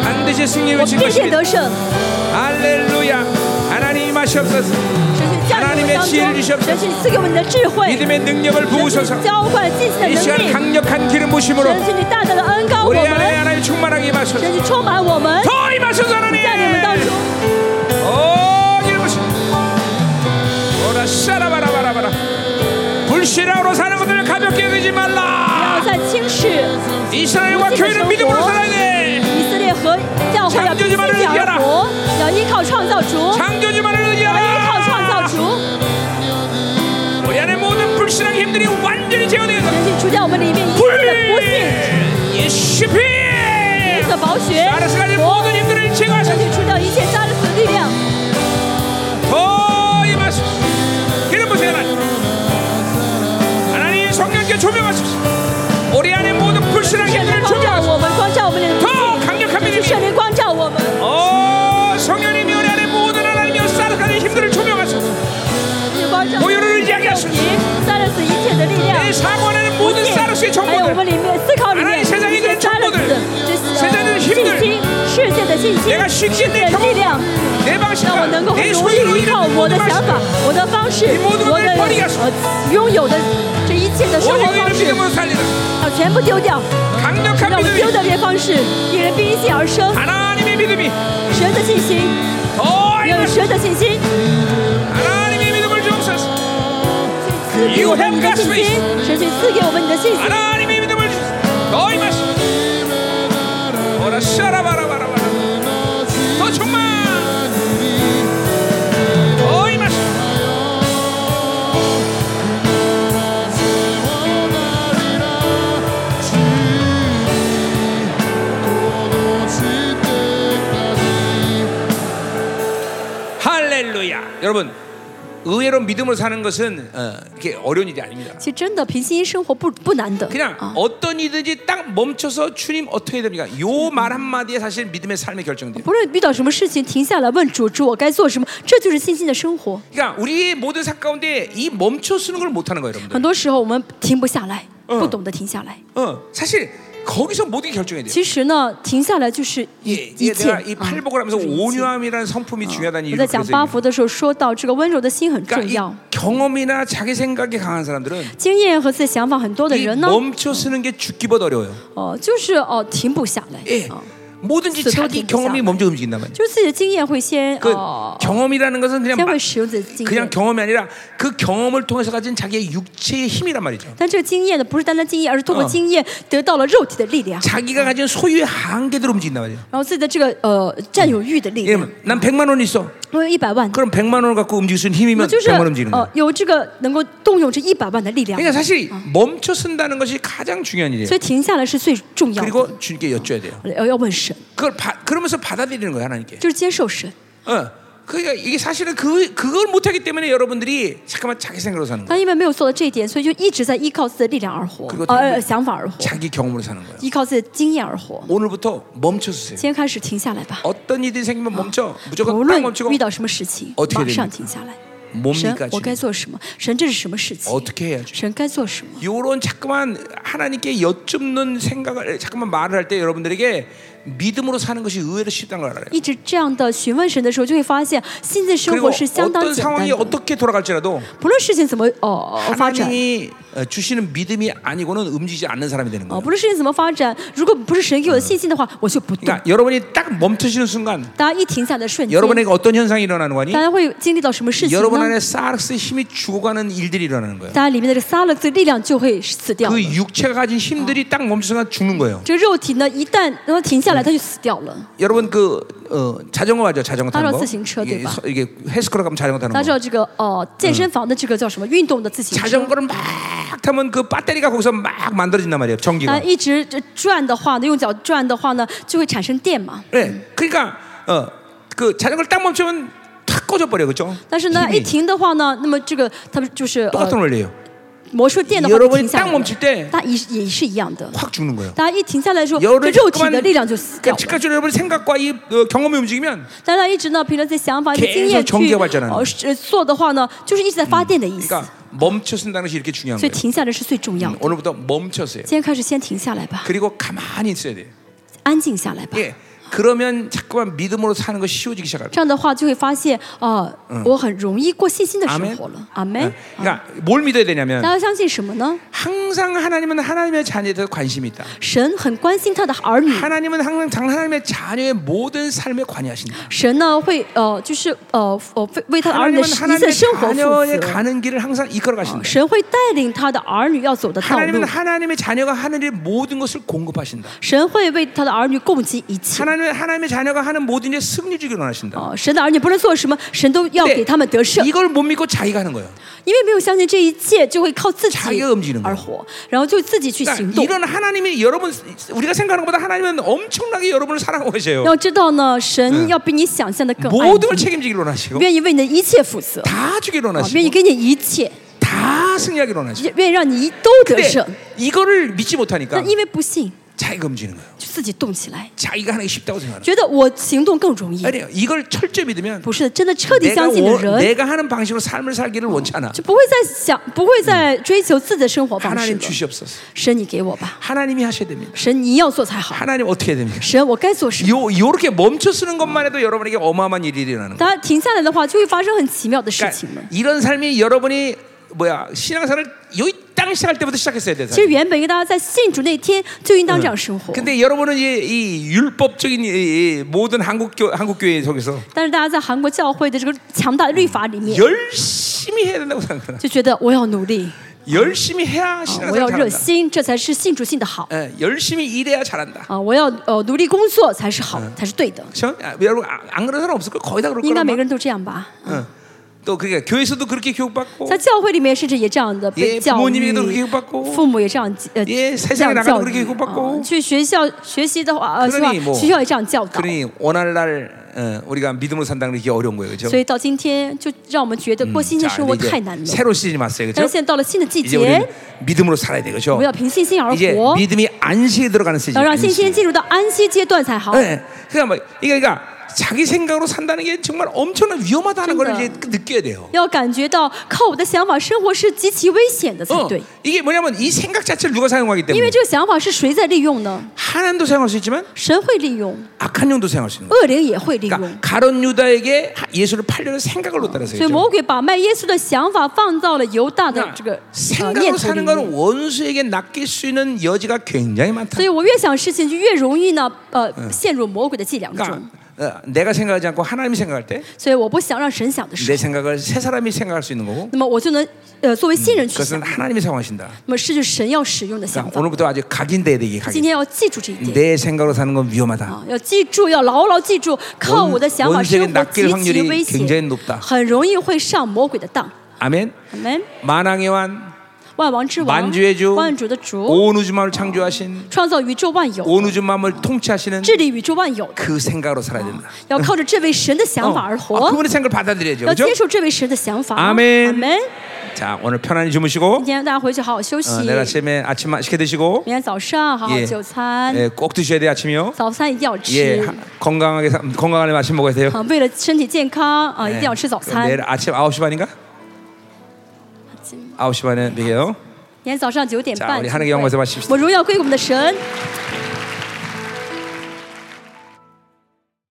S1: 반드시 승리를
S2: 我
S1: 지
S2: 必
S1: 것이니
S2: 定得胜。
S1: 할렐루야 하나님 하시옵소서
S2: 神去降临我们当
S1: 하나님의지혜를주시옵
S2: 中，
S1: 소서
S2: 神去赐给我们的智慧，
S1: 믿음의 능력을
S2: 神去
S1: 부으소서
S2: 浇灌信心的
S1: 이
S2: 能
S1: 시간
S2: 力，
S1: 강력한 기름 부심으로
S2: 神去你大大的恩膏我
S1: 우리 안에
S2: 们，
S1: 하나님 충만하게 임하소서
S2: 神去充满我们，
S1: 더 임하소서
S2: 在你们当
S1: 하나님
S2: 中。
S1: 오, 기름 부심 오라 샤라바라바라바라 불신앙으로 사는 것들을 가볍게 여기지
S2: 不
S1: 말라
S2: 要再轻视
S1: 이스라엘과
S2: 무지개
S1: 교회는
S2: 정보.
S1: 믿음으로 살아야 돼
S2: 以色列和教会要啊彼此而活，要依靠创造主，要
S1: 창조주만을
S2: 依
S1: 네,
S2: 靠创造
S1: 의지하라
S2: 主，
S1: 우리 안에 모든 불신앙 힘들이 완전히 제거되어서
S2: 神去除掉我们里面一切
S1: 네,
S2: 的不幸，
S1: 예수피 네,
S2: 一切的宝血，
S1: 나라스 가진 모든 힘들을
S2: 神
S1: 제거하소서
S2: 去除掉一切扎勒斯的力量，
S1: 더 임하소서 기름 부세요 하나님 하나님 성령께 조명하소서 우리 안에 모든 불신앙
S2: 圣
S1: 힘들을
S2: 灵光照
S1: 조명하소서
S2: 我们，光照我们的灵
S1: 더 강력한
S2: 神去
S1: 믿음이
S2: 圣灵光照我们，
S1: 어 성령님이 우리 안에 모든 하나님이여 사르가는 힘들을 조명하소서
S2: 神去光照我
S1: 모여를
S2: 们，
S1: 의지하게 하소서
S2: 扎勒斯一切的力
S1: 사고 안에는
S2: 不
S1: 모든
S2: 信，
S1: 사르스의
S2: 还有我
S1: 정보들
S2: 们里面思考里
S1: 하나님
S2: 面
S1: 세상에
S2: 这
S1: 있는
S2: 些
S1: 정보들
S2: silence，这
S1: 세상의
S2: 些
S1: 힘들
S2: 呃信息、世界的信息、
S1: 내가
S2: 世
S1: 쉽게
S2: 界
S1: 내
S2: 的力量，
S1: 경험, 내
S2: 让我
S1: 방식과
S2: 能够很
S1: 내
S2: 容易
S1: 소유로
S2: 依靠
S1: 인한
S2: 我的
S1: 모든
S2: 想法
S1: 말씀 、
S2: 我的方式、
S1: 이 모든 것을
S2: 我的
S1: 버리라.
S2: 呃拥有的这一切的生活
S1: 원망의
S2: 方式，
S1: 믿음으로 살리는
S2: 要全部丢掉。
S1: 강력한
S2: 让我们丢
S1: 믿음이
S2: 掉这些方式，因为必因信而生。
S1: 하나님의 믿음이
S2: 神的信心，
S1: 더
S2: 要有
S1: 하나님의
S2: 神的信心，
S1: 믿음을 주옵소서
S2: 赐给我们你的信心，神去赐给我们你的信心。
S1: 하나님의 믿음을 주옵소서 너희 말씀 오라 샤라바라바라바라 더 충만 너희 말씀 할렐루야. 여러분, 의외로 믿음으로 사는 것은 어, 이렇게 어려운 일이 아닙니다.
S2: 其实真的平心生活不不难得
S1: 그냥
S2: 啊，
S1: 어떤 일든지 딱 멈춰서 주님 어떻게 해야 됩니까? 요 말 한마디에 사실 믿음의 삶이 결정돼요.
S2: 不论遇到什么事情，停下来问主，主我该做什么，这就是信心的生活。
S1: 그러니까 우리의 모든 삶 가운데 이 멈춰 서는 걸 못하는 거예요,
S2: 很
S1: 여러분들.
S2: 多时候我们停不下来，
S1: 嗯
S2: 不懂得停下来。
S1: 어, 사실 거기서 모든 게 결정이 돼요.
S2: 其实呢，停下来就是一
S1: 예, 이게
S2: 一切。
S1: 내가 아, 이
S2: 啊
S1: 팔복을 하면서
S2: 就是一切
S1: 온유함이라는 성품이 중요하다는
S2: 我
S1: 이유를
S2: 在讲八
S1: 어. 그래서
S2: 福的时候说到，这个温柔的心很重
S1: 그러니까
S2: 要
S1: 이 。 경험이나 자기 생각이 강한 사람들은
S2: 经验和自己的想法很多的
S1: 어, 네, 이
S2: 人呢，
S1: 멈춰 서는 게 죽기보다 어려워요.
S2: 哦、就是哦、停不下来。
S1: 예,
S2: 啊
S1: 뭐든지
S2: 스스로
S1: 자기
S2: 좀
S1: 경험이
S2: 이상하네.
S1: 먼저 움직인단 말이에요.
S2: 就是自己的经验会先
S1: 그
S2: 哦，
S1: 경험이라는 것은 그냥
S2: 先
S1: 마-
S2: 会使用自己的经
S1: 그냥
S2: 验。
S1: 경험이 아니라 그 경험을 통해서 가진 자기의 육체의 힘이란 말이죠.
S2: 但这个经验呢，不是单单经验，而是通过
S1: 嗯
S2: 经验得到了肉体的力量，
S1: 자기가 가진 소유의 한계대로 움직인단 말이에요.
S2: 然后自己的这个呃占有欲的力量。
S1: 예를 난 100만 원 있어.
S2: 我有一百万，
S1: 그럼 100만 원을 갖고 움직일 수 있는
S2: 我
S1: 힘이면
S2: 就是
S1: 100만 원 움직이는 거예요.
S2: 呃有这个能够动用这一百万的力量，
S1: 그러니까 사실 멈춰 쓴다는 것이 가장 중요한 일이에요.
S2: 所以停下来是最重要的。
S1: 그리고 주님께 여쭤야 돼요.
S2: 要要问神，
S1: 그걸 바, 그러면서 받아들이는 거예요, 하나님께.
S2: 就是接受神。
S1: 어. 그러니까 이게 사실은 그 그걸 못 하기 때문에 여러분들이 잠깐만 자기 생각으로 사는 거예요.
S2: 他因为没有做到这一点，所以就一直在依靠自己的力量而活
S1: 그리고，
S2: 呃
S1: 다
S2: 呃想法而活，
S1: 자기 경험으로 사는 거예요.
S2: 依靠自己的经验而活。
S1: 오늘부터 멈춰 서세요.
S2: 今天开始停下来吧，
S1: 어떤 일이 생기면 멈춰.
S2: 无
S1: 무조건 딱
S2: 论
S1: 멈추고
S2: 遇到什么事情
S1: 어떻게，
S2: 马
S1: 됩니까
S2: 上停下来。神
S1: 뭡니까 ，
S2: 我该
S1: 주님?
S2: 做什么？神，这是什么事情？
S1: 어떻게 해야죠?
S2: 神该做什么？
S1: 요런 자꾸만 하나님께 여쭙는 생각을 자꾸만 말을 할 때 여러분들에게 믿음으로 사는 것이 의외로 쉽다는 걸 알아요.
S2: 一直这样的询问神的时候，就会发现信的生
S1: 그리고
S2: 活是相当
S1: 어떤
S2: 简单
S1: 상황이
S2: 的。
S1: 어떻게 돌아갈지라도
S2: 不论事情怎么哦哦发展，
S1: 하나님이 어, 주시는 믿음이 아니고는 움직이지 않는 사람이 되는
S2: 哦，
S1: 거예요.
S2: 不论事情怎么发展，如果不是神给我的信心的话，我就不动。
S1: 그러니까 여러분이 딱 멈춰지는 순간
S2: 大家一停下的瞬间，
S1: 여러분에게 어떤 현상이 일어나는 거니?
S2: 大家会经历到什么事情
S1: 여러분
S2: 呢？
S1: 안에 사르스 힘이 죽어가는 일들이 일어나는 거예요.
S2: 大家里面的这撒勒这力量就会死掉。
S1: 그 육체가 가진 힘들이 딱 멈춰서 순간 죽는 거예요.
S2: 这个肉体呢，一旦让它停下来，它就死掉了。
S1: 여러분 그 어, 자전거 맞죠? 자전거 타는 거.
S2: 따라서自行车,
S1: 이게,
S2: 对吧?
S1: 서- 이게 헬스클럽 가면 자전거
S2: 大
S1: 타는
S2: 家知
S1: 거
S2: 道这个哦、健身房的这个叫什么运动的自行车？
S1: 자전거를 막 타면 그 배터리가 거기서 막 만들어진단 아, 말이에요.
S2: 大
S1: 전기가.
S2: 家一直这转的话呢，用脚转的话呢，就会产生电嘛。
S1: 네. 그러니까 어그 자전거를 딱 멈추면 탁 꺼져 버려 그죠?
S2: 但是呢，一停的话呢，那么这个它们就是呃
S1: 똑같은 원리예요.
S2: 魔术电的话就停
S1: 여러분이
S2: 下
S1: 딱
S2: 来了，
S1: 멈출 때 확
S2: 大家也也是一样的。
S1: 죽는 거예요.
S2: 大家一停下来的时候，这
S1: 여러분이
S2: 肉体的
S1: 자꾸만
S2: 力量就死
S1: 그러니까
S2: 掉了。
S1: 즉각적으로 여러분 생각과 이 어, 경험이 움직이면
S2: 大家一直呢，凭着自己想法、一些经验
S1: 계속전기
S2: 去
S1: 가발전하는
S2: 呃是做的话呢，就是一直在嗯发电的意思。
S1: 그러니까 멈춰 쓴다는 것이 이렇게 중요한
S2: 所以
S1: 거예요.
S2: 停下来是最重要的。
S1: 오늘부터 멈춰서요.
S2: 今天开始先停下来吧，
S1: 그리고 가만히 있어야 돼요.
S2: 安静下来吧。
S1: 예. 그러면 자꾸만 믿음으로 사는 것이 쉬워지기 시작합니다.
S2: 这样的话就会发现，哦、我很容易过信心的生活了。阿门嗯啊
S1: 예. 。 그러니까 뭘 믿어야
S2: 大
S1: 되냐면
S2: 家相信什么呢？
S1: 항상 하나님은 하나님의 자녀에 대해서 관심이 있다.
S2: 神很关心他的儿女，
S1: 하나님은 항상 장- 하나님의 자녀의 모든 삶에 관여하신다.
S2: 神呢会呃就是呃呃为为他的儿女的
S1: 하나님은 하나님의
S2: 一切生活负
S1: 자녀의
S2: 责。
S1: 가는 길을 항상 이끌어 가신다.
S2: 神会带领他的儿女要走的道
S1: 하나님은
S2: 路，
S1: 하나님의 자녀가 하는 일 모든 것을 공급하신다.
S2: 神会为他的儿女供给一切。
S1: 하나님은 하나님의 자녀가 하는 모든 일에 승리주기 원하신다.
S2: 哦，神的儿女不论做什么，神都要
S1: 근데
S2: 给他们得胜，
S1: 이걸 못 믿고 자기가 하는 거예요.
S2: 因为没有相信这一切，就会靠自己
S1: 자기가움직이는거야
S2: 而活，然后就自己去行
S1: 그러니까
S2: 动。
S1: 이런 하나님이 여러분 우리가 생각하는 것보다 하나님은 엄청나게 여러분을 사랑하고 계세요.
S2: 要知道呢，神要比你想象的更爱
S1: 嗯 모든 걸
S2: 你，
S1: 책임지기로 원하시고
S2: 愿意为你的一切负责，
S1: 다 주기로
S2: 啊愿意
S1: 원하시고
S2: 给你一切，
S1: 다 승리하기로 원하시고
S2: 愿愿意让你一都得
S1: 근데
S2: 胜。
S1: 이거를 믿지 못하니까
S2: 그 但因为不信，
S1: 자기가 움직이는 거예요.
S2: 就自己动起来，
S1: 자기가 하는 게 쉽다고 생각하는 거예요.
S2: 觉得我行动更容易。
S1: 아니요, 이걸 철저히 믿으면
S2: 不是真的彻底
S1: 내가,
S2: 相信的
S1: 원-
S2: 人，
S1: 내가 하는 방식으로 삶을 살기를 원치 않아.
S2: 就不会再想，不会再追求自己的生活方
S1: 하나님
S2: 式了。
S1: 주시옵소서.
S2: 神，你给我吧。
S1: 하나님이 하셔야 됩니다.
S2: 神，你要做才好。
S1: 하나님 어떻게 해야 됩니까?
S2: 神，我该做什么？
S1: 요 요렇게 멈춰 쓰는 것만 해도 여러분에게 어마어마한 일이 일어나는 거예요.
S2: 当然，停下来的话，就会发生很奇妙的事情了
S1: 그러니까 。 이런 삶이 여러분이 뭐야 신앙생활을 여기 땅 시작할 때부터 시작했어야 돼.
S2: 其实原本应该大家在信主那天就应当这样生活，
S1: 근데 여러분은 이, 이 율법적인 이, 이 모든 한국 교 한국 교회 속에서
S2: 但是大家在韩国教会的这个强大的律法里
S1: 예. 嗯
S2: 面，
S1: 열심히 해야 된다고 생각해.
S2: 就觉得我要努力，
S1: 아. 열심히 해야
S2: 啊我要
S1: 신앙생활
S2: 热
S1: 잘한다.
S2: 心，这才是信主信的好
S1: 예, 열심히 일해야 잘한다.
S2: 啊！我要呃努力工作才是好，才是对的。
S1: 그렇죠? 아, 여러분 아, 안 그런 사람 없을 걸 거의 다 그럴
S2: 应该每个
S1: 거라고.
S2: 人都这样吧？
S1: 응. 또 그러니까 교회에서도 그렇게 교육받고
S2: 在教会里面甚至也这样的被
S1: 예
S2: 教
S1: 부모님에게도그렇게
S2: 育
S1: 교육받고，
S2: 父母也这样呃
S1: 예세상에
S2: 这样
S1: 나가도
S2: 教
S1: 그렇게
S2: 育
S1: 교육받고
S2: 啊去学校学习的话，呃，
S1: 그러니
S2: 是吧
S1: 뭐
S2: 学校也这样教导。
S1: 그러니 오늘날 어, 우리가 믿음으로 산다는 게 이게 어려운 거예요, 그렇죠?
S2: 所以到今天，就让我们觉得
S1: 嗯
S2: 过新鲜
S1: 자,
S2: 生活
S1: 근데
S2: 太难
S1: 이제
S2: 了。
S1: 새로 시즌 왔어요,
S2: 但
S1: 뭐 그렇죠?
S2: 是现在到了新的季
S1: 이제 우리는
S2: 节，
S1: 믿음으로 살아야 돼,
S2: 我
S1: 그렇죠?
S2: 们要凭信心而
S1: 이제
S2: 活，
S1: 믿음이 안식에 들어가는 시즌.
S2: 要让信心
S1: 안식.
S2: 进入到安息阶段才好。
S1: 예, 그러니까 뭐 이게 그러니까 자기 생각으로 산다는 게 정말 엄청난 위험하다는 걸 이제
S2: 그러니까.
S1: 느껴야 돼요.
S2: 要感觉到靠我的想法生活是极其危险的才
S1: 어,
S2: 对，
S1: 이게 뭐냐면 이 생각 자체를 누가 사용하기
S2: 因
S1: 때문에
S2: 为这个想法是谁在利用呢？
S1: 하나님도 사용할 수 있지만
S2: 神会利用，
S1: 악한 영도 사용할 수 있는 거예요.
S2: 恶灵也会利用
S1: 그。 가론 유다에게 하- 예수를 팔려는 생각을 놓다라서 뭐 그러니까
S2: 所以魔鬼把卖耶稣的想法放到了犹大的这个呃
S1: 생각으로
S2: 念头里
S1: 사는
S2: 面
S1: 건 。 원수에게 낚일 수 있는 여지가 굉장히 많다.
S2: 所以我越想事情，就越容易呢，呃，陷入魔鬼的伎俩中
S1: 그러니까 。 어, 내가 생각하지 않고 하나님이 생각할 때 내
S2: 所以我不想让神想的事，
S1: 생각을 세 사람이 생각할 수 있는 거고
S2: 那么我就能呃作为新人去想
S1: 그것은 。 하나님이 사용하신다.
S2: 那么是就是神要使用的想
S1: 그러니까
S2: 法。
S1: 오늘부터 아주 각인돼야 되기
S2: 今
S1: 각인.
S2: 天要记住这一点
S1: 내 생각으로 사는 건 위험하다.
S2: 啊，要记住，要牢牢记住，靠我的想法
S1: 원세계
S2: 生活
S1: 낚일
S2: 极
S1: 확률
S2: 其
S1: 이
S2: 危
S1: 굉장히
S2: 险
S1: 높다 ，
S2: 很容易会上魔鬼的当。
S1: 아멘.
S2: 我们
S1: 만왕의 왕,
S2: 万王之王
S1: 만주의주 ，
S2: 万主的主，
S1: 온 우주 만을 창조하신
S2: 创造宇宙万有，
S1: 온 우주 만을 통치하시는
S2: 治理宇宙万有的，
S1: 그 생각으로 살아야 된다.
S2: 要靠着这位神的想法
S1: 어.
S2: 而
S1: 아,
S2: 活，
S1: 그분의 생각을 받아들여야죠.
S2: 要
S1: 그죠?
S2: 接受这位神的想法。
S1: 阿门
S2: 阿门。
S1: 자 오늘 편안히 주무시고
S2: 今天大家回去好好休息
S1: 어, ， 내일
S2: 明
S1: 아침에 아침 맛있게 드시고
S2: 天早上好好
S1: 예
S2: 就餐，
S1: 예, 꼭 드셔야 돼요 아침이요.
S2: 早餐一定要
S1: 예,
S2: 吃
S1: 하- 건강하게 사- 건강하게 아침 먹어야 돼요.
S2: 啊，为了身体健康啊，一
S1: 예.
S2: 定要吃早
S1: 그럼
S2: 餐。
S1: 내일 아침 9시 반인가? 9시 반에 뵈게요.
S2: 今天早上九点
S1: 자
S2: 半
S1: 우리
S2: 聚
S1: 하나님께
S2: 会，
S1: 영광 받으십시다.
S2: 我荣耀归给我们的神。